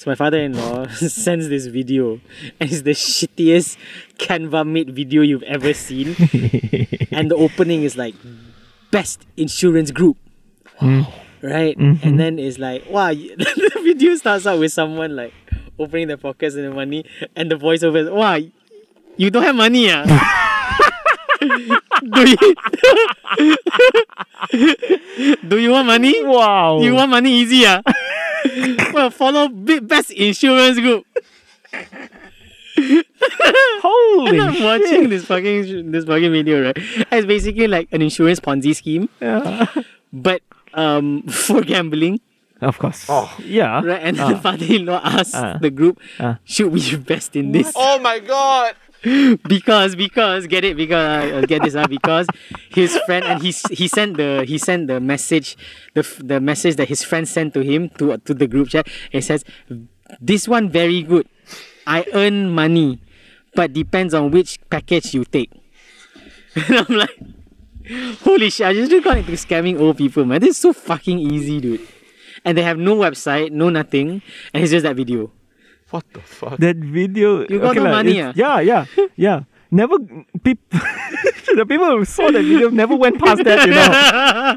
Speaker 3: So my father-in-law sends this video, and it's the shittiest Canva-made video you've ever seen. and the opening is like best insurance group right and then it's like wow you- the video starts out with someone like opening their pockets and the money and the voiceover is wow you don't have money ah do you do you want money
Speaker 4: Wow.
Speaker 3: you want money easy ah well follow Big best insurance group
Speaker 4: Holy
Speaker 3: I'm watching this fucking this fucking video, right? It's basically like an insurance Ponzi scheme, but um for gambling,
Speaker 4: Of course. Yeah.
Speaker 3: right? And the father-in-law asks
Speaker 4: Ah.
Speaker 3: the group,
Speaker 4: Ah.
Speaker 3: "Should we invest in this?
Speaker 2: Oh my god!
Speaker 3: Because because get it because uh, get this uh, because his friend and he s- he sent the he sent the message the f- the message that his friend sent to him to to the group chat. It says, "This one very good. I earn money, but depends on which package you take." And I'm like, holy shit, I just got into scamming old people, man. This is so fucking easy, dude. And they have no website, no nothing, and it's just that video.
Speaker 2: What the fuck?
Speaker 4: That video.
Speaker 3: You got
Speaker 4: okay
Speaker 3: no
Speaker 4: lah,
Speaker 3: money,
Speaker 4: it's- Yeah, yeah, yeah. Never. Peop, the people who saw that video never went past that, you know.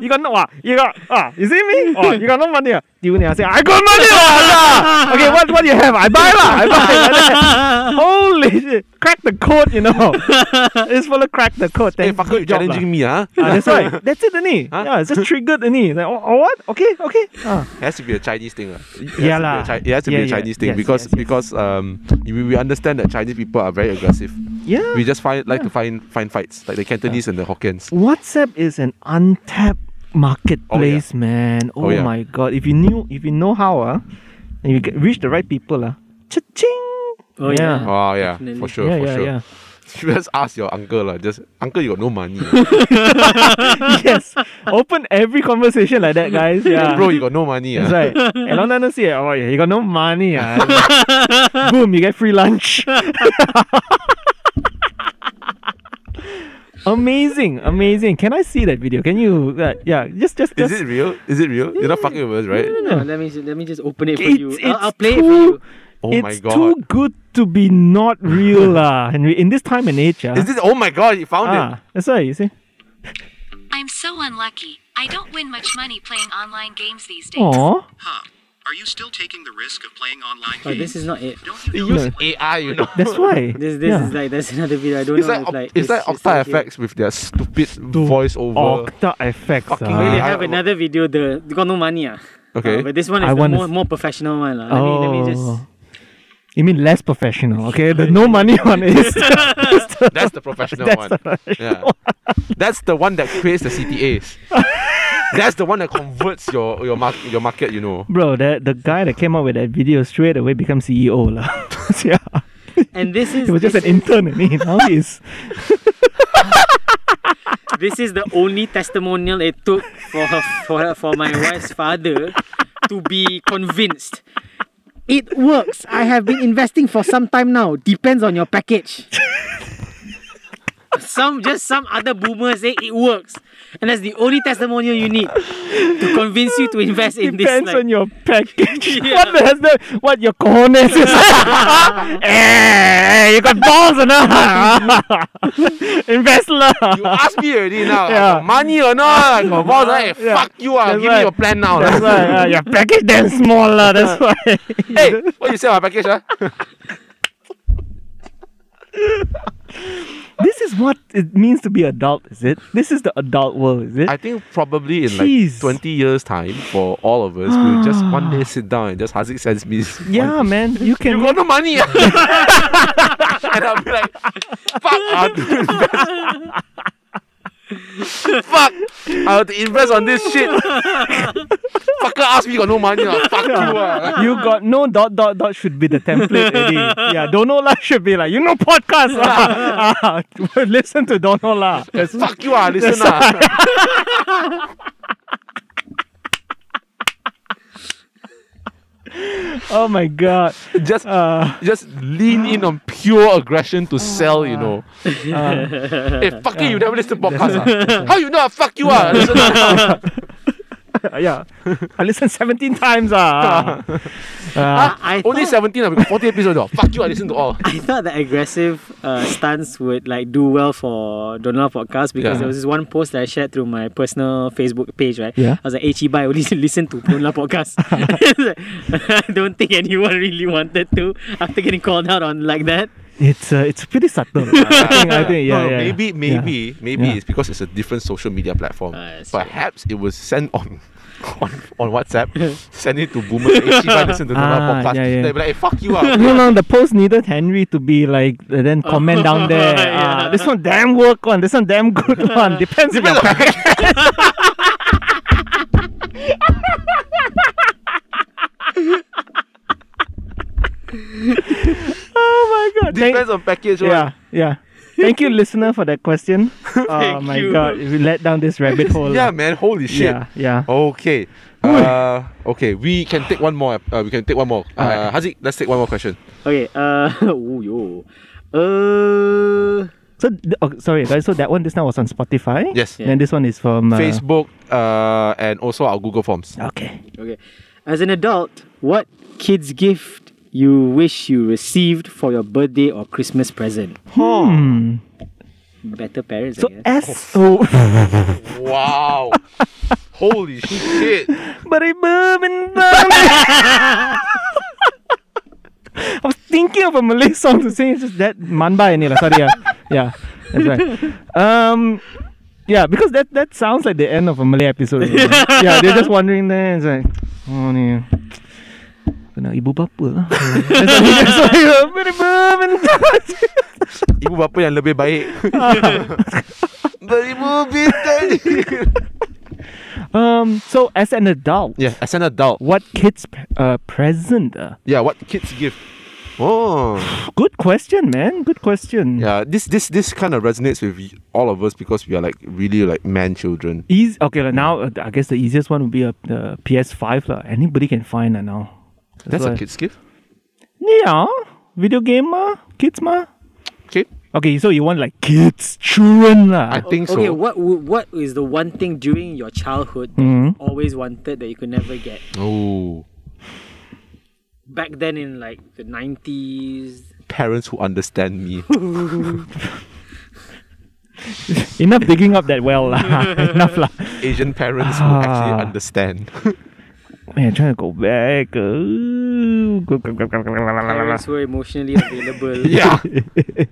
Speaker 4: You got no. Ah, you got. Ah, you see me? Oh, you got no money. Ah. steal then I say, I got money lah, lah. Okay, what what you have? I buy lah, I buy. Like that. Holy shit. Crack the code, you know. this fella cracked the code.
Speaker 2: Hey,
Speaker 4: Thank
Speaker 2: fucker, you
Speaker 4: good job lah.
Speaker 2: challenging me, huh?
Speaker 4: Ah, that's right. That's it, any.
Speaker 2: Huh?
Speaker 4: Yeah, it's just triggered, any. Like, oh, oh, what? Okay, okay. Ah.
Speaker 2: It has to be a Chinese thing. lah. It has
Speaker 4: Yeah
Speaker 2: to be a
Speaker 4: lah.
Speaker 2: Chi- it has to
Speaker 4: Yeah,
Speaker 2: be a
Speaker 4: yeah.
Speaker 2: Chinese thing
Speaker 4: Yes,
Speaker 2: because
Speaker 4: yes, yes.
Speaker 2: because um we, we understand that Chinese people are very aggressive.
Speaker 4: Yeah.
Speaker 2: We just find like to find find fights like the Cantonese and the Hokkien's.
Speaker 4: WhatsApp is an untapped marketplace, man.
Speaker 2: Oh,
Speaker 4: Oh,
Speaker 2: yeah.
Speaker 4: my god! If you knew, if you know how, uh, and you get, reach the right people, uh, cha-ching.
Speaker 3: Oh, yeah.
Speaker 2: Oh yeah,
Speaker 3: Definitely.
Speaker 2: for sure,
Speaker 4: yeah,
Speaker 2: for
Speaker 4: yeah,
Speaker 2: sure.
Speaker 4: yeah.
Speaker 2: Just ask your uncle lah. Just uncle, you got no money,
Speaker 4: yes. Open every conversation like that, guys. Yeah.
Speaker 2: bro. You got no money.
Speaker 4: That's
Speaker 2: ah.
Speaker 4: right. And on the other side, oh yeah, you got no money. ah. Boom, you get free lunch. amazing, amazing. Can I see that video? Can you? Uh, yeah, just, just,
Speaker 2: Is
Speaker 4: just.
Speaker 2: it real? Is it real? You're not fucking with us, right?
Speaker 3: No, let me let me just open it for
Speaker 4: It's-
Speaker 3: you.
Speaker 4: it's
Speaker 3: I'll, I'll play it for
Speaker 4: too-
Speaker 3: you.
Speaker 2: Oh
Speaker 4: it's
Speaker 2: my god.
Speaker 4: too good to be not real, lah, Henry. In this time and age, ah.
Speaker 2: Is this? Oh my god, you found
Speaker 4: ah, that's right. You see.
Speaker 5: I'm so unlucky. I don't win much money playing online games these days.
Speaker 4: Aww.
Speaker 6: Huh. Are you still taking the risk of playing online
Speaker 3: Oh,
Speaker 6: games?
Speaker 3: this is not it.
Speaker 6: Don't you
Speaker 2: it.
Speaker 6: know
Speaker 2: They use AI, you know.
Speaker 4: That's why.
Speaker 3: This this
Speaker 4: yeah.
Speaker 3: is like that's another video. I don't
Speaker 2: It's
Speaker 3: know.
Speaker 2: like,
Speaker 3: if,
Speaker 2: like it's like Octa FX with their stupid voiceover.
Speaker 4: Octa effects.
Speaker 2: Fucking
Speaker 4: ah.
Speaker 3: They
Speaker 2: really
Speaker 3: have
Speaker 2: I-
Speaker 3: another video. The you got no money, ah.
Speaker 2: Okay.
Speaker 3: Uh, but this one is
Speaker 4: I
Speaker 3: the
Speaker 4: wanna
Speaker 3: more,
Speaker 4: s-
Speaker 3: more professional one, lah. Let
Speaker 4: oh.
Speaker 3: me let me just.
Speaker 4: You mean less professional? Okay, the no money one is.
Speaker 2: That's the professional
Speaker 4: That's
Speaker 2: one.
Speaker 4: the professional
Speaker 2: yeah. That's the one that creates the CTAs. That's the one that converts your your market your market, you know.
Speaker 4: Bro, the the guy that came up with that video straight away become CEO lah. yeah,
Speaker 3: And this is
Speaker 4: he was just an
Speaker 3: this,
Speaker 4: intern, and he now he's
Speaker 3: this is the only testimonial it took for her, for her, for my wife's father to be convinced. It works. I have been investing for some time now. Depends on your package. Some just some other boomer say it works, and that's the only testimonial you need to convince you to invest in this.
Speaker 4: depends
Speaker 3: like-
Speaker 4: on your package.
Speaker 3: Yeah.
Speaker 4: What the has that? What your cojones is? eh, you got balls or not? Invest lah.
Speaker 2: You ask me already now.
Speaker 4: Yeah.
Speaker 2: I got money or not? I got balls. Hey,
Speaker 4: Yeah.
Speaker 2: fuck you. I'll
Speaker 4: That's
Speaker 2: give
Speaker 4: right.
Speaker 2: me your plan now.
Speaker 4: That's why uh, your package damn small lah. That's why.
Speaker 2: hey, what you say about package, ah? huh?
Speaker 4: this is what it means to be adult, is it? This is the adult world, is it?
Speaker 2: I think probably in
Speaker 4: Jeez.
Speaker 2: like 20 years' time, for all of us, we'll just one day sit down and just Haziq sends me. this
Speaker 4: yeah,
Speaker 2: one-
Speaker 4: man. You can.
Speaker 2: You got no money. ah." and I'll be like, fuck, I have to invest. fuck, I have to invest on this shit. Fucker asked me, got no money. ah. Fuck you. ah.
Speaker 4: you got no dot dot dot should be the template already. Yeah, Donola should be like, you know podcast. ah, ah, listen to Donola.
Speaker 2: Fuck you, ah. listen. ah.
Speaker 4: Oh my god.
Speaker 2: Just
Speaker 4: Uh,
Speaker 2: just lean in on pure aggression to sell, you know.
Speaker 4: Ah.
Speaker 2: hey, fuck you, you never listen to podcast. ah. How you know I fuck you? ah? Listen, ah.
Speaker 4: Uh, yeah. I listened 17 times. Ah. Ah.
Speaker 3: I
Speaker 2: Only
Speaker 3: thought-
Speaker 2: 17, ah, we got 40 episodes. ah. Fuck you, I listen to all.
Speaker 3: I thought the aggressive uh, stance would like do well for Donald podcast because
Speaker 2: Yeah.
Speaker 3: there was this one post that I shared through my personal Facebook page, right?
Speaker 4: Yeah.
Speaker 3: I was like, "Hey, I only listen to Donald podcast." I don't think anyone really wanted to after getting called out on like that.
Speaker 4: It's uh, it's pretty subtle. I think, I think yeah,
Speaker 2: No,
Speaker 4: yeah.
Speaker 2: Oh, maybe, maybe, maybe
Speaker 4: Yeah.
Speaker 2: it's because it's a different social media platform.
Speaker 3: Ah, that's
Speaker 2: Perhaps it was sent on. On, on WhatsApp, send it to Boomer. Hey, Shiva, listen to the
Speaker 4: Ah,
Speaker 2: podcast.
Speaker 4: yeah, yeah.
Speaker 2: They'll be like, hey, fuck you.
Speaker 4: Yeah.
Speaker 2: Ah.
Speaker 4: No, no, the post needed Henry to be like, uh, then comment down there. Ah,
Speaker 3: Yeah.
Speaker 4: this one damn work one, this one damn good one. Depends on your package. oh my god. Thank-
Speaker 2: Depends on package. ah.
Speaker 4: Yeah, yeah. Thank you, listener, for that question. oh my
Speaker 3: you.
Speaker 4: god, we let down this rabbit hole. ah.
Speaker 2: Yeah,
Speaker 4: lah.
Speaker 2: man. Holy shit.
Speaker 4: yeah, yeah.
Speaker 2: Okay. Uh, okay, we can take one more. Uh, we can take one more. Uh, Haziq, let's take one more question.
Speaker 3: Okay. Uh. ooh, yo. Uh.
Speaker 4: So, th- oh, sorry, guys. So that one this time was on Spotify.
Speaker 2: Yes.
Speaker 4: And then this one is from uh,
Speaker 2: Facebook uh, and also our Google Forms.
Speaker 4: Okay.
Speaker 3: Okay. As an adult, what kids gift you wish you received for your birthday or Christmas present?
Speaker 4: Hmm.
Speaker 3: Better parents,
Speaker 4: So
Speaker 3: I guess.
Speaker 4: S. Oh,
Speaker 2: Wow. Holy shit.
Speaker 4: I was thinking of a Malay song to sing. It's just that manbai ni lah. Sorry, yeah, yeah, that's right. Um, yeah, because that that sounds like the end of a Malay episode. also. yeah, they're just wandering there. It's like, oh ni. Kena ibu bapa lah. That's why- that's why, uh, beribum and
Speaker 2: Ibu bapa yang lebih baik. Beribu bintang.
Speaker 4: um, so as an adult,
Speaker 2: yeah, as an adult.
Speaker 4: what kids uh, present? Uh,
Speaker 2: Yeah, what kids give? Oh,
Speaker 4: good question, man. Good question.
Speaker 2: yeah. This this this kind of resonates with y- all of us because we are like really like man children.
Speaker 4: Easy. Okay, like now uh, I guess the easiest one would be a the PS5 lah. Anybody can find that now.
Speaker 2: That's
Speaker 4: why-
Speaker 2: a kids gift.
Speaker 4: Yeah, video game ma, kids ma.
Speaker 2: Okay,
Speaker 4: Okay, so you want like kids, children
Speaker 2: I
Speaker 4: lah.
Speaker 2: think
Speaker 3: okay,
Speaker 2: so.
Speaker 3: what would- what is the one thing during your childhood that you
Speaker 4: Mm-hmm.
Speaker 3: always wanted that you could never get?
Speaker 2: Oh,
Speaker 3: Back then in like the nineties.
Speaker 2: parents who understand me.
Speaker 4: Enough digging up that well lah. Enough lah.
Speaker 2: Asian parents who actually
Speaker 4: Ah.
Speaker 2: understand.
Speaker 4: Man, I'm trying to go back. Ooh. Go- go- go- go- go- go- go- go- go-
Speaker 3: Parents were emotionally available.
Speaker 2: yeah.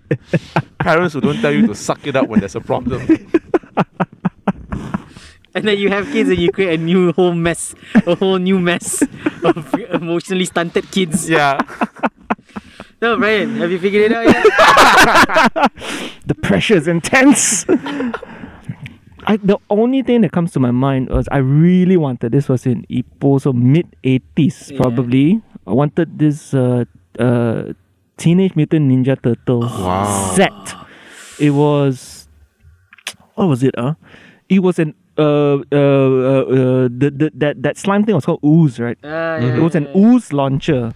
Speaker 2: parents who don't tell you to suck it up when there's a problem.
Speaker 3: And then you have kids and you create a new whole mess. A whole new mess of emotionally stunted kids.
Speaker 2: Yeah.
Speaker 3: No, Brian, have you figured it out yet?
Speaker 4: The pressure is intense. I, the only thing that comes to my mind was I really wanted this was in Ipoh, so mid 80s
Speaker 3: Yeah.
Speaker 4: probably. I wanted this uh, uh, Teenage Mutant Ninja Turtles set. It was what was it? Uh, it was an uh, uh, uh, uh the, the, that that slime thing was called ooze, right?
Speaker 3: Ah,
Speaker 4: It was an ooze launcher.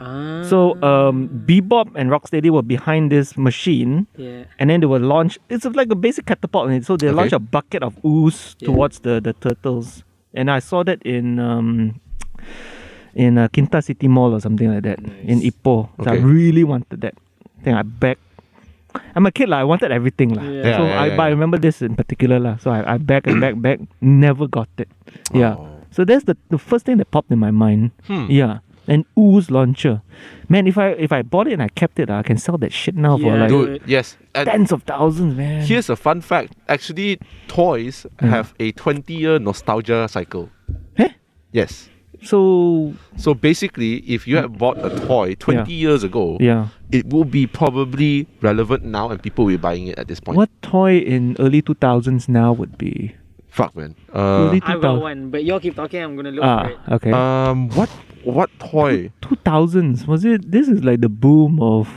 Speaker 3: Ah,
Speaker 4: So um, Bebop and Rocksteady were behind this machine,
Speaker 3: yeah.
Speaker 4: and then they were launched. It's like a basic catapult, and so they launched a bucket of ooze
Speaker 3: Yeah.
Speaker 4: towards the the turtles. And I saw that in um, in uh, Kinta City Mall or something like that in Ipoh. So I
Speaker 2: Okay.
Speaker 4: really wanted that. Then I begged. I'm a kid lah. I wanted everything lah.
Speaker 2: Yeah,
Speaker 3: Yeah.
Speaker 4: so
Speaker 2: yeah,
Speaker 4: I,
Speaker 2: yeah,
Speaker 4: but I
Speaker 2: yeah.
Speaker 4: remember this in particular lah. So I, I back and back back never got it. Yeah.
Speaker 2: Oh.
Speaker 4: So that's the, the first thing that popped in my mind.
Speaker 2: Hmm.
Speaker 4: Yeah. An ooze launcher. Man, if I if I bought it and I kept it, ah, I can sell that shit now for
Speaker 3: Yeah.
Speaker 4: like
Speaker 2: Dude, yes. And
Speaker 4: tens of thousands, man.
Speaker 2: here's a fun fact. Actually, toys have a 20 year nostalgia cycle.
Speaker 4: Eh?
Speaker 2: Yes.
Speaker 4: So
Speaker 2: So basically, if you had bought a toy 20 years ago,
Speaker 4: yeah.
Speaker 2: it will be probably relevant now and people will be buying it at this point.
Speaker 4: What toy in early two thousands now would be
Speaker 2: Fuck, man. Uh,
Speaker 4: early
Speaker 3: I
Speaker 4: two
Speaker 3: got
Speaker 4: thousands?
Speaker 3: one, but y'all keep talking. I'm gonna look for it.
Speaker 4: Ah, okay.
Speaker 2: um, what what toy?
Speaker 4: Two thousands was it? This is like the boom of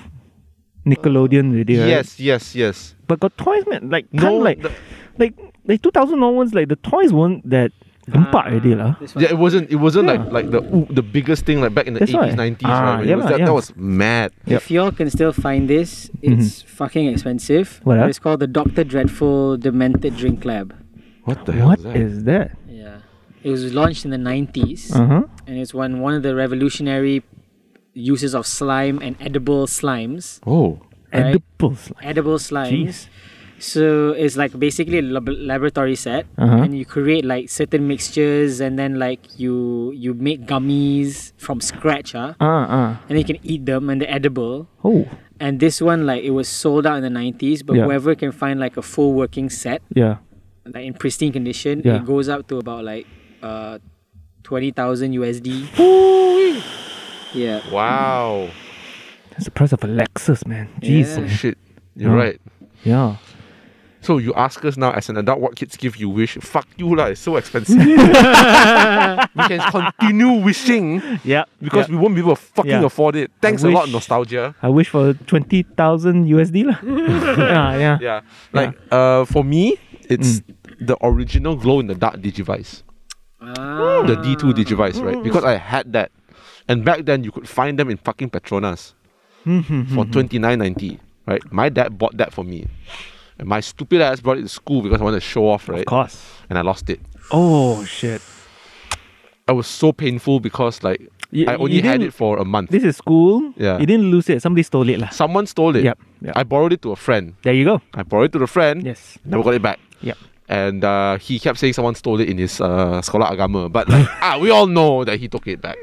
Speaker 4: Nickelodeon video. right?
Speaker 2: Yes, yes, yes.
Speaker 4: but got toys, man. Like
Speaker 2: No,
Speaker 4: kind of like
Speaker 2: the-
Speaker 4: like like two thousand onwards. Like the toys weren't that
Speaker 3: Ah,
Speaker 4: gempak already lah.
Speaker 3: This one.
Speaker 2: Yeah, it wasn't. It wasn't like
Speaker 4: Yeah.
Speaker 2: like the ooh, the biggest thing like back in the
Speaker 4: That's
Speaker 2: eighties,
Speaker 4: why.
Speaker 2: nineties.
Speaker 4: Ah,
Speaker 2: right? When it
Speaker 4: yeah
Speaker 2: was
Speaker 4: lah,
Speaker 2: that,
Speaker 4: yeah.
Speaker 2: that was mad.
Speaker 3: If y'all can still find this, it's fucking expensive.
Speaker 4: Mm-hmm. What
Speaker 3: but
Speaker 4: else?
Speaker 3: It's called the Doctor Dreadful Demented Drink Lab.
Speaker 2: What the hell? is
Speaker 4: What
Speaker 2: that?
Speaker 4: is that?
Speaker 3: Yeah. It was launched in the 90s,
Speaker 4: Uh huh.
Speaker 3: and it's one one of the revolutionary uses of slime and edible slimes.
Speaker 2: Oh,
Speaker 3: Right.
Speaker 4: Edible slime.
Speaker 3: edible slimes. So it's like basically a lab- laboratory set,
Speaker 4: Uh-huh.
Speaker 3: and you create like certain mixtures, and then like you you make gummies from scratch, huh?
Speaker 4: Ah ah.
Speaker 3: And then you can eat them, and they're edible.
Speaker 4: Oh
Speaker 3: And this one, like, it was sold out in the nineties, but
Speaker 4: Yeah.
Speaker 3: whoever can find like a full working set,
Speaker 4: yeah.
Speaker 3: like in pristine condition,
Speaker 4: Yeah.
Speaker 3: it goes up to about like uh twenty thousand USD. Yeah.
Speaker 2: wow.
Speaker 4: That's the price of a Lexus, man. Jeez.
Speaker 3: Yeah.
Speaker 4: man.
Speaker 2: Shit, you're
Speaker 4: Yeah.
Speaker 2: right.
Speaker 4: Yeah.
Speaker 2: So you ask us now as an adult what kids give you wish? Fuck you lah, it's so expensive. we can continue wishing
Speaker 4: Yeah.
Speaker 2: because we won't be able to fucking
Speaker 4: Yeah.
Speaker 2: afford it. Thanks a
Speaker 4: wish-
Speaker 2: lot, nostalgia.
Speaker 4: I wish for twenty thousand USD lah. yeah, yeah. Mm.
Speaker 2: Yeah. Like uh for me, it's the original glow in the dark digivice.
Speaker 3: Ah.
Speaker 2: The D two digivice,
Speaker 4: Mm.
Speaker 2: right? Because I had that. And back then you could find them in fucking Petronas
Speaker 4: Mm-hmm.
Speaker 2: for twenty nine ninety. Right? My dad bought that for me. And my stupid ass brought it to school because I wanted to show off, right?
Speaker 4: Of course.
Speaker 2: And I lost it.
Speaker 4: Oh shit.
Speaker 2: I was so painful because like
Speaker 4: You-
Speaker 2: I
Speaker 4: you
Speaker 2: only had
Speaker 4: didn't-
Speaker 2: it for a month.
Speaker 4: This is school.
Speaker 2: Yeah.
Speaker 4: You didn't lose it. Somebody stole it lah.
Speaker 2: Someone stole it.
Speaker 4: Yep, yep.
Speaker 2: I borrowed it to a friend.
Speaker 4: There you go.
Speaker 2: I borrowed it to a friend.
Speaker 4: Yes.
Speaker 2: Never got it back.
Speaker 4: Yep.
Speaker 2: and uh, he kept saying someone stole it in his uh, sekolah agama. But like, ah, we all know that he took it back,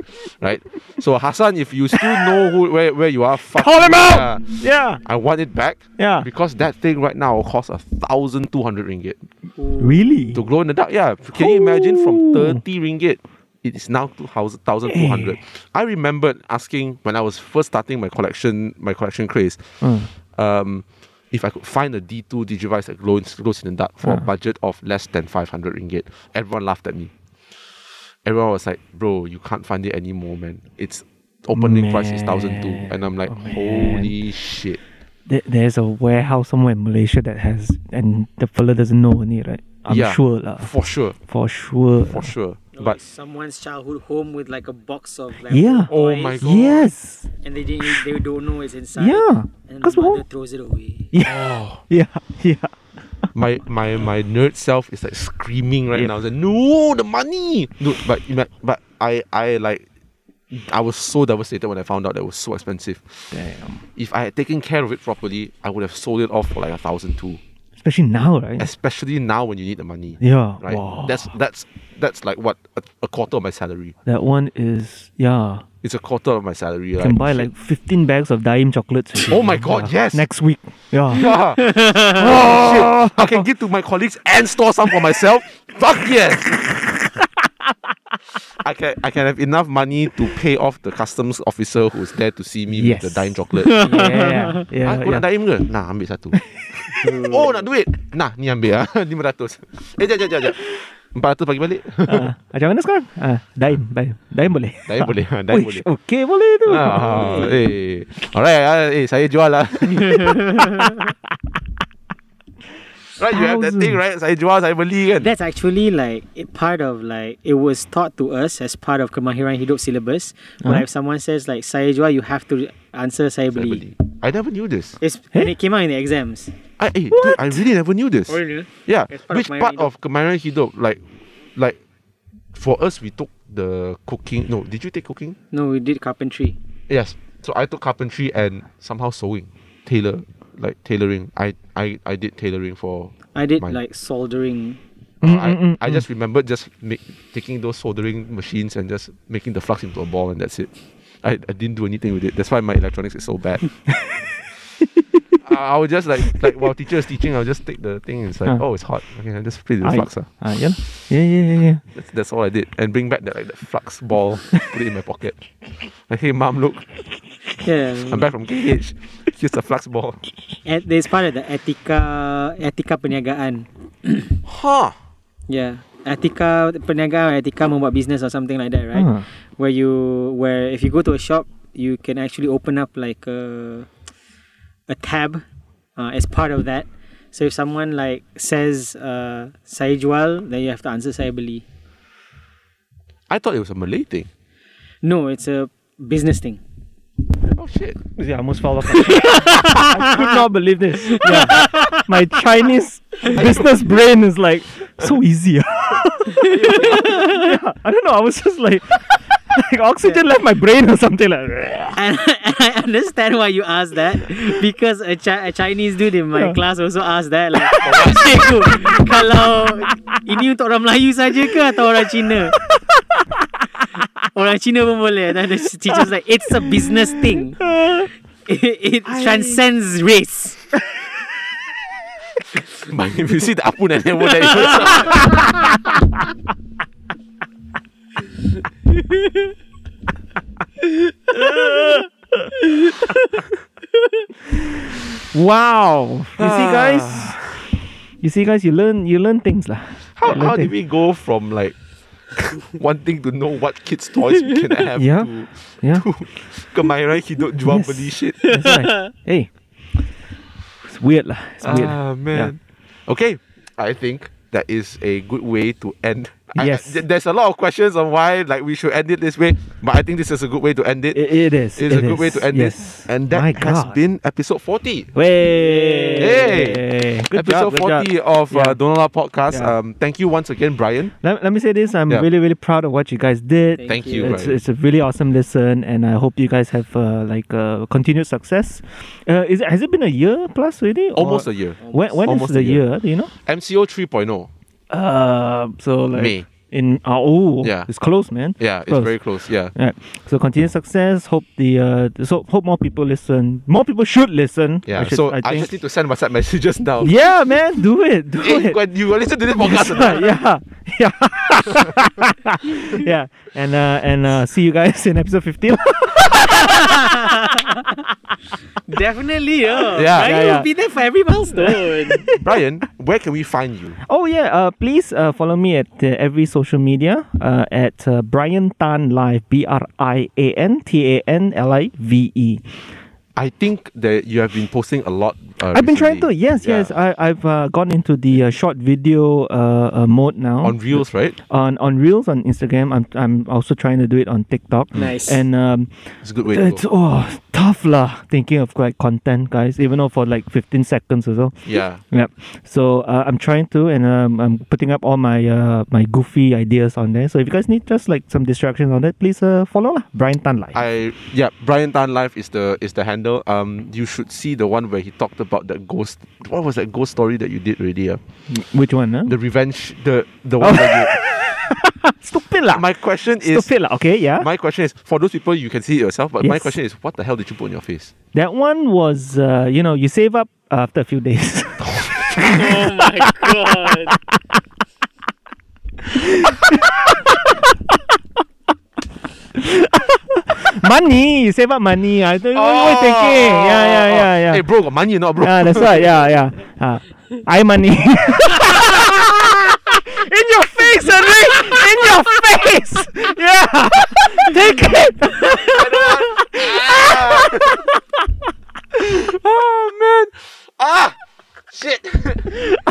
Speaker 2: right? So Hassan, if you still know who, where where you are, fuck
Speaker 4: Call him
Speaker 2: you,
Speaker 4: out!
Speaker 2: yeah.
Speaker 4: Yeah.
Speaker 2: I want it back.
Speaker 4: Yeah.
Speaker 2: Because that thing right now costs a thousand two hundred ringgit
Speaker 4: Really?
Speaker 2: to glow in the dark. Yeah, can you imagine from 30 ringgit? It is now 1,200. I remembered asking when I was first starting my collection, my collection craze, um, if I could find a D2 Digivice that glows, glows in the dark for a budget of less than 500 ringgit. Everyone laughed at me. Everyone was like, bro, you can't find it anymore, man. It's opening price is 1,002. And I'm like, holy shit.
Speaker 4: There, there's a warehouse somewhere in Malaysia that has, and the fella doesn't know only, right? I'm
Speaker 2: Yeah.
Speaker 4: sure, lah.
Speaker 2: For sure,
Speaker 4: For sure.
Speaker 2: for sure.
Speaker 3: Like
Speaker 2: But
Speaker 3: someone's childhood home with like a box of like
Speaker 4: Yeah.
Speaker 2: Oh
Speaker 3: toys,
Speaker 2: my God.
Speaker 4: Yes.
Speaker 2: Oh.
Speaker 3: and they didn't they don't know it's inside
Speaker 4: Yeah.
Speaker 3: and the
Speaker 4: Because
Speaker 3: mother throws it away
Speaker 4: Yeah. Yeah.
Speaker 2: my my my nerd self is like screaming right now. It's like, no, the money, dude. But ima- but I I like I was so devastated when I found out that it was so expensive.
Speaker 4: Damn.
Speaker 2: If I had taken care of it properly, I would have sold it off for like a thousand two.
Speaker 4: Especially now, right?
Speaker 2: Especially now when you need the money.
Speaker 4: yeah.
Speaker 2: Right.
Speaker 4: Wow.
Speaker 2: That's that's that's like what a, a quarter of my salary.
Speaker 4: that one is yeah.
Speaker 2: It's a quarter of my salary.
Speaker 4: You can buy like 15 bags of Daim chocolates. with
Speaker 2: Oh
Speaker 4: it,
Speaker 2: my God,
Speaker 4: yeah.
Speaker 2: yes.
Speaker 4: Next week. Yeah.
Speaker 2: Ah. oh, shit. I can give to my colleagues and store some for myself. Fuck yes. I can I can have enough money to pay off the customs officer who's there to see me
Speaker 4: Yes.
Speaker 2: with the dime chocolate. ah,
Speaker 4: yeah. Yeah.
Speaker 2: kau nak
Speaker 4: yeah.
Speaker 2: dime ke? Nah, ambil satu. oh, nak duit? Nah, ni ambil ah. 500. Eh, jap, jap, jap, jap. 400 bagi balik.
Speaker 4: Ah, macam mana sekarang? Ah, Daim, Daim. Daim boleh.
Speaker 2: Daim boleh, ah, Daim
Speaker 4: Uish,
Speaker 2: boleh.
Speaker 4: Okay boleh tu.
Speaker 2: ah, eh. Alright, ah, eh, saya jual lah. right, you have that thing, right? Saya jual, saya beli kan?
Speaker 3: that's actually like a part of like it was taught to us as part of kemahiran hidup syllabus but
Speaker 2: Uh-huh.
Speaker 3: if someone says like saya jual you have to answer saya
Speaker 2: I
Speaker 3: beli
Speaker 2: believe. I never knew this.
Speaker 3: it's, and it came out in the exams
Speaker 2: I, eh, dude, I really never knew
Speaker 3: Oh,
Speaker 2: this. Yeah.
Speaker 3: It's part of
Speaker 2: Which
Speaker 3: Kemahiran
Speaker 2: part
Speaker 3: Hidup.
Speaker 2: of Kemahiran Hidup? Like, like, for us, we took the cooking. No, did you take cooking?
Speaker 3: no we did carpentry
Speaker 2: Yes. So I took carpentry and somehow sewing, tailor, like tailoring. I, I, I did tailoring for.
Speaker 3: I did
Speaker 2: Mine.
Speaker 3: like soldering
Speaker 2: I, I just remember just make, taking those soldering machines and just making the flux into a ball and that's it. I, I didn't do anything with it. That's why my electronics is so bad. I I would just like like while teacher is teaching, I'll just take the thing and it's like,
Speaker 4: Huh.
Speaker 2: oh, it's hot. Okay, I just play the
Speaker 4: Ah,
Speaker 2: flux. ah.
Speaker 4: ah, yeah, lah. yeah, yeah, yeah, yeah.
Speaker 2: That's, that's all I did. And bring back that like that flux ball, put it in my pocket. Like, hey mom, look,
Speaker 3: yeah
Speaker 2: I'm back from KH. Here's the flux ball.
Speaker 3: and there's part of the etika etika perniagaan
Speaker 2: Huh.
Speaker 3: Yeah. Etika perniagaan, etika membuat business or something like that, right?
Speaker 4: Huh.
Speaker 3: Where you where if you go to a shop, you can actually open up like a a tab uh, as part of that. So if someone like says uh, saya jual, then you have to answer saya beli.
Speaker 2: I thought it was a Malay thing.
Speaker 3: No, it's a business thing.
Speaker 2: Oh shit.
Speaker 4: Yeah, I almost fell off. my chair. I could not believe this. Yeah. My Chinese business brain is like so easy. yeah, I don't know. I was just like, like oxygen left my brain or something like.
Speaker 3: And I understand why you asked that because a, chi- a Chinese dude in my
Speaker 4: Yeah.
Speaker 3: class also asked that like
Speaker 4: Oh,
Speaker 3: cikgu kalau ini untuk orang Melayu saja ke atau orang Cina orang Cina pun boleh and then the teacher's like it's a business thing it, it transcends race
Speaker 2: But if you see the apun and Ewo that you
Speaker 4: Wow. You see, guys.
Speaker 2: Ah.
Speaker 4: You see, guys. You learn. You learn things lah.
Speaker 2: how,
Speaker 4: You learn
Speaker 2: how did we
Speaker 4: things.
Speaker 2: go from like wanting to know what kids' toys we can have
Speaker 4: Yeah.
Speaker 2: to
Speaker 4: Yeah.
Speaker 2: Kemahiran Hidup jual
Speaker 4: Yes.
Speaker 2: beli shit?
Speaker 4: That's right. Hey. It's weird lah. It's weird.
Speaker 2: Ah man. Okay, I think that is a good way to end. I- I-
Speaker 4: Yes.
Speaker 2: th- there's a lot of questions on why like we should end it this way, but I think this is a good way to end it.
Speaker 4: It, it is.
Speaker 2: it's a
Speaker 4: it
Speaker 2: good way to end
Speaker 4: yes.
Speaker 2: this. And that
Speaker 4: My
Speaker 2: has
Speaker 4: God.
Speaker 2: been episode 40.
Speaker 4: Way.
Speaker 2: Hey.
Speaker 4: Good
Speaker 2: episode
Speaker 4: job,
Speaker 2: 40
Speaker 4: good job.
Speaker 2: of uh,
Speaker 4: Yeah.
Speaker 2: Donala Podcast.
Speaker 4: Yeah.
Speaker 2: Um, thank you once again, Brian.
Speaker 4: Let, let me say this. I'm
Speaker 2: Yeah.
Speaker 4: really, really proud of what you guys did.
Speaker 2: Thank you,
Speaker 4: It's,
Speaker 2: Brian.
Speaker 4: it's a really awesome listen, and I hope you guys have uh, like uh, continued success. Uh, is it, has it been a year plus already?
Speaker 2: Almost a year.
Speaker 4: When, when is
Speaker 2: Almost a
Speaker 4: the
Speaker 2: year.
Speaker 4: year? Do you know?
Speaker 2: MCO 3.0.
Speaker 4: Uh, so like
Speaker 2: May.
Speaker 4: in uh, oh
Speaker 2: Yeah.
Speaker 4: it's close, man.
Speaker 2: Yeah, it's
Speaker 4: Close.
Speaker 2: very close. Yeah.
Speaker 4: Right. So continued success. Hope the uh, so hope more people listen. More people should listen.
Speaker 2: Yeah.
Speaker 4: I should-
Speaker 2: so
Speaker 4: I
Speaker 2: I,
Speaker 4: think.
Speaker 2: just need to send WhatsApp messages now.
Speaker 4: yeah, man, do it, do
Speaker 2: Hey,
Speaker 4: it.
Speaker 2: Gwen, you will listen to this podcast. or not?
Speaker 4: yeah, yeah, yeah, and uh, and uh, see you guys in episode fifteen.
Speaker 7: Definitely, yeah.
Speaker 2: Yeah.
Speaker 7: I
Speaker 4: Yeah, yeah.
Speaker 7: will be there for every milestone.
Speaker 2: Brian, where can we find you?
Speaker 4: oh yeah, uh, please uh, follow me at uh, every social media uh, at uh, Brian Tan Live B R I A N T A N L I V E.
Speaker 2: I think that you have been posting a lot. Uh,
Speaker 4: I've been trying to
Speaker 2: recently.
Speaker 4: yes
Speaker 2: Yeah.
Speaker 4: yes I I've uh, gone into the uh, short video uh, uh, mode now
Speaker 2: on reels, right?
Speaker 4: on on reels on Instagram. I'm I'm also trying to do it on TikTok.
Speaker 2: Mm.
Speaker 7: Nice.
Speaker 4: And um,
Speaker 2: It's a good way to
Speaker 4: it's
Speaker 2: go.
Speaker 4: oh tough lah. Thinking of like content, guys. Even though for like 15 seconds or so.
Speaker 2: Yeah.
Speaker 4: Yep. So uh, I'm trying to, and um, I'm putting up all my uh, my goofy ideas on there. So if you guys need just like some distractions on that, please uh, follow lah. Brian Tan Live.
Speaker 2: I yeah, Brian Tan Life is the is the handle. Um, you should see the one where he talked about that ghost. What was that ghost story that you did already? Uh?
Speaker 4: Which one? Huh?
Speaker 2: The revenge. The the one. where
Speaker 4: Stupid lah.
Speaker 2: you, my question is.
Speaker 4: Stupid lah. Okay, yeah.
Speaker 2: My question is for those people you can see it yourself, but my
Speaker 4: Yes.
Speaker 2: question is what the hell did you put on your face?
Speaker 4: that one was uh, you know you save up after a few days.
Speaker 3: Oh my god.
Speaker 4: money, you save up money. I don't know what you're thinking. Yeah, yeah, yeah, yeah.
Speaker 2: Oh. Hey bro, got money or not, bro?
Speaker 4: Yeah, that's right. Yeah, yeah. Uh, I money. In your face, Henry! In your face! Yeah! Take it!
Speaker 2: oh man. Ah shit.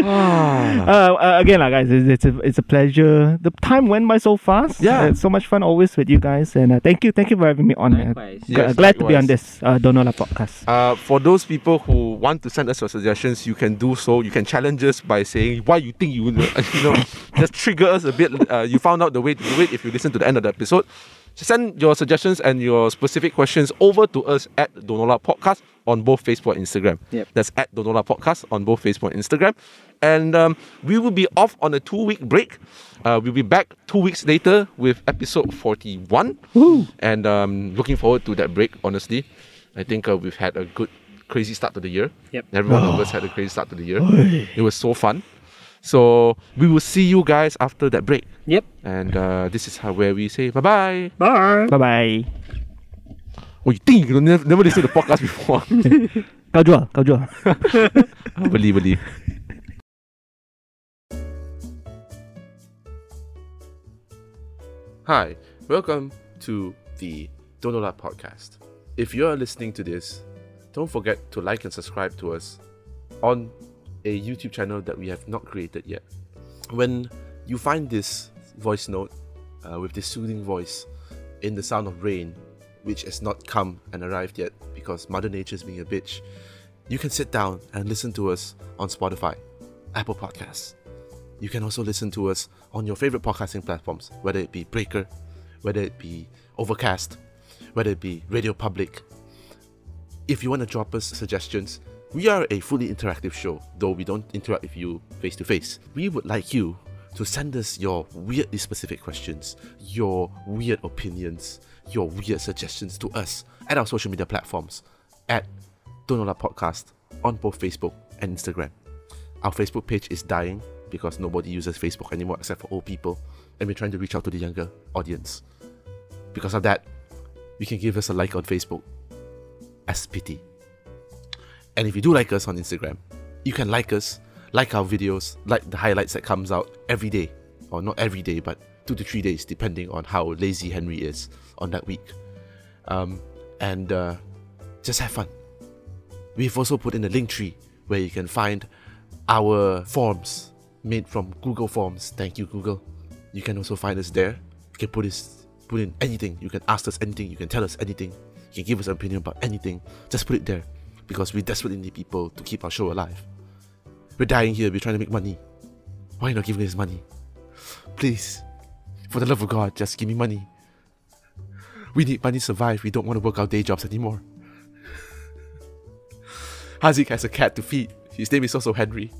Speaker 4: Uh, uh, again, lah, guys, it's, it's, a, it's a pleasure. The time went by so fast.
Speaker 2: Yeah.
Speaker 4: Uh, so much fun always with you guys. And uh, thank you. Thank you for having me on. man.
Speaker 7: Likewise.
Speaker 4: G-
Speaker 2: Yes,
Speaker 4: glad to be on
Speaker 2: likewise.
Speaker 4: this uh, Donola podcast.
Speaker 2: Uh, for those people who want to send us your suggestions, you can do so. You can challenge us by saying why you think you would, uh, you know, just trigger us a bit. Uh, you found out the way to do it if you listen to the end of the episode. So send your suggestions and your specific questions over to us at Donola Podcast on both Facebook and Instagram.
Speaker 7: Yep.
Speaker 2: That's at Donola Podcast on both Facebook and Instagram. And um, we will be off on a two week break. Uh, we'll be back two weeks later with episode 41. And um, looking forward to that break, honestly. I think uh, we've had a good, crazy start to the year.
Speaker 7: Yep.
Speaker 2: Everyone of us had a crazy start to the year. It was so fun. So we will see you guys after that break.
Speaker 7: yep.
Speaker 2: And uh, this is how where we say bye bye.
Speaker 7: Bye.
Speaker 4: Bye bye.
Speaker 2: Oh, you think you never, never listened to the podcast before?
Speaker 4: Kau jual, kau jual.
Speaker 2: believe, believe.
Speaker 1: Hi, welcome to the Donola podcast. If you are listening to this, don't forget to like and subscribe to us on a YouTube channel that we have not created yet. When you find this voice note uh, with this soothing voice in the sound of rain, which has not come and arrived yet because Mother Nature is being a bitch, you can sit down and listen to us on Spotify, Apple Podcasts, you can also listen to us on your favorite podcasting platforms, whether it be Breaker, whether it be Overcast, whether it be Radio Public. If you want to drop us suggestions, we are a fully interactive show, though we don't interact with you face to face. We would like you to send us your weirdly specific questions, your weird opinions, your weird suggestions to us at our social media platforms at Donola Podcast on both Facebook and Instagram. Our Facebook page is dying because nobody uses Facebook anymore except for old people, and we're trying to reach out to the younger audience. Because of that, you can give us a like on Facebook as pity. And if you do like us on Instagram, you can like us, like our videos, like the highlights that comes out every day, or not every day, but two to three days, depending on how lazy Henry is on that week. Um, and uh, just have fun. We've also put in a link tree where you can find our forms made from Google Forms. Thank you, Google. You can also find us there. You can put us put in anything. You can ask us anything. You can tell us anything. You can give us an opinion about anything. Just put it there. Because we desperately need people to keep our show alive. We're dying here, we're trying to make money. Why are you not giving us money? Please. For the love of God, just give me money. We need money to survive. We don't want to work our day jobs anymore. Hazik has a cat to feed. His name is also Henry.